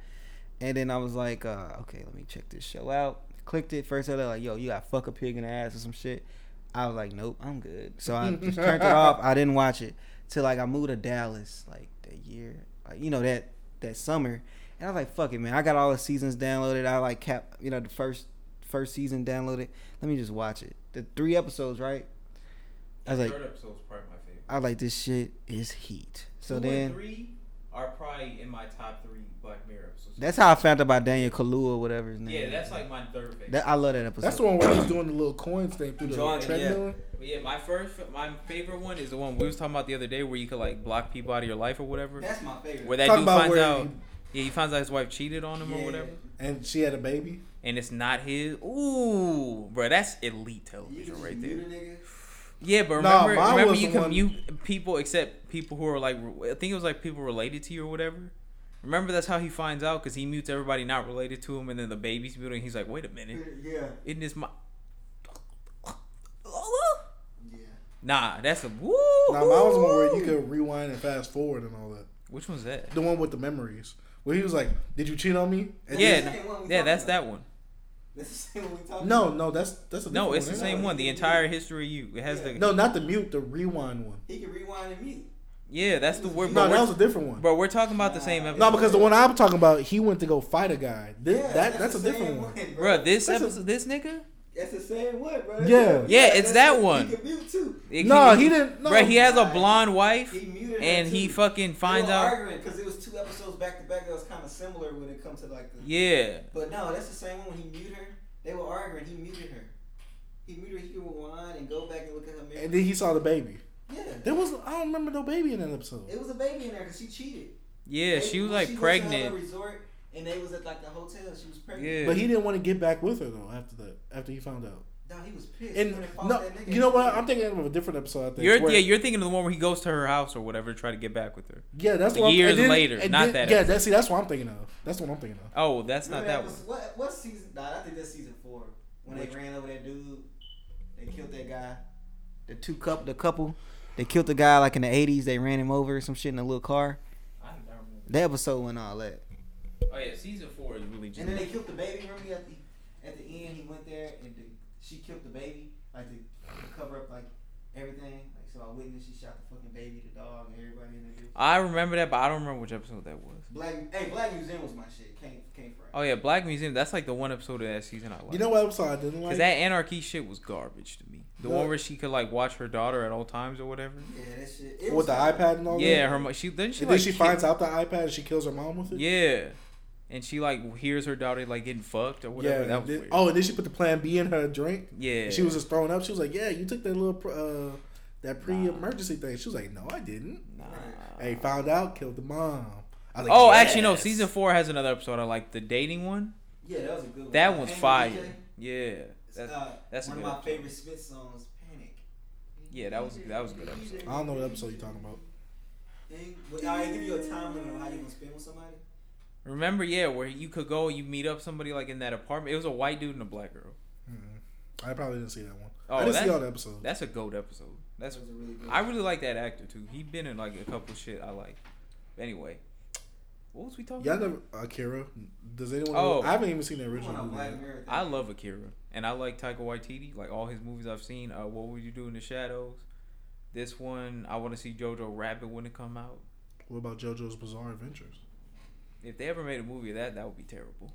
Speaker 12: And then I was like, uh, okay, let me check this show out. Clicked it first. I was like, yo, you got fuck a pig in the ass or some shit. I was like, nope, I'm good. So I just turned it off. I didn't watch it till like I moved to Dallas like that year, like, you know that that summer. And I was like, fuck it, man. I got all the seasons downloaded. I like cap, you know, the first first season downloaded. Let me just watch it. The three episodes, right? I was like,
Speaker 3: episode's probably my favorite.
Speaker 12: I was like this shit is heat. So then.
Speaker 3: three are probably in my top three Black Mirror episodes.
Speaker 12: That's how I found out about Daniel Kaluuya, whatever his name. is.
Speaker 3: like my third favorite.
Speaker 12: That, I love that episode.
Speaker 1: That's the one where I was doing the little coins thing through the
Speaker 2: Drawing,
Speaker 1: treadmill.
Speaker 3: But yeah, my first, my favorite one is the one we was talking about the other day, where you could like block people out of your life or whatever.
Speaker 2: That's my favorite.
Speaker 3: Where that
Speaker 1: Talking
Speaker 3: dude
Speaker 1: about
Speaker 3: finds
Speaker 1: where
Speaker 3: out,
Speaker 1: he-
Speaker 3: yeah, he finds out his wife cheated on him or
Speaker 2: Yeah.
Speaker 3: whatever,
Speaker 1: and she had a baby.
Speaker 3: and it's not his. Ooh, bro, that's elite
Speaker 2: You
Speaker 3: television
Speaker 2: can
Speaker 3: right
Speaker 2: just mute
Speaker 3: there.
Speaker 2: a nigga.
Speaker 3: Yeah, but
Speaker 1: Nah,
Speaker 3: remember,
Speaker 1: mine
Speaker 3: remember
Speaker 1: was
Speaker 3: you
Speaker 1: the
Speaker 3: can
Speaker 1: one-
Speaker 3: mute people except people who are like, re- I think it was like people related to you or whatever. Remember that's how he finds out because he mutes everybody not related to him, and then the baby's muted. And he's like, wait a minute,
Speaker 2: Yeah.
Speaker 3: isn't this my?
Speaker 2: Yeah.
Speaker 3: Nah, that's a woo.
Speaker 1: Now mine was the one where you could rewind and fast forward and all that.
Speaker 3: Which one's that?
Speaker 1: The one with the memories. Where he was like, "Did you cheat on me?" And
Speaker 3: Yeah,
Speaker 2: the same one we
Speaker 3: yeah,
Speaker 2: talking
Speaker 3: that's
Speaker 2: about.
Speaker 3: that one.
Speaker 2: That's the same one we talking
Speaker 1: then- No,
Speaker 2: about.
Speaker 1: no, that's that's a
Speaker 3: No,
Speaker 1: different
Speaker 3: it's the
Speaker 1: Isn't it?
Speaker 3: same one. The entire history of you. It has the
Speaker 1: No, not the mute, the rewind one.
Speaker 2: He can rewind and mute.
Speaker 3: Yeah, that's the word.
Speaker 1: No,
Speaker 3: Bro,
Speaker 1: that
Speaker 3: we're,
Speaker 1: was a different one.
Speaker 3: bro, we're talking about the same episode.
Speaker 1: No, because the one I'm talking about, he went to go fight a guy. Thi-
Speaker 2: Yeah,
Speaker 1: that that's, a
Speaker 2: the
Speaker 1: different
Speaker 2: same
Speaker 1: one.
Speaker 3: bro, this
Speaker 1: That's a-
Speaker 3: episode, this nigga.
Speaker 2: That's the same one, bro.
Speaker 1: Yeah.
Speaker 3: Yeah,
Speaker 2: that's
Speaker 3: it's that
Speaker 2: it.
Speaker 3: one.
Speaker 2: He can mute too.
Speaker 3: It-
Speaker 1: No, he didn't- no.
Speaker 3: Bro, he has a
Speaker 2: Nah,
Speaker 3: blonde wife,
Speaker 2: He muted her
Speaker 3: and he
Speaker 2: too.
Speaker 3: fucking finds
Speaker 2: they were
Speaker 3: out.
Speaker 2: arguing because it was two episodes back to back that was kind of similar when it comes to like the.
Speaker 3: Yeah,
Speaker 2: But no, that's the same one when he muted her. They were arguing. He muted her. He muted her. He would whine and go back and look at her mirror.
Speaker 1: And then he saw the baby.
Speaker 2: yeah.
Speaker 1: There was I don't remember no baby in that episode.
Speaker 2: It was a baby in there because she cheated.
Speaker 3: yeah,
Speaker 2: They-
Speaker 3: she was
Speaker 2: when
Speaker 3: like
Speaker 2: went to another
Speaker 3: pregnant.
Speaker 2: resort and they was at like the hotel. She was pregnant.
Speaker 3: Yeah,
Speaker 1: But he didn't want to get back with her though after that after he found out.
Speaker 2: No, he was pissed. He
Speaker 1: And
Speaker 2: went fought
Speaker 1: no,
Speaker 2: that nigga.
Speaker 1: you know what? I'm thinking of a different episode. I think.
Speaker 3: you're
Speaker 1: where-
Speaker 3: yeah, you're thinking of the one where he goes to her house or whatever to try to get back with her.
Speaker 1: yeah, that's what I'm-
Speaker 3: years
Speaker 1: and then-
Speaker 3: later,
Speaker 1: and
Speaker 3: not
Speaker 1: then-
Speaker 3: that
Speaker 1: Yeah,
Speaker 3: episode.
Speaker 1: that's see, that's what I'm thinking of. That's what I'm thinking of.
Speaker 3: Oh, that's not
Speaker 2: Remember
Speaker 3: that one.
Speaker 2: was- What what season? Nah, I think that's season four when they ran over that dude. They killed that guy.
Speaker 12: the two cup, the couple, they killed the guy like in the '80s. They ran him over or some shit in a little car. That episode and all that.
Speaker 3: Oh yeah, season four is really
Speaker 2: And then they killed the baby. Remember at the at the end, he went there and the, she killed the baby, like to cover up like everything. Like so, I witnessed she shot the fucking baby, the dog, and everybody in there.
Speaker 3: I remember that, but I don't remember which episode that was.
Speaker 2: Black, hey, Black Museum was my shit. Came came from.
Speaker 12: Uh,
Speaker 3: Oh yeah, Black Museum. That's like the one episode of that season I like.
Speaker 1: You know what episode I didn't like?
Speaker 3: Cause that anarchy shit was garbage to me. The
Speaker 1: No.
Speaker 3: one where she could like watch her daughter at all times or whatever.
Speaker 2: Yeah, that shit. It
Speaker 1: with
Speaker 2: was
Speaker 1: the iPad and all that.
Speaker 3: Yeah, her mo- she then she
Speaker 1: Oh, and
Speaker 3: like
Speaker 1: then she
Speaker 3: ki-
Speaker 1: finds out the iPad and she kills her mom with it.
Speaker 3: Yeah, and she like hears her daughter like getting fucked or whatever.
Speaker 1: Yeah,
Speaker 3: that was
Speaker 1: then-
Speaker 3: weird.
Speaker 1: oh, and then she put the Plan B in her drink.
Speaker 3: yeah.
Speaker 1: And She was just throwing up. She was like, "Yeah, you took that little pr- uh, that pre-emergency thing." She was like, "No, I didn't."
Speaker 3: Nah.
Speaker 1: Hey, found out, killed the mom. I was like,
Speaker 3: Oh, actually no.
Speaker 1: "Yes."
Speaker 3: Season four has another episode. I like the dating one.
Speaker 2: Yeah, that was a good one.
Speaker 3: That one's
Speaker 2: Panic,
Speaker 3: fire.
Speaker 2: DJ.
Speaker 3: Yeah. That's,
Speaker 2: uh,
Speaker 3: that's a
Speaker 2: one of
Speaker 3: good
Speaker 2: my
Speaker 3: episode.
Speaker 2: favorite Smith songs. Panic.
Speaker 3: yeah, that was that was a good episode.
Speaker 1: I don't know what episode you're talking about.
Speaker 2: Thing- Well, I give you a time limit on how you gonna spend with somebody.
Speaker 3: Remember, yeah, where you could go, you meet up somebody like in that apartment. It was a white dude and a black girl.
Speaker 1: I probably didn't see that one.
Speaker 3: Oh,
Speaker 1: I didn't see
Speaker 3: that-
Speaker 1: all the episodes.
Speaker 3: That's a goat episode. That's
Speaker 2: That was a really good.
Speaker 3: I really like that actor too. He been in like a couple shit I like. Anyway, What was we talking
Speaker 1: Y'all
Speaker 3: about?
Speaker 1: never Akira. Does anyone?
Speaker 3: Oh.
Speaker 1: Know? I haven't even seen the
Speaker 2: You want
Speaker 1: original
Speaker 2: a
Speaker 1: movie.
Speaker 2: Black
Speaker 1: yet.
Speaker 2: Mirror
Speaker 3: I
Speaker 2: thing.
Speaker 3: love Akira, and I like Taika Waititi. Like all his movies I've seen. Uh, what would you do in the shadows? This one, I want to see Jojo Rabbit when it come out.
Speaker 1: What about JoJo's Bizarre Adventures?
Speaker 3: If they ever made a movie of that, that would be terrible.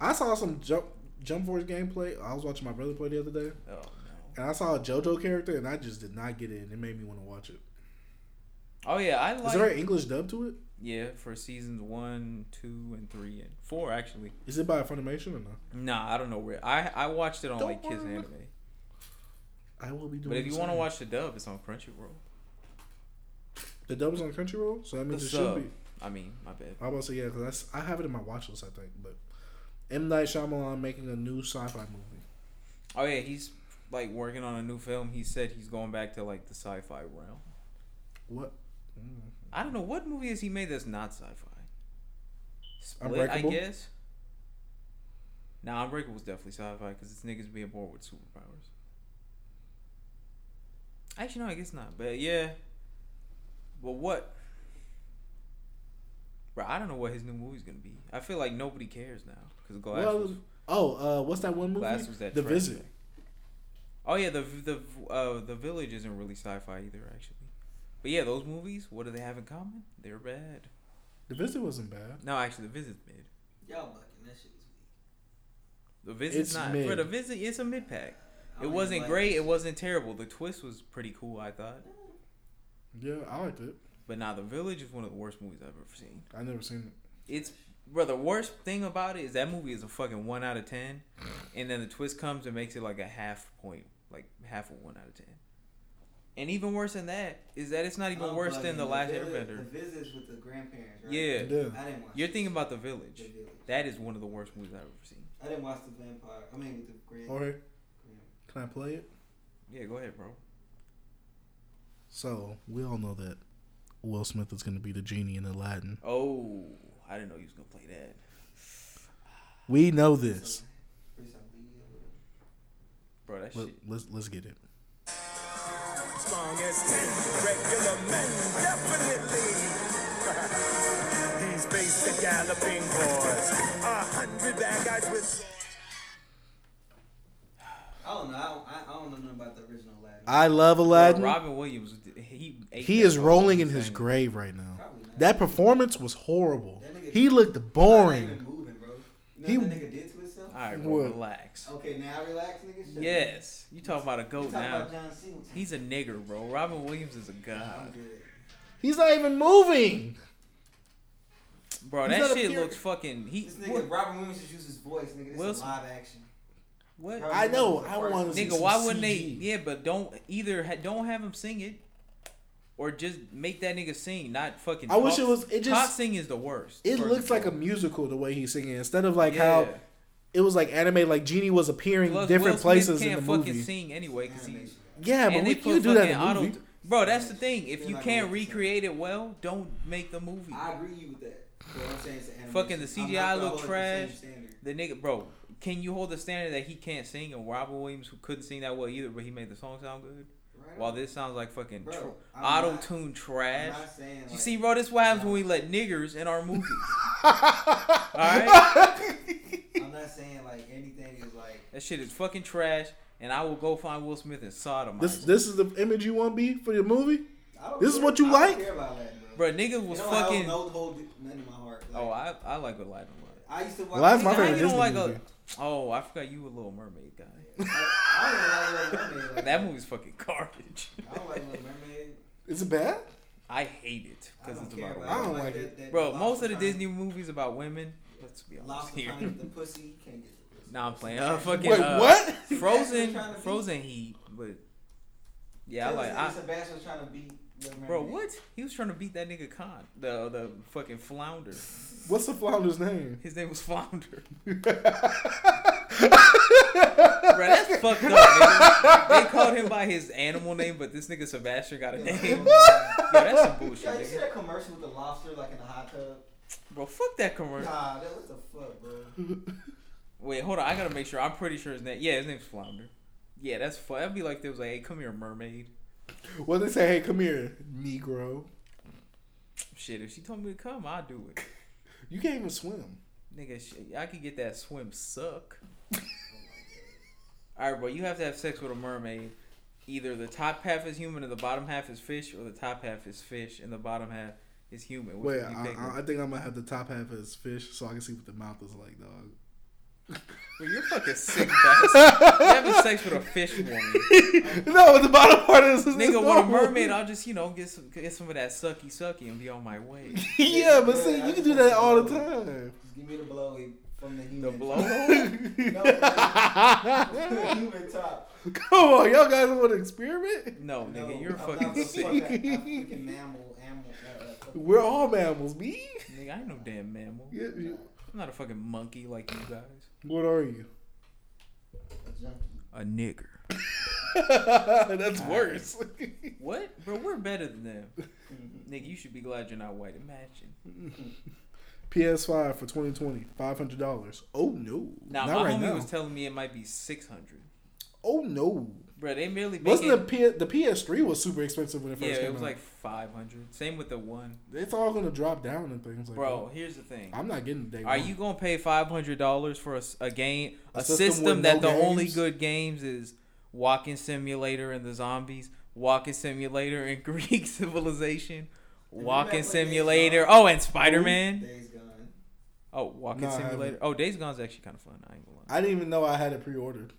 Speaker 1: I saw some jump Jump Force gameplay. I was watching my brother play the other day,
Speaker 3: Oh no.
Speaker 1: and I saw a JoJo character, and I just did not get it. And it made me want to watch it.
Speaker 3: Oh yeah, I
Speaker 1: Is
Speaker 3: like.
Speaker 1: there an English dub to it?
Speaker 3: yeah, for seasons one, two, and three, and four actually.
Speaker 1: Is it by Funimation or no?
Speaker 3: Nah, I don't know where. I I watched it on
Speaker 1: Don't
Speaker 3: like Kids
Speaker 1: worry.
Speaker 3: Anime.
Speaker 1: I will be doing.
Speaker 3: But if you
Speaker 1: the
Speaker 3: want to
Speaker 1: same.
Speaker 3: watch the dub, it's on Crunchyroll.
Speaker 1: the dub is on Crunchyroll, so that
Speaker 3: The
Speaker 1: means it
Speaker 3: sub.
Speaker 1: should be.
Speaker 3: I mean, my bad.
Speaker 1: I was about to say yeah, because I have it in my watch list. I think, but M Night Shyamalan making a new sci-fi movie.
Speaker 3: Oh yeah, he's like working on a new film. He said he's going back to like the sci-fi realm.
Speaker 1: What? Mm.
Speaker 3: I don't know what movie has he made that's not sci-fi. Split, I
Speaker 1: Unbreakable?
Speaker 3: guess. Nah, Unbreakable was definitely sci-fi because it's niggas being born with superpowers. Actually, no, I guess not. But yeah, but what? Bro, I don't know what his new movie's gonna be. I feel like nobody cares now because Glass.
Speaker 1: Well,
Speaker 3: was,
Speaker 1: oh, uh, what's that one movie?
Speaker 3: Glass was that
Speaker 1: the
Speaker 3: trash
Speaker 1: Visit.
Speaker 3: thing. Oh yeah, the the uh, the Village isn't really sci-fi either, actually. But yeah, those movies, what do they have in common? They're bad.
Speaker 1: The Visit wasn't bad.
Speaker 3: No, actually, the visit's mid.
Speaker 2: Y'all bucking that shit is weak.
Speaker 3: The visit's
Speaker 1: It's
Speaker 3: not.
Speaker 1: mid.
Speaker 3: For the visit, it's a mid pack.
Speaker 2: I
Speaker 3: It
Speaker 2: don't
Speaker 3: wasn't
Speaker 2: even like
Speaker 3: great.
Speaker 2: this.
Speaker 3: It wasn't terrible. The twist was pretty cool, I thought.
Speaker 1: Yeah, I liked it.
Speaker 3: But now, The Village is one of the worst movies I've ever seen.
Speaker 1: I never seen it.
Speaker 3: It's bro. The worst thing about it is that movie is a fucking one out of ten, and then the twist comes and makes it like a half point, like half of one out of ten. And even worse than that is that it's not even
Speaker 2: I'm
Speaker 3: worse than
Speaker 2: bugging.
Speaker 3: the Last
Speaker 2: visit-
Speaker 3: Airbender.
Speaker 2: The visits with the grandparents, right?
Speaker 3: Yeah.
Speaker 1: Yeah.
Speaker 2: I didn't watch.
Speaker 3: You're
Speaker 2: The
Speaker 3: thinking about The Village.
Speaker 2: Village.
Speaker 3: That is one of the worst movies I've ever seen.
Speaker 2: I didn't watch the vampire. I mean, with the grand.
Speaker 1: Jorge,
Speaker 2: grand-
Speaker 1: can I play it?
Speaker 3: Yeah, go ahead, bro.
Speaker 1: So we all know that Will Smith is going to be the genie in Aladdin.
Speaker 3: Oh, I didn't know you was gonna play that.
Speaker 1: We know this.
Speaker 2: Chris Ali or whatever.
Speaker 3: Bro, that
Speaker 1: Let,
Speaker 3: shit.
Speaker 1: let's let's get it.
Speaker 9: strong as ten regular men. Definitely. He's based the galloping boys. A hundred bad guys with.
Speaker 2: I don't know. I don't, I, I don't know nothing about the original Aladdin.
Speaker 1: I love Aladdin.
Speaker 3: Bro, Robin Williams, he ate
Speaker 1: he
Speaker 3: that
Speaker 1: is
Speaker 3: whole
Speaker 1: rolling
Speaker 3: thing.
Speaker 1: in his grave right now.
Speaker 2: Probably not.
Speaker 1: That performance was horrible.
Speaker 2: That nigga-
Speaker 1: He looked
Speaker 2: Not
Speaker 1: boring.
Speaker 2: even moving, bro.
Speaker 1: He-
Speaker 2: You know what that nigga did to himself?
Speaker 3: All right, bro,
Speaker 1: What?
Speaker 3: relax.
Speaker 2: Okay, now relax, nigga. Shut up.
Speaker 3: Yes, you talk about a
Speaker 2: You
Speaker 3: goat
Speaker 2: talking
Speaker 3: now.
Speaker 2: about John Singleton.
Speaker 3: He's a nigger, bro. Robin Williams is a
Speaker 2: I'm
Speaker 3: god,
Speaker 2: good.
Speaker 1: He's not even moving.
Speaker 3: bro.
Speaker 1: He's
Speaker 3: That
Speaker 1: not a
Speaker 3: shit
Speaker 1: pure-
Speaker 3: looks fucking. He
Speaker 2: This
Speaker 3: what?
Speaker 2: nigga, Robin Williams should use his voice, nigga. This is
Speaker 3: Wilson.
Speaker 2: live action.
Speaker 3: what?
Speaker 2: Robin
Speaker 1: I know,
Speaker 2: Williams is
Speaker 1: I
Speaker 2: the first
Speaker 1: wanna
Speaker 2: one.
Speaker 1: see-
Speaker 3: Nigga,
Speaker 1: some
Speaker 3: why wouldn't they?
Speaker 1: CG.
Speaker 3: Yeah, but don't either. Ha, don't have him sing it, or just make that nigga sing. Not fucking.
Speaker 1: I wish
Speaker 3: talk-
Speaker 1: it was- it just-
Speaker 3: talk sing is the worst.
Speaker 1: It
Speaker 3: First
Speaker 1: looks
Speaker 3: of all.
Speaker 1: like a musical the way he's singing instead of like how
Speaker 3: Yeah.
Speaker 1: it was like anime. Like genie was appearing
Speaker 3: Plus,
Speaker 1: different
Speaker 3: Will Smith
Speaker 1: places in
Speaker 3: can't
Speaker 1: the
Speaker 3: fucking
Speaker 1: movie.
Speaker 3: sing anyway because he's.
Speaker 2: Animation.
Speaker 1: Yeah, but
Speaker 3: and
Speaker 1: we
Speaker 3: they
Speaker 1: can
Speaker 3: put
Speaker 1: do that in
Speaker 3: fucking
Speaker 1: a
Speaker 3: auto-
Speaker 1: movie.
Speaker 3: Bro, that's the thing. If
Speaker 2: Feel
Speaker 3: you
Speaker 2: like
Speaker 3: can't
Speaker 2: I'm listening.
Speaker 3: recreate it well, don't make the movie.
Speaker 2: I agree you with that. But I'm saying it's an animation.
Speaker 3: Fucking the
Speaker 2: I'm not
Speaker 3: CGI
Speaker 2: gonna
Speaker 3: look
Speaker 2: hold it to the
Speaker 3: trash.
Speaker 2: same standard.
Speaker 3: The nigga, bro, can you hold the standard that he can't sing and Robin Williams, who couldn't sing that well either, but he made the song sound good?
Speaker 2: Right
Speaker 3: While
Speaker 2: on.
Speaker 3: this sounds like fucking
Speaker 2: Bro,
Speaker 3: tr-
Speaker 2: I'm not-
Speaker 3: auto tune
Speaker 2: I'm
Speaker 3: trash.
Speaker 2: not saying,
Speaker 3: You
Speaker 2: like,
Speaker 3: see, bro, this what happens when we let niggers in
Speaker 2: (laughs)
Speaker 3: our movies. Alright?
Speaker 2: I'm not saying like anything is like.
Speaker 3: That shit is fucking trash, and I will go find Will Smith and sodomize
Speaker 1: This
Speaker 3: him.
Speaker 1: this is the image you want to be for your movie. (laughs)
Speaker 2: I don't
Speaker 1: This is
Speaker 2: care-
Speaker 1: what you
Speaker 2: I
Speaker 1: like?
Speaker 2: Don't care about Aladdin, bro.
Speaker 3: Bro, nigga was
Speaker 2: You know, I
Speaker 3: fucking.
Speaker 2: don't know, hold it- none in my heart. Like,
Speaker 3: Oh, I, I like Aladdin a lot.
Speaker 2: I used to watch.
Speaker 1: Well, that's my
Speaker 3: Nigga, how
Speaker 1: favorite
Speaker 3: you don't
Speaker 1: Disney
Speaker 3: like
Speaker 1: movie.
Speaker 3: a, Oh, I forgot you a Little Mermaid guy.
Speaker 2: I don't like Little Mermaid. Like,
Speaker 3: That movie's fucking garbage.
Speaker 2: I don't like Little Mermaid.
Speaker 1: Is it bad?
Speaker 3: I hate it
Speaker 2: I
Speaker 3: because
Speaker 2: don't
Speaker 3: it's
Speaker 2: care
Speaker 3: about a
Speaker 2: about.
Speaker 1: I
Speaker 3: woman.
Speaker 1: don't
Speaker 2: it.
Speaker 1: like
Speaker 2: that-
Speaker 1: it.
Speaker 2: that
Speaker 3: Bro,
Speaker 2: lobster
Speaker 3: most of the
Speaker 2: trying-
Speaker 3: Disney movies about women. Let's be honest
Speaker 2: Lobster
Speaker 3: here.
Speaker 2: trying to get the pussy. You can't get the pussy.
Speaker 3: Nah, I'm playing. Uh, fucking.
Speaker 1: Wait,
Speaker 2: (laughs)
Speaker 3: uh,
Speaker 1: what?
Speaker 3: Frozen,
Speaker 2: Trying to be-
Speaker 3: Frozen Heat, but yeah, I
Speaker 2: Tell
Speaker 3: like.
Speaker 2: us
Speaker 3: I,
Speaker 2: if Sebastian's trying to beat. Little
Speaker 3: bro,
Speaker 2: Mermaid. (laughs)
Speaker 3: what? He was trying to beat that nigga Khan, the the fucking flounder.
Speaker 1: What's the flounder's name? (laughs)
Speaker 3: His name was Flounder. bro, that's fucked up. Nigga. They called him by his animal name, but this nigga Sebastian got a name. Yo, that's some bullshit,
Speaker 2: Yeah, you see
Speaker 3: nigga.
Speaker 2: that commercial with the lobster like in the hot tub?
Speaker 3: Bro, fuck that commercial.
Speaker 2: Nah, that what the fuck, bro.
Speaker 3: Wait, hold on. I gotta make sure. I'm pretty sure his name. Yeah, his name's Flounder. Yeah, that's fun. That'd be like they was like, "Hey, come here, mermaid."
Speaker 1: Well, they say, hey, come here, Negro.
Speaker 3: Shit, if she told me to come, I'd do it.
Speaker 1: You can't even swim.
Speaker 3: Nigga, sh- I could get that swim suck. (laughs) All right, bro. You have to have sex with a mermaid. Either the top half is human and the bottom half is fish, or the top half is fish and the bottom half is human. Which
Speaker 1: Wait,
Speaker 3: one you
Speaker 1: I,
Speaker 3: picking?
Speaker 1: I, I think I'm gonna have the top half as fish, so I can see what the mouth is like, dog.
Speaker 3: Bro, you're fucking
Speaker 1: (laughs)
Speaker 3: sick bastard. You're having sex with a fish woman.
Speaker 1: no, the bottom part is is
Speaker 3: Nigga, with a
Speaker 1: normal.
Speaker 3: mermaid, I'll just, you know, get some get some of that sucky sucky and be on my way.
Speaker 1: (laughs) yeah, but see, you can do that all the
Speaker 3: (laughs)
Speaker 1: time.
Speaker 2: Just give me the blow from the human.
Speaker 3: The blow
Speaker 2: top.
Speaker 3: hole?
Speaker 2: No, (laughs) from the human top.
Speaker 1: (laughs) Come on, y'all guys want to experiment?
Speaker 3: No,
Speaker 2: No,
Speaker 3: (laughs) nigga, you're
Speaker 2: I'm not
Speaker 3: fucking
Speaker 2: gonna
Speaker 3: sick.
Speaker 2: fuck that African mammal, animal. uh, uh, fucking-
Speaker 1: We're all mammals, me.
Speaker 3: Nigga, I ain't no damn mammal.
Speaker 1: Yeah, you,
Speaker 3: I'm not a fucking monkey like you guys.
Speaker 1: what are you? (laughs)
Speaker 2: a junkie.
Speaker 3: A nigger.
Speaker 1: That's worse. (laughs)
Speaker 3: What? Bro, we're better than them. nigga, you should be glad you're not white. Imagine.
Speaker 1: PS5 for 2020, $500. Oh no.
Speaker 3: Now,
Speaker 1: Not
Speaker 3: my
Speaker 1: right
Speaker 3: homie
Speaker 1: now.
Speaker 3: was telling me it might be 600
Speaker 1: oh no.
Speaker 3: Bro, they merely make
Speaker 1: Wasn't the
Speaker 3: it,
Speaker 1: P- the PS3 was super expensive when it
Speaker 3: Yeah,
Speaker 1: first came
Speaker 3: it was
Speaker 1: out.
Speaker 3: like 500 Same with the one.
Speaker 1: it's all gonna drop down and things like
Speaker 3: Bro,
Speaker 1: that.
Speaker 3: here's the thing.
Speaker 1: I'm not getting day
Speaker 3: Are
Speaker 1: one.
Speaker 3: you gonna pay five hundred dollars for a, s- a game, a,
Speaker 1: A
Speaker 3: system,
Speaker 1: system with
Speaker 3: that the
Speaker 1: no
Speaker 3: only
Speaker 1: games?
Speaker 3: good games is Walking Simulator and the Zombies, Walking Simulator and (laughs) Greek Civilization,
Speaker 2: you
Speaker 3: Walking
Speaker 2: ever play Days
Speaker 3: Simulator.
Speaker 2: Gone?
Speaker 3: Oh, and Spider Man.
Speaker 2: Days gone.
Speaker 3: Oh, Walking
Speaker 1: No, I
Speaker 3: Simulator.
Speaker 1: haven't.
Speaker 3: Oh, Days Gone's actually kind of fun. I ain't gonna lie.
Speaker 1: I didn't even know I had it pre-ordered,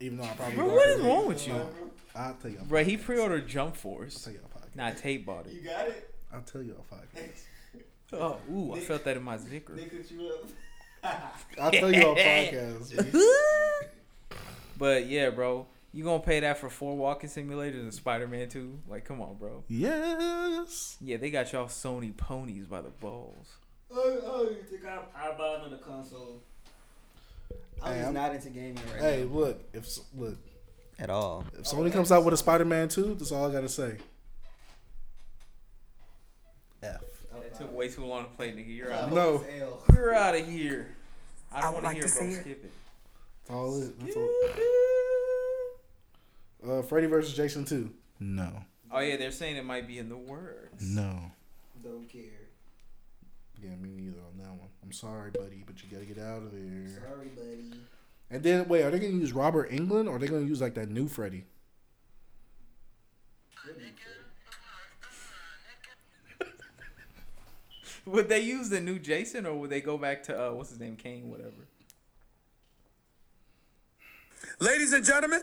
Speaker 1: even though I probably.
Speaker 3: Bro,
Speaker 1: got
Speaker 3: what
Speaker 1: it.
Speaker 3: is wrong with you,
Speaker 1: No, I'll tell y'all.
Speaker 3: bro? He pre-ordered Jump
Speaker 1: I'll
Speaker 3: Force.
Speaker 1: tell y'all podcast.
Speaker 3: Nah, Tate bought
Speaker 2: You
Speaker 3: it.
Speaker 2: got it? (laughs)
Speaker 1: I'll tell y'all podcast.
Speaker 3: Oh, ooh, I felt that in my zicker.
Speaker 2: Nick hooked you up. (laughs)
Speaker 1: I'll tell y'all
Speaker 3: (laughs)
Speaker 1: podcast.
Speaker 3: But yeah, bro, you gonna pay that for four Walking Simulators and Spider Man Two? Like, come on, bro.
Speaker 1: yes.
Speaker 3: Yeah, they got y'all Sony ponies by the balls.
Speaker 2: Oh, oh, you think I'm, I'm buying another console?
Speaker 12: I'm
Speaker 1: Hey,
Speaker 12: just
Speaker 1: I'm-
Speaker 12: not into gaming right
Speaker 1: Hey, look. If s- look,
Speaker 12: now. At all.
Speaker 1: if
Speaker 3: Oh,
Speaker 1: Sony comes out with a Spider-Man 2, that's all I gotta say.
Speaker 12: F.
Speaker 3: It took way too long to play, nigga. You're
Speaker 2: I
Speaker 3: out.
Speaker 2: hope
Speaker 1: No.
Speaker 2: it's L.
Speaker 3: You're out of here. I don't want to hear, bro. Skip it.
Speaker 1: That's all it. That's all. Uh, Freddy versus Jason 2. No.
Speaker 3: Oh yeah, they're saying it might be in the works.
Speaker 1: No.
Speaker 2: Don't care.
Speaker 1: Yeah, me neither on that one. I'm sorry, buddy, but you gotta get out of there.
Speaker 2: Sorry, buddy.
Speaker 1: And then wait, are they gonna use Robert England or are they gonna use like that new Freddy?
Speaker 3: (laughs) Would they use the new Jason or would they go back to uh, what's his name, Kane, whatever?
Speaker 9: Ladies and gentlemen,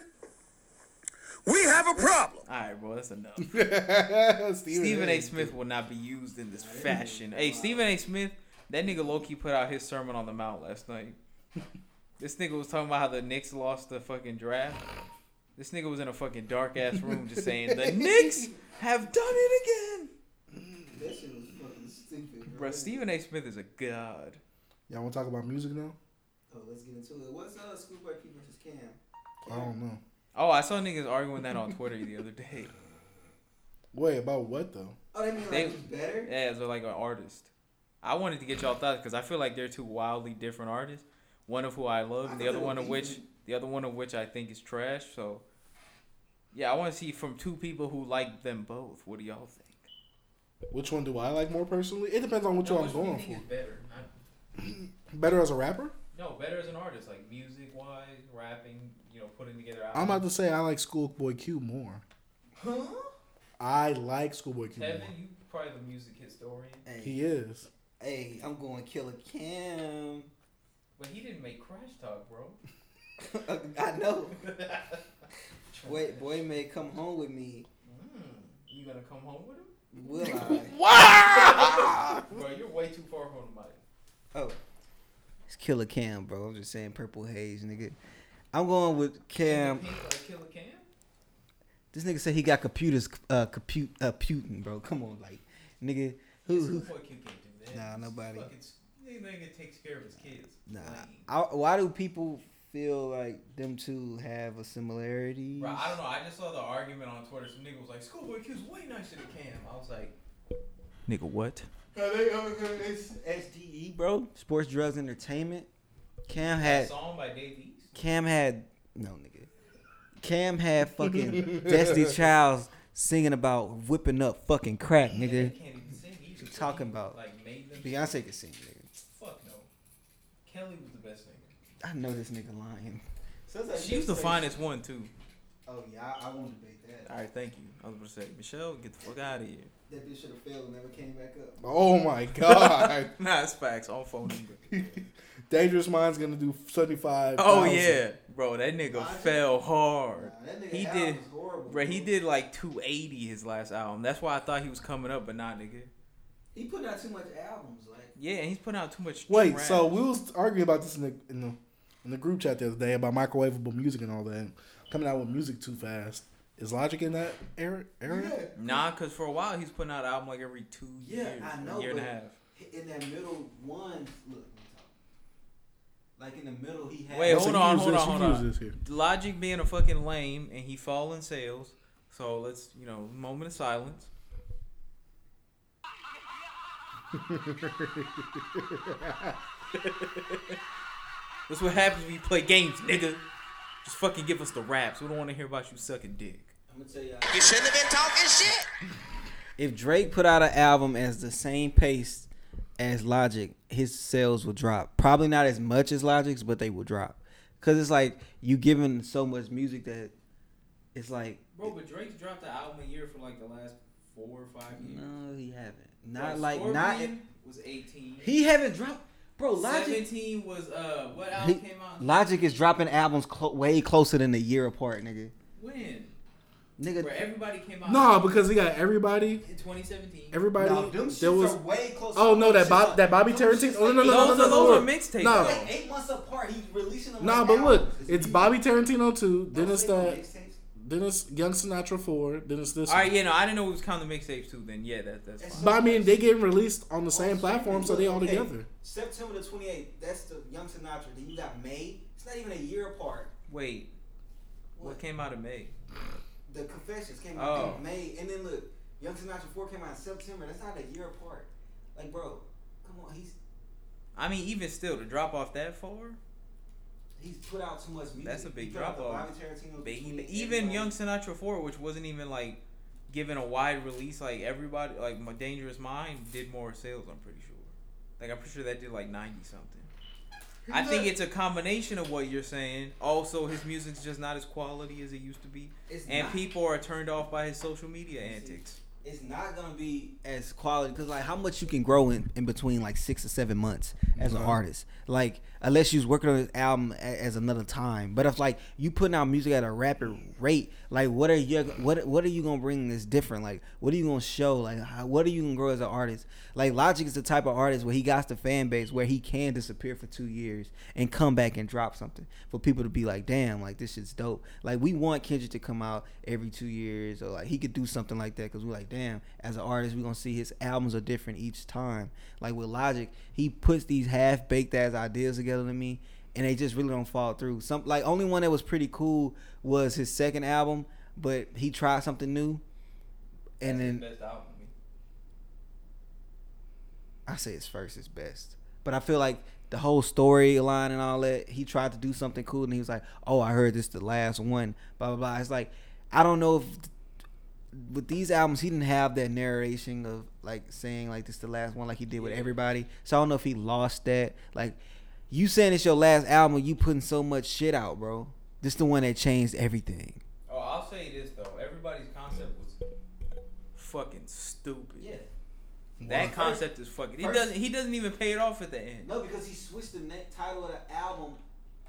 Speaker 9: we have a problem.
Speaker 3: All right, bro, that's enough.
Speaker 1: Stephen,
Speaker 3: Stephen A. Smith will not be used in this fashion. Hey, Stephen A. Smith, that nigga Loki put out his sermon on the mount last night. (laughs) this nigga was talking about how the Knicks lost the fucking draft. This nigga was in a fucking dark ass room just saying the Knicks have done it again.
Speaker 2: That shit was fucking stupid.
Speaker 3: Bro, Stephen A. Smith is a god.
Speaker 1: Y'all wanna talk about music now?
Speaker 2: Oh, let's get into it. What's uh, Schoolboy Q versus Cam?
Speaker 1: I
Speaker 12: Um,
Speaker 1: don't know.
Speaker 3: Oh, I saw niggas arguing that on Twitter the other day.
Speaker 1: Wait, about what though?
Speaker 2: Oh, they mean like
Speaker 3: They-
Speaker 2: who's better?
Speaker 3: Yeah, as like an artist. I wanted to get y'all thoughts because I feel like they're two wildly different artists. One of who I love,
Speaker 2: I
Speaker 3: and
Speaker 2: thought
Speaker 3: the other
Speaker 2: they were
Speaker 3: one of which
Speaker 2: beefing.
Speaker 3: the other one of which I think is trash. So, yeah, I want to see from two people who like them both. What do y'all think?
Speaker 1: Which one do I like more personally? It depends on what y'all I'm going
Speaker 3: think
Speaker 1: for.
Speaker 3: is better? Not,
Speaker 1: Better as a rapper?
Speaker 3: no, better as an artist, like music wise, rapping, you know, putting together.
Speaker 1: I'm about to say I like Schoolboy Q more.
Speaker 2: Huh?
Speaker 1: I like Schoolboy Q more.
Speaker 3: you probably the music historian,
Speaker 12: Hey,
Speaker 1: He is.
Speaker 12: hey, I'm going Killer Cam. (laughs)
Speaker 3: but he didn't make Crash Talk, bro.
Speaker 12: I
Speaker 3: (laughs)
Speaker 12: know. Wait, boy may come home with me.
Speaker 3: Mm, You gonna come home with him,
Speaker 12: Will I?
Speaker 3: bro? You're way too far from the mic.
Speaker 12: It's Killer Cam, bro. I'm just saying Purple Haze, nigga. I'm going with Cam. This nigga said he got computers, uh, compute, uh, Putin, bro. Come on, like, nigga, who, who Nah, nobody.
Speaker 3: nigga takes care of his kids.
Speaker 12: Nah. I, why do people feel like them two have a similarity?
Speaker 3: Bro, I don't know. I just saw the argument on Twitter. Some nigga was like, "Schoolboy Q's way nicer than Cam." I was like, "Nigga, what?"
Speaker 2: Are they
Speaker 13: uh,
Speaker 2: over It's
Speaker 13: E,
Speaker 12: SDE, bro. Sports, drugs, entertainment. Cam had
Speaker 3: Song by Dave East.
Speaker 12: Cam had no nigga. Cam had fucking (laughs) Destiny Childs singing about whipping up fucking crack,
Speaker 3: And they
Speaker 12: nigga.
Speaker 3: can't even sing either.
Speaker 12: you talking about?
Speaker 3: Like made them.
Speaker 12: Beyonce can sing, nigga.
Speaker 14: Kelly was the best nigga.
Speaker 2: I know this nigga lying.
Speaker 3: She was the finest one too.
Speaker 13: Oh yeah, I, I won't debate that.
Speaker 3: All right, thank you. I was gonna say, Michelle, get the fuck out of here.
Speaker 12: (laughs)
Speaker 13: That bitch should have failed and never came back up.
Speaker 1: Oh my (laughs) god.
Speaker 3: (laughs) nah, it's facts. All phone number.
Speaker 1: Dangerous Mind's gonna do seventy five.
Speaker 3: Oh yeah, bro, that nigga
Speaker 13: I-
Speaker 3: fell hard.
Speaker 13: Nah, that nigga
Speaker 3: He
Speaker 13: album
Speaker 3: did-
Speaker 13: is horrible.
Speaker 3: Bro, he
Speaker 13: bro.
Speaker 3: did like 280 his last album. That's why I thought he was coming up, but not nigga.
Speaker 13: He put out too much albums. Like
Speaker 3: Yeah, and he's putting out too much.
Speaker 1: Wait,
Speaker 3: trash.
Speaker 1: so we was arguing about this in the, in the in the group chat the other day about microwavable music and all that coming out with music too fast. Is Logic in that era? era?
Speaker 13: yeah,
Speaker 3: nah, cause for a while he's putting out an album like every two
Speaker 13: Yeah,
Speaker 3: years,
Speaker 13: I
Speaker 3: a
Speaker 13: know,
Speaker 3: year and a
Speaker 13: but-
Speaker 3: half.
Speaker 13: in that middle one, look, like in the middle he had.
Speaker 3: Wait,
Speaker 1: That's
Speaker 3: hold
Speaker 1: a
Speaker 3: on,
Speaker 1: huge-
Speaker 3: hold
Speaker 1: that's
Speaker 3: on,
Speaker 1: a
Speaker 3: hold
Speaker 1: huge
Speaker 3: on.
Speaker 1: this here.
Speaker 3: Logic being a fucking lame and he fall in sales. So let's, you know, moment of silence. That's what happens when you play games, nigga. Just fucking give us the raps. We don't want to hear about you sucking dick.
Speaker 13: I'm gonna tell y'all.
Speaker 9: You shouldn't have been talking shit.
Speaker 2: If Drake put out an album as the same pace as Logic, his sales will drop. Probably not as much as Logic's, but they will drop. Cause it's like you giving so much music that it's like
Speaker 14: Bro, but Drake's dropped the album a year for like the last four or five years.
Speaker 2: no, he haven't.
Speaker 14: Bro,
Speaker 2: Not like not.
Speaker 14: Scorpion was eighteen.
Speaker 2: He haven't dropped, bro. Logic.
Speaker 14: Seventeen was uh what
Speaker 2: He-
Speaker 14: album came out?
Speaker 2: Logic is dropping albums clo- way closer than a year apart, nigga.
Speaker 14: When?
Speaker 2: Nigga,
Speaker 14: Where everybody came out
Speaker 1: No, because he got everybody.
Speaker 14: in twenty seventeen.
Speaker 1: Everybody.
Speaker 13: No, them
Speaker 1: there
Speaker 13: shits
Speaker 1: was.
Speaker 13: are way close.
Speaker 1: Oh no, that
Speaker 13: Shits
Speaker 1: Bob,
Speaker 13: are-
Speaker 1: that Bobby
Speaker 13: them
Speaker 1: Tarantino.
Speaker 13: shits
Speaker 1: Oh, no, no,
Speaker 13: like-
Speaker 1: no, no,
Speaker 3: Those
Speaker 1: no,
Speaker 3: are-
Speaker 1: no,
Speaker 3: those are
Speaker 1: no.
Speaker 3: mixtapes,
Speaker 1: No,
Speaker 3: though.
Speaker 13: Like eight months apart, he releasing them.
Speaker 1: Nah,
Speaker 13: like
Speaker 1: but look,
Speaker 13: albums.
Speaker 1: it's
Speaker 13: weird.
Speaker 1: Bobby Tarantino too.
Speaker 13: Don't
Speaker 1: Then it's
Speaker 13: say no
Speaker 1: that.
Speaker 13: mixtapes.
Speaker 1: Then it's Young Sinatra four. Then it's this.
Speaker 3: All right,
Speaker 1: one.
Speaker 3: yeah, no, I didn't know it was counting mixtapes too. Then yeah, that that's fine.
Speaker 1: But I mean, they getting released on the same
Speaker 13: Oh,
Speaker 1: platform,
Speaker 13: shit.
Speaker 1: so they all
Speaker 13: Okay,
Speaker 1: together.
Speaker 13: September the 28th, that's the Young Sinatra. Then you got May. It's not even a year apart.
Speaker 3: Wait, what
Speaker 13: What?
Speaker 3: came out of May?
Speaker 13: The Confessions came out
Speaker 3: Oh.
Speaker 13: in May. And then look, Young Sinatra 4 came out in September. That's not a year apart. Like, bro, come on. He's
Speaker 3: I mean, even still, to drop off that far,
Speaker 13: he's put out too much music.
Speaker 3: That's a big
Speaker 13: He put out the
Speaker 3: drop-off.
Speaker 13: Bobby Tarantino.
Speaker 3: But even, even Young Sinatra 4, which wasn't even like given a wide release, like everybody, like My Dangerous Mind did more sales, I'm pretty sure. Like, I'm pretty sure that did like 90 something. I think it's a combination of what you're saying. Also, his music's just not as quality as it used to be.
Speaker 13: It's
Speaker 3: And
Speaker 13: not,
Speaker 3: people are turned off by his social media antics.
Speaker 13: it's not gonna be
Speaker 2: as quality because like how much you can grow in, in between like six or seven months as an artist like unless you was working on this album a- as another time but if like you putting out music at a rapid rate like what are you what what are you gonna bring that's different like what are you gonna show like how, what are you gonna grow as an artist like logic is the type of artist where he got the fan base where he can disappear for two years and come back and drop something for people to be like damn like this shit's dope like we want kendrick to come out every two years or like he could do something like that because we're like damn as an artist we're gonna see his albums are different each time like with logic he puts these half-baked ass ideas together to me and they just really don't fall through some like only one that was pretty cool was his second album but he tried something new and then
Speaker 14: best album. to me.
Speaker 2: I say his first is best. But I feel like the whole storyline and all that, he tried to do something cool and he was like, Oh, I heard this the last one, blah blah blah. It's like I don't know if with these albums he didn't have that narration of like saying like this the last one like he did with everybody. So I don't know if he lost that. Like you saying it's your last album, you putting so much shit out, bro. This the one that changed everything.
Speaker 3: Oh, I'll say this though. Everybody's concept was fucking stupid.
Speaker 13: yeah.
Speaker 3: That concept is fucking. He
Speaker 13: First-
Speaker 3: doesn't. He doesn't even pay it off at the end.
Speaker 13: No, because he switched the net title of the album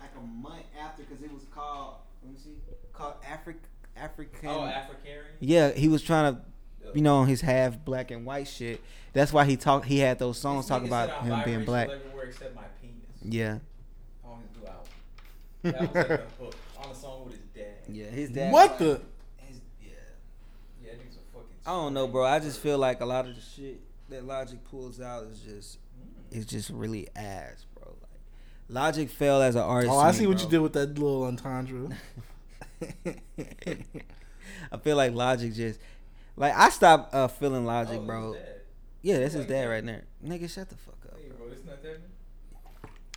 Speaker 13: like a month after because it was called let me see called Afric African.
Speaker 3: Oh, Africarian.
Speaker 2: Yeah, he was trying to, you know, on his half black and white shit. That's why he talk. He had those songs
Speaker 3: This
Speaker 2: talking
Speaker 3: nigga said
Speaker 2: about
Speaker 3: I'm
Speaker 2: him being
Speaker 3: biracial
Speaker 2: black. Mm-hmm.
Speaker 3: everywhere except my penis
Speaker 2: Yeah,
Speaker 3: on his new
Speaker 2: (laughs)
Speaker 3: album. That was like the hook on a song with his dad.
Speaker 2: yeah. His dad.
Speaker 1: What the?
Speaker 13: His- yeah.
Speaker 3: Yeah, that dude's a fucking.
Speaker 2: I don't know, bro. I just feel like a lot of the shit that Logic pulls out is just,
Speaker 3: Mm.
Speaker 2: it's just really ass, bro. Like, Logic fell as an artist.
Speaker 1: Oh,
Speaker 2: to
Speaker 1: I
Speaker 2: me,
Speaker 1: see what
Speaker 2: bro.
Speaker 1: you did with that little entendre.
Speaker 2: (laughs) I feel like Logic just, like, I stopped uh, feeling Logic,
Speaker 3: Oh,
Speaker 2: bro.
Speaker 3: this is dad.
Speaker 2: Yeah, that's
Speaker 3: Like
Speaker 2: his dad
Speaker 3: that.
Speaker 2: right there. Nigga, shut the fuck up.
Speaker 3: Hey, bro, it's not that. bad.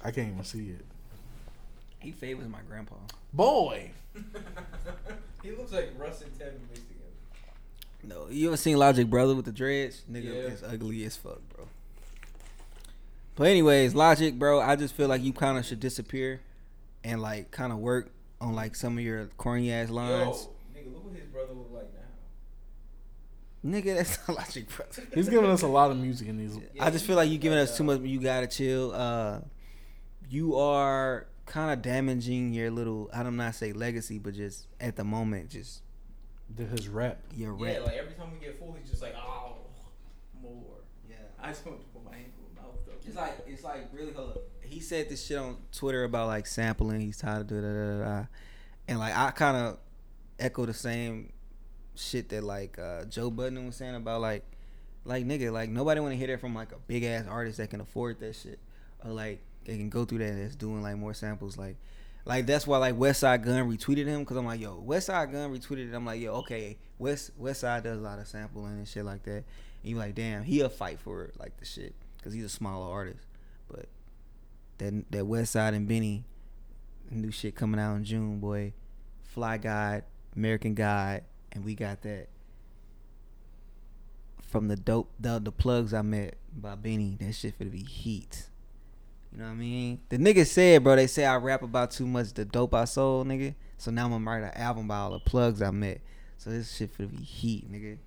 Speaker 1: I can't even see it.
Speaker 2: He favors my grandpa.
Speaker 1: Boy,
Speaker 3: (laughs) he looks like Russ and Tevin mixed together.
Speaker 2: No, you ever seen Logic Brother with the dreads? Nigga,
Speaker 3: Yeah.
Speaker 2: it's ugly as fuck, bro. But anyways, Logic, bro, I just feel like you kind of should disappear and like kind of work on like some of your corny ass lines.
Speaker 3: nigga, look what his brother look like now.
Speaker 2: Nigga, that's not Logic, brother.
Speaker 1: He's giving us a lot of music in these.
Speaker 2: I just feel like you giving us too much. You gotta chill. Uh, you are kind of damaging your little. I don't not say legacy, but just at the moment, just
Speaker 1: His rap.
Speaker 2: your
Speaker 3: Yeah,
Speaker 2: rep.
Speaker 3: like every time we get full, he's just like, oh, more.
Speaker 15: Yeah.
Speaker 3: I just want to put my hand in my mouth though.
Speaker 16: It's like it's like really hold up.
Speaker 2: he said this shit on Twitter about like sampling. He's tired of da da da da, and like I kind of echo the same shit that like uh, Joe Budden was saying about like like nigga like nobody want to hear that from like a big ass artist that can afford that shit or like they can go through that that's doing like more samples like like that's why like West Side Gun retweeted him because I'm like yo West Side Gun retweeted it. I'm like yo okay West West Side does a lot of sampling and shit like that and you like damn he'll fight for it like the shit because he's a smaller artist but that that West Side and Benny new shit coming out in June, boy. Fly God, American God, and we got that from the dope the the plugs I met by Benny. That shit for to be heat. You know what I mean? The nigga said, bro, they say I rap about too much the dope I sold, nigga. So now I'm gonna write an album by all the plugs I met. So this shit for to be heat, nigga.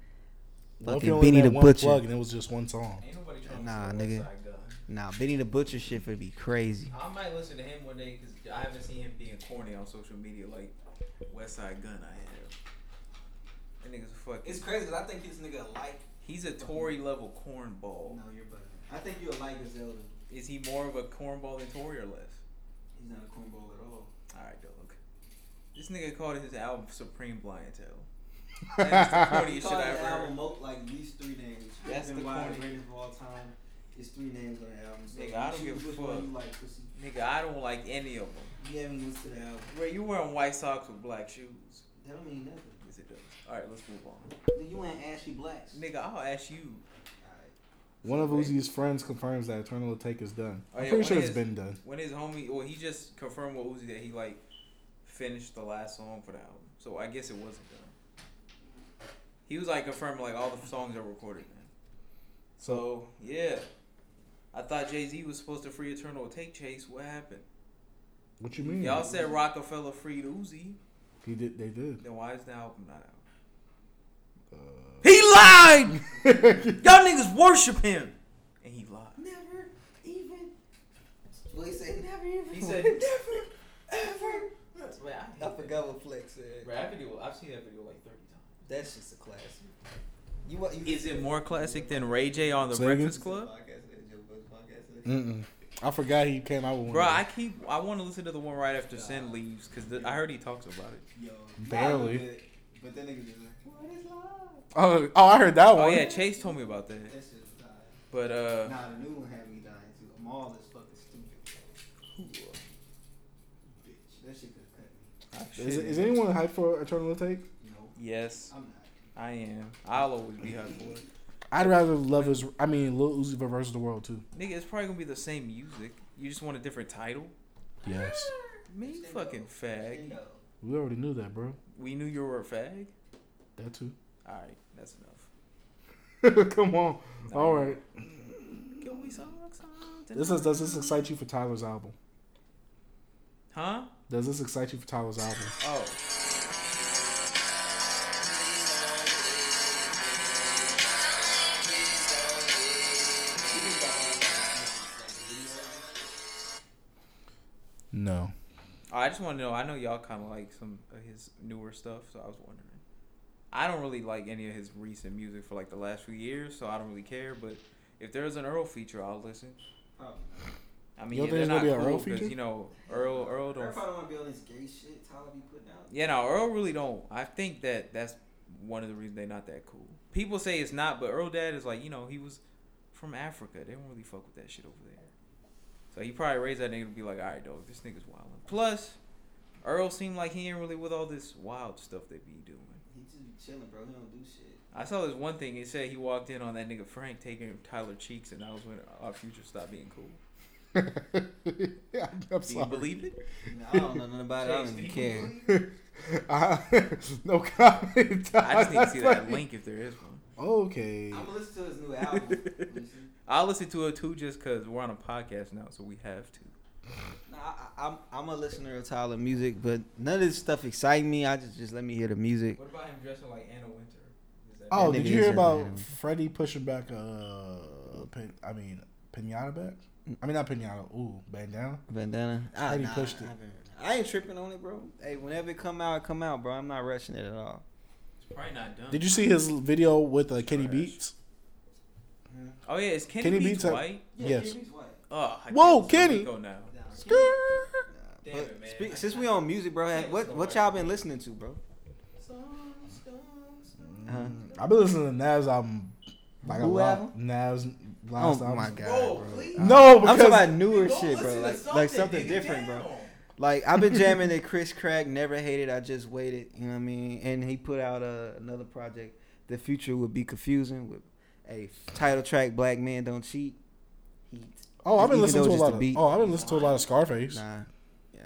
Speaker 1: What if you
Speaker 2: Fucking
Speaker 1: only
Speaker 2: Benny
Speaker 1: had
Speaker 2: the
Speaker 1: one plug
Speaker 2: Butcher.
Speaker 1: and it was just one song?
Speaker 3: Ain't nobody trying
Speaker 2: Nah,
Speaker 3: to see
Speaker 2: nigga.
Speaker 3: the West Side Gun.
Speaker 2: Nah, Benny the Butcher shit for to be crazy.
Speaker 3: I might listen to him one day because I haven't seen him being corny on social media like West Side Gun. I have. That nigga's a fuck.
Speaker 16: It's crazy because I think this nigga like.
Speaker 3: He's a Tory level cornball.
Speaker 16: No, you're better. I think you're like Zelda.
Speaker 3: Is he more of a cornball than Tory or less?
Speaker 16: He's not a cornball at all.
Speaker 3: All right, dog. This nigga called his album Supreme Blind Tail. That is the corniest shit
Speaker 16: Call
Speaker 3: I
Speaker 16: the
Speaker 3: ever heard.
Speaker 16: album Moat like these three names.
Speaker 3: That's
Speaker 16: Been
Speaker 3: the
Speaker 16: Wild,
Speaker 3: corny.
Speaker 16: greatest of all time. It's three names on the album. So
Speaker 3: Nigga, I don't
Speaker 16: choose
Speaker 3: give a
Speaker 16: which one
Speaker 3: fuck.
Speaker 16: You like pussy.
Speaker 3: Nigga, I don't like any of them.
Speaker 16: You haven't listened to the album.
Speaker 3: Bro, you wearing white socks with black shoes.
Speaker 16: That don't mean nothing.
Speaker 3: Yes, it does. All right, let's move on.
Speaker 16: Nigga, You ain't Ashley Blacks.
Speaker 3: Nigga, I'll ask you.
Speaker 1: One of Uzi's friends confirms that Eternal Take is done.
Speaker 3: Oh,
Speaker 1: I'm
Speaker 3: yeah,
Speaker 1: pretty
Speaker 3: one
Speaker 1: sure it's
Speaker 3: is-
Speaker 1: been done.
Speaker 3: When his homie, well, he just confirmed with Uzi that he like finished the last song for the album. So I guess it wasn't done. He was like confirming like all the songs are recorded, man. So yeah, I thought Jay Z was supposed to free Eternal Take Chase. What happened?
Speaker 1: What you mean?
Speaker 3: Y'all said Rockefeller freed Uzi.
Speaker 1: he did. They did.
Speaker 3: (laughs)
Speaker 1: Uh,
Speaker 3: Then why is the album not out? He lied. Y'all niggas worship him, and he lied.
Speaker 16: Never even.
Speaker 15: Well, he said,
Speaker 16: Never even.
Speaker 3: He
Speaker 16: (laughs)
Speaker 3: said-
Speaker 16: never ever.
Speaker 15: I forgot what Flex said.
Speaker 3: That video, I've seen that video like thirty times.
Speaker 15: That's just a classic. You what? You
Speaker 3: Is it more classic than Ray J on the
Speaker 1: Say again?
Speaker 3: Breakfast Club?
Speaker 15: Podcast, that Joe Budden podcast.
Speaker 1: (laughs)
Speaker 3: Mm.
Speaker 1: Mm-mm. I forgot he came out with one.
Speaker 3: Bro, I keep. I want to listen to the one right after Sin leaves because I heard he talks about it.
Speaker 15: Yo,
Speaker 1: Barely.
Speaker 15: not good, But that nigga just like, what is love?
Speaker 1: (laughs) oh, oh, I heard that one.
Speaker 3: Oh yeah, Chase told me about that.
Speaker 15: That's just dying.
Speaker 3: But uh,
Speaker 15: Nah, the new one had me dying too. I'm all this fucking stupid.
Speaker 3: uh,
Speaker 15: Bitch, that shit could have cut me.
Speaker 1: Is, is anyone hyped for Eternal Take?
Speaker 15: No,
Speaker 3: yes,
Speaker 15: I'm not.
Speaker 3: I am. I'll always be hot for it.
Speaker 1: I'd rather love his. I mean, Lil Uzi Vert versus the world too.
Speaker 3: Nigga, it's probably gonna be the same music. You just want a different title.
Speaker 1: Yes,
Speaker 3: Me fucking fag.
Speaker 15: No.
Speaker 1: we already knew that, bro.
Speaker 3: We knew you were a fag.
Speaker 1: That too. (laughs)
Speaker 3: All right, that's enough.
Speaker 1: Come on. All right.
Speaker 3: Give me some socks
Speaker 1: This is. Does this excite you for Tyler's album?
Speaker 3: Huh?
Speaker 1: Does this excite you for Tyler's album?
Speaker 3: Oh.
Speaker 1: (laughs) No.
Speaker 3: Oh, I just want to know. I know y'all kind of like some of his newer stuff, so I was wondering. I don't really like any of his recent music for like the last few years, so I don't really care. But if there's an Earl feature, I'll listen.
Speaker 16: Probably
Speaker 3: I mean,
Speaker 1: You don't
Speaker 3: yeah, they're
Speaker 1: think
Speaker 3: not
Speaker 1: there's gonna be
Speaker 3: cool
Speaker 1: an Earl
Speaker 3: because
Speaker 1: feature?
Speaker 3: you know Earl Earl
Speaker 16: not. I
Speaker 3: don't.
Speaker 16: probably want to be on this gay shit Tyler be putting out.
Speaker 3: Yeah, no, Earl really don't. I think that that's one of the reasons they're not that cool. People say it's not, but Earl Dad is like you know he was from Africa. They don't really fuck with that shit over there. So he probably raised that nigga to be like, all right, dog, this nigga's wild. Plus, Earl seemed like he ain't really with all this wild stuff they be doing.
Speaker 16: He just be chilling, bro. He don't do
Speaker 15: (laughs)
Speaker 16: shit.
Speaker 3: I saw this one thing. It said he walked in on that nigga Frank taking Tyler cheeks, and that was when our future stopped being cool.
Speaker 1: yeah, I'm
Speaker 3: Do you
Speaker 1: sorry.
Speaker 3: believe it?
Speaker 2: I don't know nothing about it. I don't even care.
Speaker 1: (laughs) I, no comment. (laughs)
Speaker 3: I just need to see that link if there is one.
Speaker 1: Okay.
Speaker 17: I'm gonna listen to his new album. Let me see.
Speaker 3: (laughs) I listen to it too, just cause we're on a podcast now, so we have to.
Speaker 2: Nah, I, I'm I'm a listener of Tyler music, but none of this stuff excites me. I just just let me hear the music.
Speaker 18: What about him dressing like Anna Winter? Is that
Speaker 1: Oh,
Speaker 2: That
Speaker 1: did
Speaker 2: nigga
Speaker 1: you
Speaker 2: is
Speaker 1: hear
Speaker 2: just
Speaker 1: about
Speaker 2: random.
Speaker 1: Freddie pushing back uh, pin, I mean, pinata back? I mean, not pinata. Ooh, bandana.
Speaker 2: Bandana. I,
Speaker 1: Heard he pushed it.
Speaker 2: Ah, I, haven't- I ain't tripping on it, bro. Hey, whenever it come out, it come out, bro. I'm not rushing it at all.
Speaker 18: It's probably not done.
Speaker 1: Did you see his video with uh, Kenny Beats?
Speaker 3: Oh yeah, is Kenny,
Speaker 1: Kenny
Speaker 3: Beats
Speaker 1: Beats have-
Speaker 3: white?
Speaker 17: Yeah,
Speaker 1: Yes.
Speaker 17: Kenny's white.
Speaker 3: Oh,
Speaker 1: Whoa, Kenny!
Speaker 3: Go now.
Speaker 18: Damn
Speaker 2: But
Speaker 18: it, man.
Speaker 2: speak, since we on music, bro,
Speaker 18: Yeah,
Speaker 2: what
Speaker 18: it's
Speaker 2: what
Speaker 18: no
Speaker 2: y'all been listening to, bro? Mm.
Speaker 18: Songs, songs, songs.
Speaker 2: Huh?
Speaker 1: I've been listening to Nav's album. Like a
Speaker 2: Who
Speaker 1: lot.
Speaker 2: album?
Speaker 1: Nav's last
Speaker 2: Oh
Speaker 1: album.
Speaker 2: my god,
Speaker 18: Whoa,
Speaker 2: bro.
Speaker 18: please.
Speaker 1: No,
Speaker 2: I'm
Speaker 1: because
Speaker 2: talking about newer
Speaker 18: Go
Speaker 2: shit, bro.
Speaker 18: listen to
Speaker 2: Like like something
Speaker 18: nigga,
Speaker 2: different,
Speaker 18: damn.
Speaker 2: bro. Like I've been jamming at Chris Crack, never hated, I just waited. You know what I mean? And he put out uh, another project, The Future Would Be Confusing, with a title track, Black Man Don't Cheat. He,
Speaker 1: oh, I've been
Speaker 2: even
Speaker 1: listening
Speaker 2: though
Speaker 1: to a
Speaker 2: just
Speaker 1: lot
Speaker 2: the
Speaker 1: of.
Speaker 2: beat.
Speaker 1: Oh, I've been listening to a lot of Scarface.
Speaker 2: nah, yeah.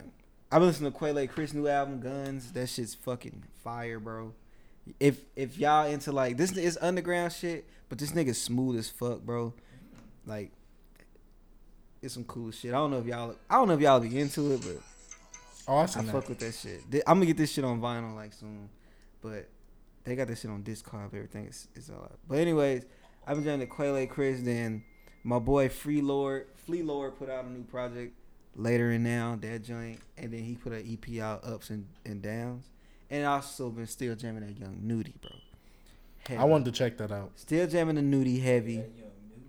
Speaker 2: I've been listening to Quayle Chris new album Guns. That shit's fucking fire, bro. If if y'all into like this is underground shit, but this nigga's smooth as fuck, bro. Like, it's some cool shit. I don't know if y'all I don't know if y'all be into it, but.
Speaker 1: Oh, I
Speaker 2: I
Speaker 1: seen that.
Speaker 2: fuck with that shit. I'm gonna get this shit on vinyl like soon, but they got this shit on Discog. Everything is it's all out. But anyways, I've been doing the Quayle Chris. Then my boy Free Lord, Flea Lord put out a new project later and now that joint, and then he put an EP out ups and, and downs, and I also been still jamming that Young Nudie, bro. Heavy.
Speaker 1: I wanted to check that out.
Speaker 2: still jamming the Nudie heavy,
Speaker 18: That young dude.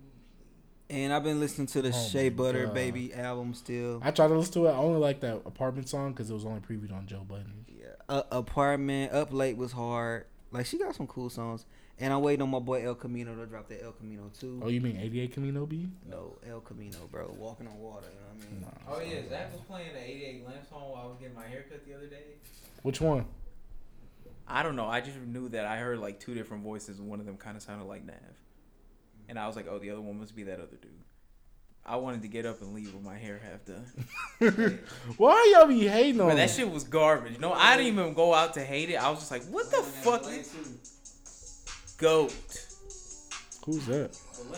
Speaker 2: and I've been listening to the
Speaker 1: Oh
Speaker 2: Shea
Speaker 1: my
Speaker 2: Butter
Speaker 1: God.
Speaker 2: Baby album still.
Speaker 1: I tried to listen to it. I only like that apartment song because it was only previewed on Joe Budden.
Speaker 2: Yeah. Uh, apartment up late was hard. Like she got some cool songs, and I'm waiting on my boy El Camino to drop that El Camino too.
Speaker 1: Oh, you mean 88 Camino B?
Speaker 2: No, El Camino, bro, walking on water. You know what
Speaker 18: Oh yeah, Zach was playing the 88 Lamp song while I was getting my haircut the other day.
Speaker 1: Which
Speaker 2: (laughs)
Speaker 1: one?
Speaker 3: I don't know. I just knew that I heard like two different voices, and one of them kind of sounded like Nav, and I was like, oh, the other one must be that other dude. I wanted to get up and leave with my hair half done.
Speaker 1: Why y'all be hating
Speaker 3: But
Speaker 1: on
Speaker 3: that
Speaker 18: Oh.
Speaker 1: it?
Speaker 3: shit was garbage. No, I didn't even go out to hate it. I was just like, what the fuck is goat?
Speaker 1: Who's that?
Speaker 18: Belay.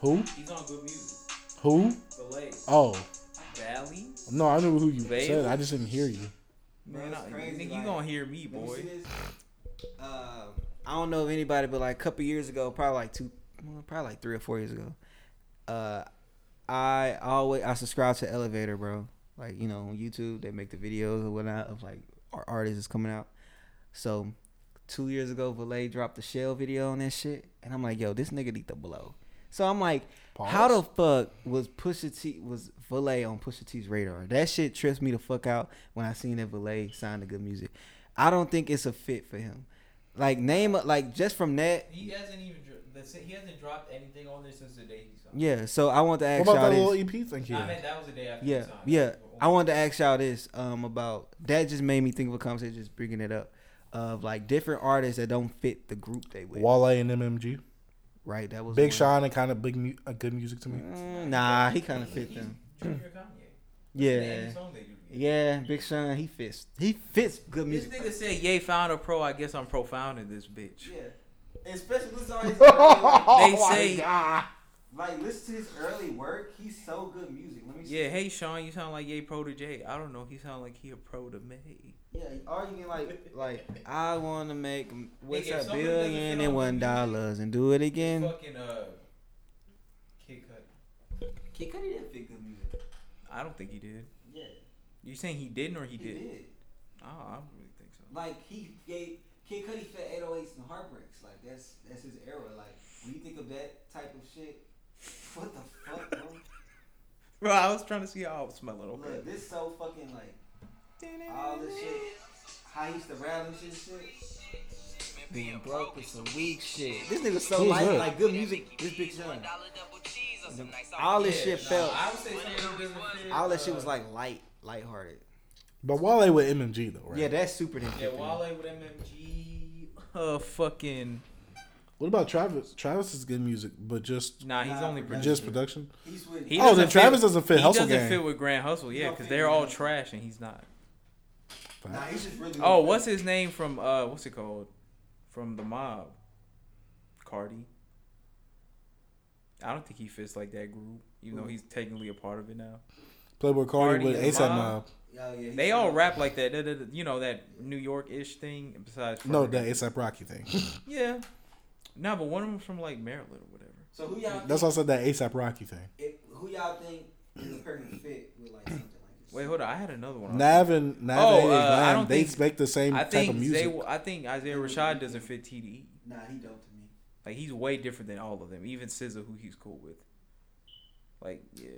Speaker 1: Who?
Speaker 18: He's on good music.
Speaker 1: Who?
Speaker 18: Belay.
Speaker 1: Oh,
Speaker 3: Valley?
Speaker 1: no, I knew who you
Speaker 3: Babe?
Speaker 1: said. I just didn't hear you.
Speaker 3: Man,
Speaker 2: it's
Speaker 3: I,
Speaker 2: crazy,
Speaker 3: nigga, you
Speaker 2: like-
Speaker 3: gonna hear me,
Speaker 2: I mean?
Speaker 3: boy.
Speaker 2: Uh, I don't know if anybody, but like a couple years ago, probably like two, well, probably like three or four years ago, uh, I always I subscribe to Elevator, bro. Like you know on YouTube, they make the videos and whatnot of like our artists is coming out. So two years ago, Valet dropped the Shell video on that shit, and I'm like, yo, this nigga need to blow. So I'm like, how the fuck was Pusha T was Valet on Pusha T's radar? That shit trips me the fuck out when I seen that Valet signed to Good Music. I don't think it's a fit for him. Like name a- like just from that,
Speaker 18: He hasn't even dro- that's it, he hasn't dropped anything on there since the day he signed.
Speaker 2: yeah. So I want to ask
Speaker 1: What about
Speaker 2: y'all
Speaker 1: that
Speaker 2: this.
Speaker 1: little EP thing
Speaker 18: I
Speaker 1: here?
Speaker 18: meant that was the day after he
Speaker 2: Yeah,
Speaker 18: signed.
Speaker 2: yeah. I wanted to ask y'all this um, about that. Just made me think of a conversation, just bringing it up, of like different artists that don't fit the group they with.
Speaker 1: Wale and MMG.
Speaker 2: Right, that was
Speaker 1: Big
Speaker 2: one.
Speaker 1: Sean and kind of big, mu- uh, good music to me.
Speaker 2: Mm, nah, he kind of
Speaker 18: He-
Speaker 2: fit
Speaker 18: he's
Speaker 2: them.
Speaker 18: Junior Kanye. That's the
Speaker 2: Yeah,
Speaker 18: only song they do together.
Speaker 2: yeah. Big Sean, he fits. He fits good
Speaker 3: This
Speaker 2: music.
Speaker 3: nigga said, yay, found a pro. I guess I'm profounding this bitch.
Speaker 17: Yeah. Especially listen
Speaker 1: (laughs)
Speaker 17: to his early work.
Speaker 1: Oh
Speaker 3: They
Speaker 2: Oh,
Speaker 3: say,
Speaker 17: Like listen to his early work. He's so good music. Let me see.
Speaker 3: yeah, hey, Sean, you sound like yay pro to Jay. I don't know. He sound like he a pro to me.
Speaker 2: Yeah, or you can like like I want to make m- what's
Speaker 18: Nigga, if
Speaker 2: a
Speaker 18: somebody doesn't
Speaker 2: billion
Speaker 18: fit
Speaker 2: and
Speaker 18: on
Speaker 2: one
Speaker 18: good music-
Speaker 2: dollars and do it again.
Speaker 18: Fucking uh, Kid Cudi.
Speaker 17: Kid Cudi did fit good music.
Speaker 3: I don't think he did.
Speaker 17: Yeah,
Speaker 3: You saying he didn't or
Speaker 17: he
Speaker 3: he, did?
Speaker 17: did.
Speaker 3: Oh, I don't really think so.
Speaker 17: Like he gave Kid Cudi fit 808s and heartbreaks. Like that's that's his era. Like when you think of that type of shit, what the fuck, bro?
Speaker 3: Bro, I was trying to see how I was smelling. Okay.
Speaker 17: Look, this so fucking like all this shit. How he used to rap and shit, shit.
Speaker 2: Being broke is some weak shit. This nigga so
Speaker 1: Who's
Speaker 2: like
Speaker 1: that?
Speaker 2: like good music. This Big Sean. All this shit felt.
Speaker 18: I would say something doesn't fit.
Speaker 2: All that
Speaker 18: uh,
Speaker 2: shit was like light, lighthearted.
Speaker 1: But Wale with MMG though, right?
Speaker 2: Yeah, that's super didn't
Speaker 18: Yeah,
Speaker 2: fit
Speaker 18: Wale
Speaker 2: them.
Speaker 18: with MMG.
Speaker 3: Uh, fucking.
Speaker 1: What about Travis? Travis is good music, but just
Speaker 3: Nah, he's
Speaker 17: Nah,
Speaker 3: only
Speaker 17: bro.
Speaker 1: just
Speaker 3: producing.
Speaker 1: production.
Speaker 17: He's with.
Speaker 3: He
Speaker 1: Oh, then
Speaker 3: doesn't fit-
Speaker 1: Travis doesn't fit
Speaker 3: He
Speaker 1: Hustle
Speaker 3: doesn't
Speaker 1: Gang.
Speaker 3: fit with Grand Hustle, yeah,
Speaker 17: don't
Speaker 3: because
Speaker 17: fit
Speaker 3: they're
Speaker 17: Grand
Speaker 3: all
Speaker 17: Hustle.
Speaker 3: trash and he's not.
Speaker 17: Nah, he's just really.
Speaker 3: Oh, what's his name from uh, what's it called? From the mob. Cardi. I don't think he fits like that group, even though he's technically a part of it now.
Speaker 1: Playboy Cardi
Speaker 3: Cardi
Speaker 1: with
Speaker 3: and
Speaker 1: ASAP Mob.
Speaker 3: Mob.
Speaker 2: Oh, yeah,
Speaker 3: They all rap like that, da- da- da- you know that New York ish thing. Besides,
Speaker 1: No,
Speaker 3: Ferg.
Speaker 1: that ASAP Rocky
Speaker 3: (laughs)
Speaker 1: thing.
Speaker 3: yeah, no, but one of them's from like Maryland or whatever.
Speaker 19: So who y'all?
Speaker 1: That's why I said that ASAP Rocky thing.
Speaker 19: If, who y'all think is a perfect fit with like something like this?
Speaker 3: Wait, hold on, I had another one.
Speaker 1: Nav and Nav
Speaker 3: Oh,
Speaker 1: and
Speaker 3: uh, I
Speaker 1: 89,
Speaker 3: don't
Speaker 1: they
Speaker 3: think-
Speaker 1: expect the same
Speaker 3: I
Speaker 1: type
Speaker 3: think
Speaker 1: of music.
Speaker 3: Zay- I think Isaiah Rashad doesn't fit TDE.
Speaker 19: Nah, he dope to me.
Speaker 3: Like he's way different than all of them. Even SZA, who he's cool with. Like yeah,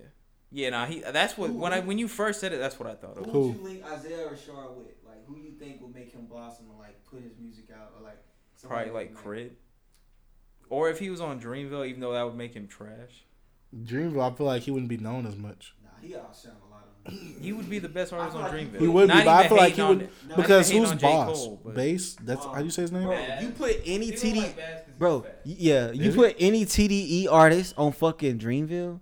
Speaker 3: yeah. Nah, he. That's what when I when you first said it, that's what I thought of.
Speaker 19: Who,
Speaker 1: Who?
Speaker 19: would you link Isaiah Rashard with? Like, who you think would make him blossom and like put his music out or like? somebody
Speaker 3: Probably like
Speaker 19: who,
Speaker 3: Crit. Or if he was on Dreamville, even though that would make him trash,
Speaker 1: Dreamville, I feel like he wouldn't be known as much
Speaker 19: Nah, he outshine a lot of
Speaker 20: (clears throat)
Speaker 19: them.
Speaker 3: he would be the best artist on
Speaker 19: like
Speaker 3: Dreamville.
Speaker 1: He would be, but I
Speaker 3: even
Speaker 1: feel like he
Speaker 3: hating
Speaker 1: would-
Speaker 3: on it. Not
Speaker 1: because
Speaker 3: even
Speaker 1: who's
Speaker 3: hating on J.
Speaker 1: boss?
Speaker 3: Cole, but-
Speaker 1: Bass. That's how do you say his name?
Speaker 19: Bro,
Speaker 2: You put any
Speaker 20: People don't
Speaker 2: TD,
Speaker 20: like Baz 'cause he's
Speaker 2: bro.
Speaker 20: fat.
Speaker 2: y- Yeah, you
Speaker 1: Is it?
Speaker 2: put any TDE artist on fucking Dreamville,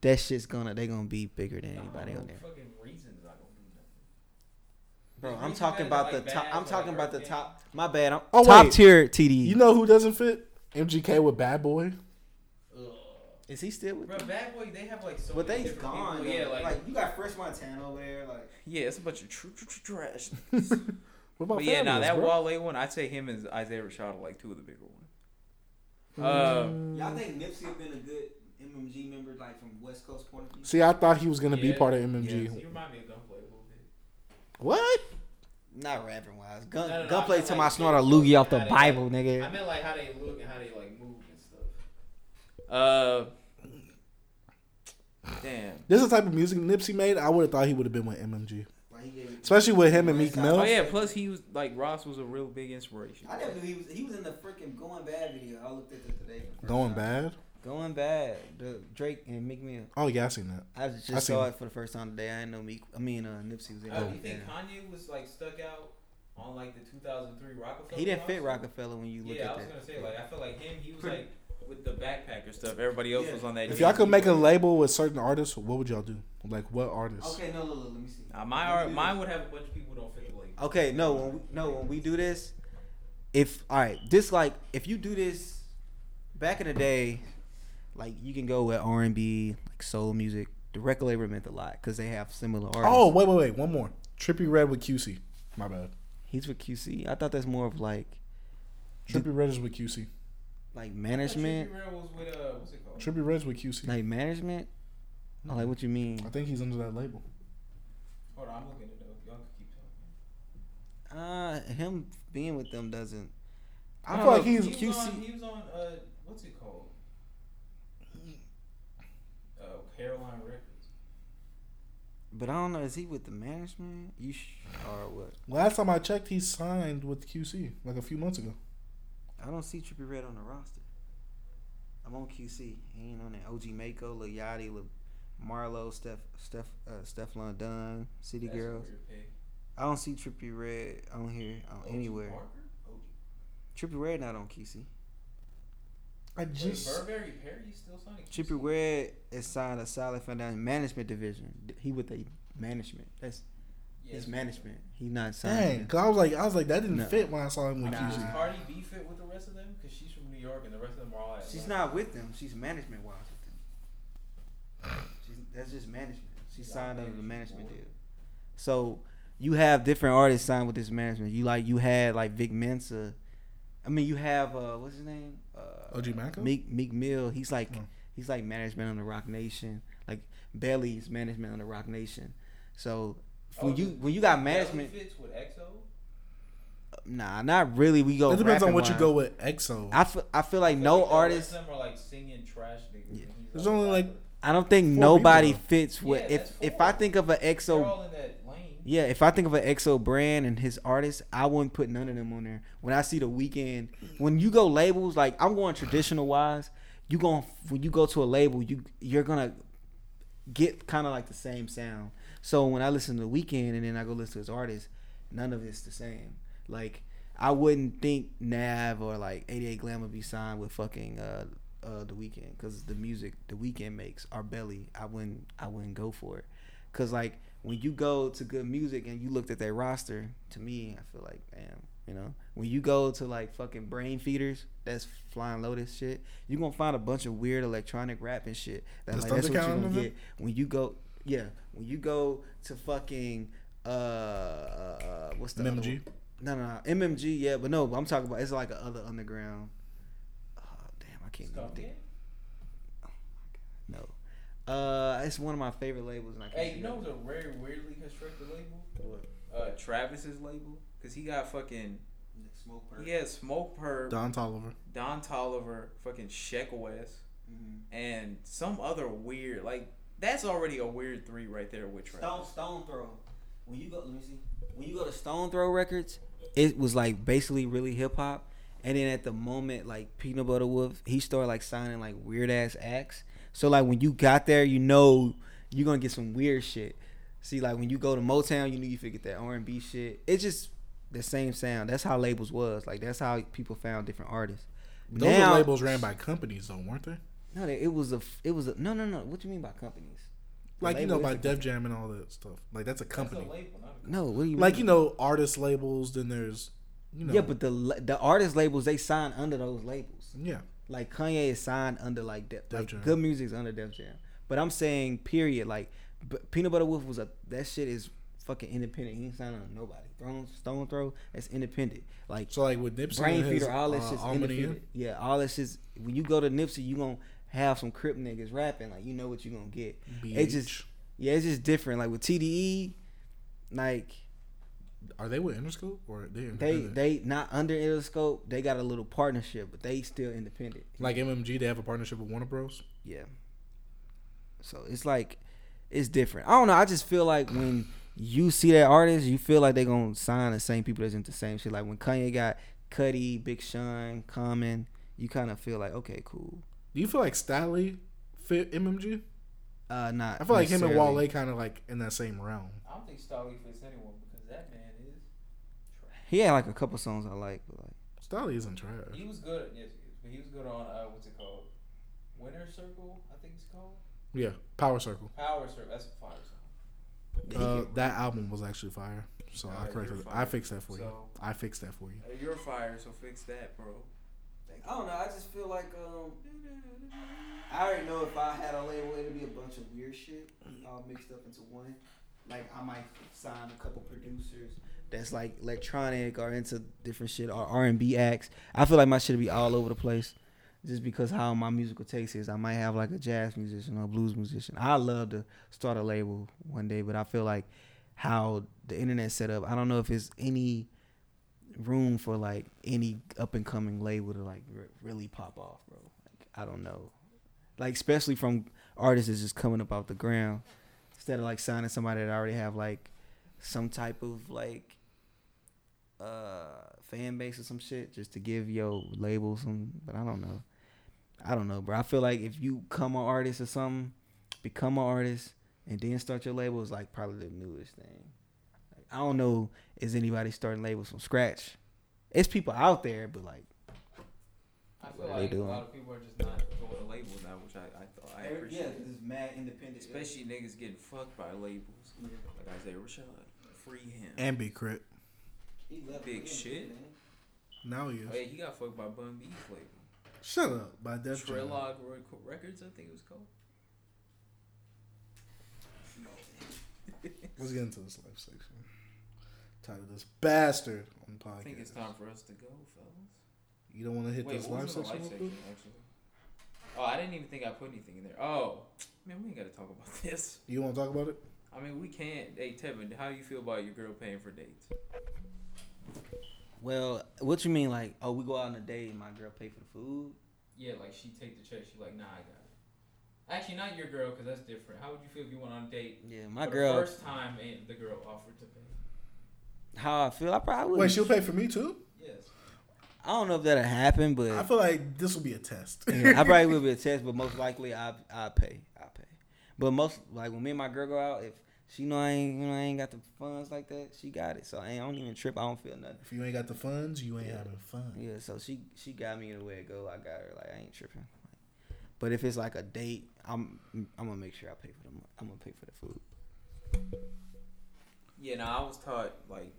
Speaker 2: that shit's gonna they gonna be bigger than anybody on there.
Speaker 20: Fucking reasons I don't do nothing.
Speaker 2: Bro,
Speaker 20: There's
Speaker 2: I'm
Speaker 20: reasons
Speaker 2: talking
Speaker 20: why they
Speaker 2: about the
Speaker 20: like
Speaker 2: top.
Speaker 20: Baz,
Speaker 2: I'm
Speaker 20: like
Speaker 2: talking about the
Speaker 20: Earth
Speaker 2: top. My bad. I'm
Speaker 1: Oh,
Speaker 2: top
Speaker 1: wait.
Speaker 2: tier E. TDE.
Speaker 1: You know who doesn't fit? MGK with Bad Boy. (laughs)
Speaker 2: Is he still with?
Speaker 20: Bro, Bad Boy, they have like so.
Speaker 2: But
Speaker 20: many
Speaker 2: they
Speaker 20: different
Speaker 19: Gone.
Speaker 20: people. Yeah, like,
Speaker 19: you got Fresh Montana over there. Like,
Speaker 3: Yeah, it's a bunch of tr- tr- tr- trash.
Speaker 1: What about
Speaker 3: but yeah, now
Speaker 1: Fabulous,
Speaker 3: that
Speaker 1: bro?
Speaker 3: Wale one, I'd say him and Isaiah Rashad are like two of the bigger ones.
Speaker 2: Hmm.
Speaker 3: Uh,
Speaker 19: y'all think Nipsey have been a good MMG member like from West Coast point of view?
Speaker 1: See, I thought he was gonna be
Speaker 20: Yeah.
Speaker 1: part of
Speaker 20: yeah,
Speaker 1: MMG.
Speaker 20: so you remind me of Gunplay a little bit.
Speaker 1: What?
Speaker 2: Not rapping wise. Gun,
Speaker 20: No, no, no, I
Speaker 2: gunplay
Speaker 20: meant
Speaker 2: to my
Speaker 20: like-
Speaker 2: snort a loogie off the
Speaker 20: I meant-
Speaker 2: Bible,
Speaker 20: I
Speaker 2: nigga.
Speaker 20: meant like how they look and how they like move and stuff.
Speaker 3: uh, damn.
Speaker 1: This is the type of music Nipsey made. I would have thought he would have been with MMG,
Speaker 19: Like, he gave.
Speaker 1: especially with him and Meek
Speaker 3: Oh
Speaker 1: Mill.
Speaker 3: yeah, plus he was like Ross was a real big inspiration.
Speaker 19: I never knew he was. He was in the freaking Going Bad video. I looked at that today. for the first
Speaker 1: Going
Speaker 19: time.
Speaker 1: bad.
Speaker 2: Going bad. The Drake and Meek Mill.
Speaker 1: Oh yeah, I seen that.
Speaker 2: I just
Speaker 1: I seen
Speaker 2: saw
Speaker 1: it.
Speaker 2: it for the first time today. I didn't know Meek. I mean, uh, Nipsey was in
Speaker 20: Uh,
Speaker 2: it.
Speaker 20: you think
Speaker 2: Yeah.
Speaker 20: Kanye was like stuck out on like the 2003 Rockefeller?
Speaker 2: He didn't fit
Speaker 20: lawsuit?
Speaker 2: Rockefeller when you look
Speaker 20: Yeah, I
Speaker 2: at
Speaker 20: was
Speaker 2: that.
Speaker 20: gonna say like I feel like him. He was like with the backpacker stuff.
Speaker 3: Everybody else
Speaker 19: Yeah.
Speaker 3: was on that.
Speaker 1: If y'all could
Speaker 3: Jay-Z
Speaker 1: make a
Speaker 3: wave.
Speaker 1: label with certain artists, what would y'all do? Like what artists?
Speaker 19: Okay, no, no, no. Let me see.
Speaker 3: Uh, my art, mine would have a bunch of people who don't fit the label.
Speaker 2: Okay, no, when we, no, when we do this, if all right, this like if you do this back in the day, like you can go with R and B, like soul music. The record label meant a lot because they have similar artists.
Speaker 1: Oh wait, wait, wait. One more. Trippy Red with QC. My bad.
Speaker 2: he's with QC. I thought that's more of like
Speaker 1: Trippy Red is with QC.
Speaker 2: like management,
Speaker 20: Trippie Redd was with uh, what's it called?
Speaker 1: Trippy Red's with QC.
Speaker 2: like management. I'm like, what you mean?
Speaker 1: I think he's under that label.
Speaker 20: Hold on, I'm looking it up. Y'all can keep talking.
Speaker 2: Uh, him being with them doesn't.
Speaker 1: I,
Speaker 2: I
Speaker 1: feel
Speaker 2: don't
Speaker 1: like
Speaker 2: know.
Speaker 1: he's
Speaker 20: He was on.
Speaker 1: QC.
Speaker 20: He was on. Uh, what's it called? Uh, Caroline Records.
Speaker 2: But I don't know. Is he with the management? You sh- or what?
Speaker 1: Last time I checked, he signed with QC like a few months ago.
Speaker 2: I don't see Trippy Red on the roster. I'm on QC. He ain't on that. OG Mako, Lil Yachty, Lil Marlo, Steph, Steph, uh, Stefflon Dunn, City
Speaker 20: That's a
Speaker 2: Girls.
Speaker 20: weird Oh, pick.
Speaker 2: I don't see Trippy Red on here on
Speaker 20: O.G.
Speaker 2: Oh, anywhere.
Speaker 20: Parker? Oh, O.G.
Speaker 2: Trippy Red not on QC.
Speaker 1: I
Speaker 20: Wait,
Speaker 1: just
Speaker 20: Burberry Perry still signing.
Speaker 2: Trippy Red is signed a solid foundation management division. D- He with a management. That's
Speaker 20: Yeah,
Speaker 2: his
Speaker 20: so-
Speaker 2: management. He
Speaker 1: dang.
Speaker 2: not signed.
Speaker 1: Cause I was like, I was like, that didn't
Speaker 2: No.
Speaker 1: fit when I saw him with
Speaker 2: Nah.
Speaker 20: Does
Speaker 1: QC.
Speaker 20: Cardi B fit with the rest of them? Because she's from New York and the rest of them are all.
Speaker 2: She's
Speaker 20: Atlanta.
Speaker 2: not with them. She's management wise with them. She's, that's just management. She
Speaker 20: Yeah,
Speaker 2: signed
Speaker 20: I
Speaker 2: under
Speaker 20: think
Speaker 2: the
Speaker 20: she's
Speaker 2: management
Speaker 20: bored.
Speaker 2: deal. So you have different artists signed with this management. You like you had like Vic Mensa. I mean you have uh what's his name? Uh,
Speaker 1: OG Maco?
Speaker 2: Meek Meek Mill. He's like
Speaker 1: Oh.
Speaker 2: he's like management on the Rock Nation. Like Belly's management on the Rock Nation. So when
Speaker 20: Oh,
Speaker 2: you when you got
Speaker 20: Belly
Speaker 2: management,
Speaker 20: fits with EXO.
Speaker 2: nah, not really. We go.
Speaker 1: It depends on what you
Speaker 2: rapping-wise.
Speaker 1: go with. EXO.
Speaker 2: I feel, I feel like
Speaker 20: But
Speaker 2: no
Speaker 20: like, the rest
Speaker 2: artist.
Speaker 20: of Them are like singing trash niggas. and he's
Speaker 1: There's only, like,
Speaker 20: rapper.
Speaker 2: I don't think
Speaker 1: Four
Speaker 2: nobody
Speaker 1: people,
Speaker 2: fits with
Speaker 20: Yeah,
Speaker 2: if
Speaker 20: that's
Speaker 2: if
Speaker 20: four.
Speaker 2: I think of an
Speaker 20: They're
Speaker 2: EXO
Speaker 20: all in that lane.
Speaker 2: yeah, if I think of an EXO brand and his artist, I wouldn't put none of them on there. When I see the weekend, when you go labels, like I'm going traditional wise, you going when you go to a label, you you're gonna get kind of like the same sound. So when I listen to the weekend and then I go listen to his artist, none of it's the same. Like I wouldn't think Nav or like 88 Glam would be signed with fucking uh, uh, the weekend because the music the weekend makes our belly. I wouldn't I wouldn't go for it because like when you go to good music and you looked at their roster, to me I feel like damn You know, when you go to like fucking brain feeders, that's Flying Lotus shit. You gonna find a bunch of weird electronic rap and shit. That,
Speaker 21: Does
Speaker 2: like, that's what you
Speaker 21: Thundercat
Speaker 2: gonna
Speaker 21: one of them?
Speaker 2: get when you go. Yeah, when you go to fucking uh, uh what's the other
Speaker 21: MMG?
Speaker 2: one? No, no, no, MMG. Yeah, but no, but I'm talking about it's like a other underground. Oh damn, I can't even think.
Speaker 3: Skunkhead?
Speaker 2: No. Uh, it's one of my favorite labels, and I can't.
Speaker 3: Hey, you know what's a very weirdly constructed label?
Speaker 2: What?
Speaker 3: Uh, Travis's label, cause he got fucking
Speaker 12: Smoke perp.
Speaker 3: he had Smoke Perp,
Speaker 1: Don Tolliver.
Speaker 3: Don Tolliver, fucking Sheck West, and some other weird like that's already a weird three right there with Travis.
Speaker 12: Stone Stone Throw. When you go, let me see. When you go to Stone,
Speaker 2: Stone Throw Records, it was like basically really hip hop. And then at the moment, like Peanut Butter Wolf, he started like signing like weird ass acts. So like when you got there, you know you're gonna get some weird shit. See, like when you go to Motown, you knew you could get that R and B shit. It's just the same sound. That's how labels was. Like that's how people found different artists.
Speaker 1: Those
Speaker 2: Now-
Speaker 1: were labels ran by companies, though, weren't they?
Speaker 2: No, they- it was a, f- it was a, no, no, no. What do you mean by companies? The
Speaker 1: Like you
Speaker 2: label
Speaker 1: know,
Speaker 2: is
Speaker 1: by
Speaker 2: the
Speaker 1: Def Jam and all that stuff. Like that's a company.
Speaker 2: No, what do you
Speaker 1: like
Speaker 2: mean?
Speaker 1: you know, artist labels. Then there's you know.
Speaker 2: Yeah, but the la- the artist labels they sign under those labels.
Speaker 1: yeah,
Speaker 2: Like Kanye is signed under like Def,
Speaker 1: Def
Speaker 2: like,
Speaker 1: Jam.
Speaker 2: Good music's under Def Jam. But I'm saying period. Like b- Peanut Butter Wolf was a that shit is fucking independent. He ain't signed on nobody. Throne Stone Throw that's independent. Like
Speaker 1: so like with Nipsey,
Speaker 2: Brain
Speaker 1: and his,
Speaker 2: Feeder, all that
Speaker 1: uh,
Speaker 2: shit's
Speaker 1: Almond Inn,
Speaker 2: independent. Yeah, all that shit's when you go to Nipsey, you gonna have some Crip niggas rapping. Like you know what you gonna get. It just
Speaker 1: BH.
Speaker 2: yeah, it's just different. Like with TDE, like.
Speaker 1: Are they with Interscope or they
Speaker 2: They
Speaker 1: independent?
Speaker 2: they not under Interscope. They got a little partnership, but they still independent.
Speaker 1: like MMG? They have a partnership with Warner Bros.
Speaker 2: Yeah. So it's like it's different. I don't know. I just feel like when you see that artist, you feel like they gonna sign the same people that's into the same shit. Like when Kanye got Cuddy, Big Sean, Common, you kind of feel like okay, cool.
Speaker 1: Do you feel like Stiley fit MMG?
Speaker 2: Uh, not.
Speaker 1: I feel like him and
Speaker 2: necessarily.
Speaker 1: Wale kind of like in that same realm.
Speaker 3: I don't think Starley fits anyone because that man is.
Speaker 2: He had like a couple songs I like, but like
Speaker 1: Stiley isn't trash.
Speaker 3: He was good. Yes, he is, but he was good on uh, what's it called? Winner Circle, I think it's called.
Speaker 1: Yeah, Power
Speaker 2: (laughs)
Speaker 1: Circle.
Speaker 3: Power Circle. That's a fire song.
Speaker 1: Uh, that album was actually fire. So
Speaker 3: Nah,
Speaker 1: I
Speaker 3: you're
Speaker 1: corrected. it.
Speaker 3: fire.
Speaker 1: I fixed that for you.
Speaker 3: So-
Speaker 1: I fixed that for you.
Speaker 3: Uh, You're fire, so fix that, bro.
Speaker 12: I don't know. I just feel like um, I already know if I had a label, it'd be a bunch of weird shit all mixed up into one. Like I might sign a couple producers.
Speaker 2: that's like electronic or into different shit or R and B acts. I feel like my shit be all over the place, just because how my musical taste is. I might have like a jazz musician or a blues musician. I love to start a label one day, but I feel like how the internet set up. I don't know if it's any room for like any up and coming label to like re- really pop off, bro. Like, I don't know, like especially from artists that's just coming up off the ground instead of like signing somebody that already have like some type of like uh fan base or some shit just to give your label some but I don't know. I don't know, bro. I feel like if you come an artist or something, become an artist and then start your label is like probably the newest thing. Like, I don't know is anybody starting labels from scratch. It's people out there, but like
Speaker 3: I
Speaker 2: What
Speaker 3: feel
Speaker 2: they
Speaker 3: like a
Speaker 2: doing?
Speaker 3: lot of people are just not going to labels now, which I, I thought I
Speaker 12: Every- yeah,
Speaker 3: appreciate.
Speaker 12: this mad independent.
Speaker 3: Especially niggas getting fucked by labels. Like I say, Rashad, free him.
Speaker 1: And be crit.
Speaker 12: He left
Speaker 3: Big
Speaker 12: again,
Speaker 3: shit.
Speaker 12: man.
Speaker 1: Now he is.
Speaker 3: Oh, yeah, he got fucked by Bun B's label.
Speaker 1: Shut up. By Def Jam.
Speaker 3: Trilog Rec- Records, I think it was called.
Speaker 1: Let's get into this life section. Title this bastard on the podcast.
Speaker 3: I think it's time for us to go, fellas.
Speaker 1: You don't want to hit
Speaker 3: Wait,
Speaker 1: this
Speaker 3: what
Speaker 1: live
Speaker 3: was in the
Speaker 1: section?
Speaker 3: life
Speaker 1: real
Speaker 3: section,
Speaker 1: quick?
Speaker 3: actually? Oh, I didn't even think I put anything in there. Oh, man, we ain't got to talk about (laughs) this.
Speaker 1: You want to talk about it?
Speaker 3: I mean, we can't. Hey, Tevin, how you feel about your girl paying for dates?
Speaker 2: well, what you mean like, oh, we go out on a date and my girl pay for the food?
Speaker 3: Yeah, like she take the check. She like, nah, I got it. Actually, not your girl, cause that's different. How would you feel if you went on a date?
Speaker 2: Yeah, my
Speaker 3: for
Speaker 2: girl
Speaker 3: The first time, and the girl offered to pay.
Speaker 2: how I feel, I probably
Speaker 1: Wait,
Speaker 2: wouldn't-
Speaker 1: she'll pay for me too?
Speaker 3: Yes.
Speaker 2: I don't know if that'll happen, but (laughs)
Speaker 1: I feel like this will be a test.
Speaker 2: Yeah, I probably will be a test, but most likely I I pay. I pay. But most like when me and my girl go out, if she know I ain't you know I ain't got the funds like that, she got it. So I, ain't, I don't even trip. I don't feel nothing.
Speaker 1: (laughs) if you ain't got the funds, you ain't having fun.
Speaker 2: Yeah. So she she got me the way it go. I got her. Like I ain't tripping. But if it's like a date, I'm I'm gonna make sure I pay for the mo- I'm gonna pay for the food.
Speaker 3: Yeah, no, I was taught like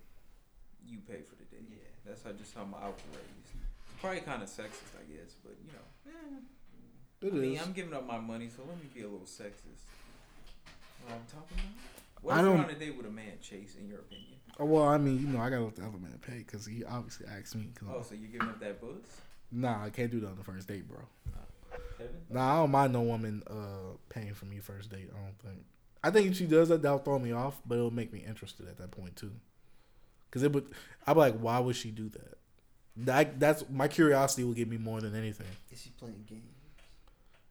Speaker 3: you pay for the date.
Speaker 22: Yeah.
Speaker 3: That's how just how my outward raised. It's probably kind of sexist, I guess, but you know.
Speaker 1: It is.
Speaker 3: I mean, I'm giving up my money, so let me be a little sexist. What I'm talking about? What
Speaker 1: I
Speaker 3: if you're
Speaker 1: don't-
Speaker 3: on a date with a man, Chase? In your opinion?
Speaker 1: Oh, well, I mean, you know, I gotta let the other man pay because he obviously asked me. 'cause I'm-
Speaker 3: Oh, so you're giving up that buzz,
Speaker 1: Nah, I can't do that on the first date, bro.
Speaker 3: Kevin?
Speaker 1: Nah, I don't mind no woman uh paying for me first date. I don't think. I think if she does that, that'll throw me off, but it'll make me interested at that point too. Cause it would, I'd be like, why would she do that? That that's my curiosity will get me more than anything.
Speaker 2: Is she playing games?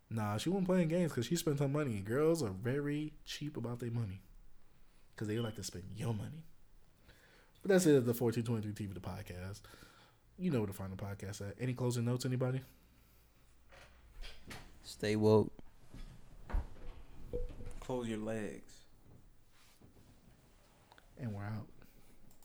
Speaker 1: Nah, she wasn't playing games because she spent her money. and Girls are very cheap about their money because they like to spend your money. But that's it. The fourteen twenty three TV the podcast. You know where to find the podcast at. Any closing notes, anybody?
Speaker 23: Stay woke.
Speaker 3: Close your legs.
Speaker 1: And we're out.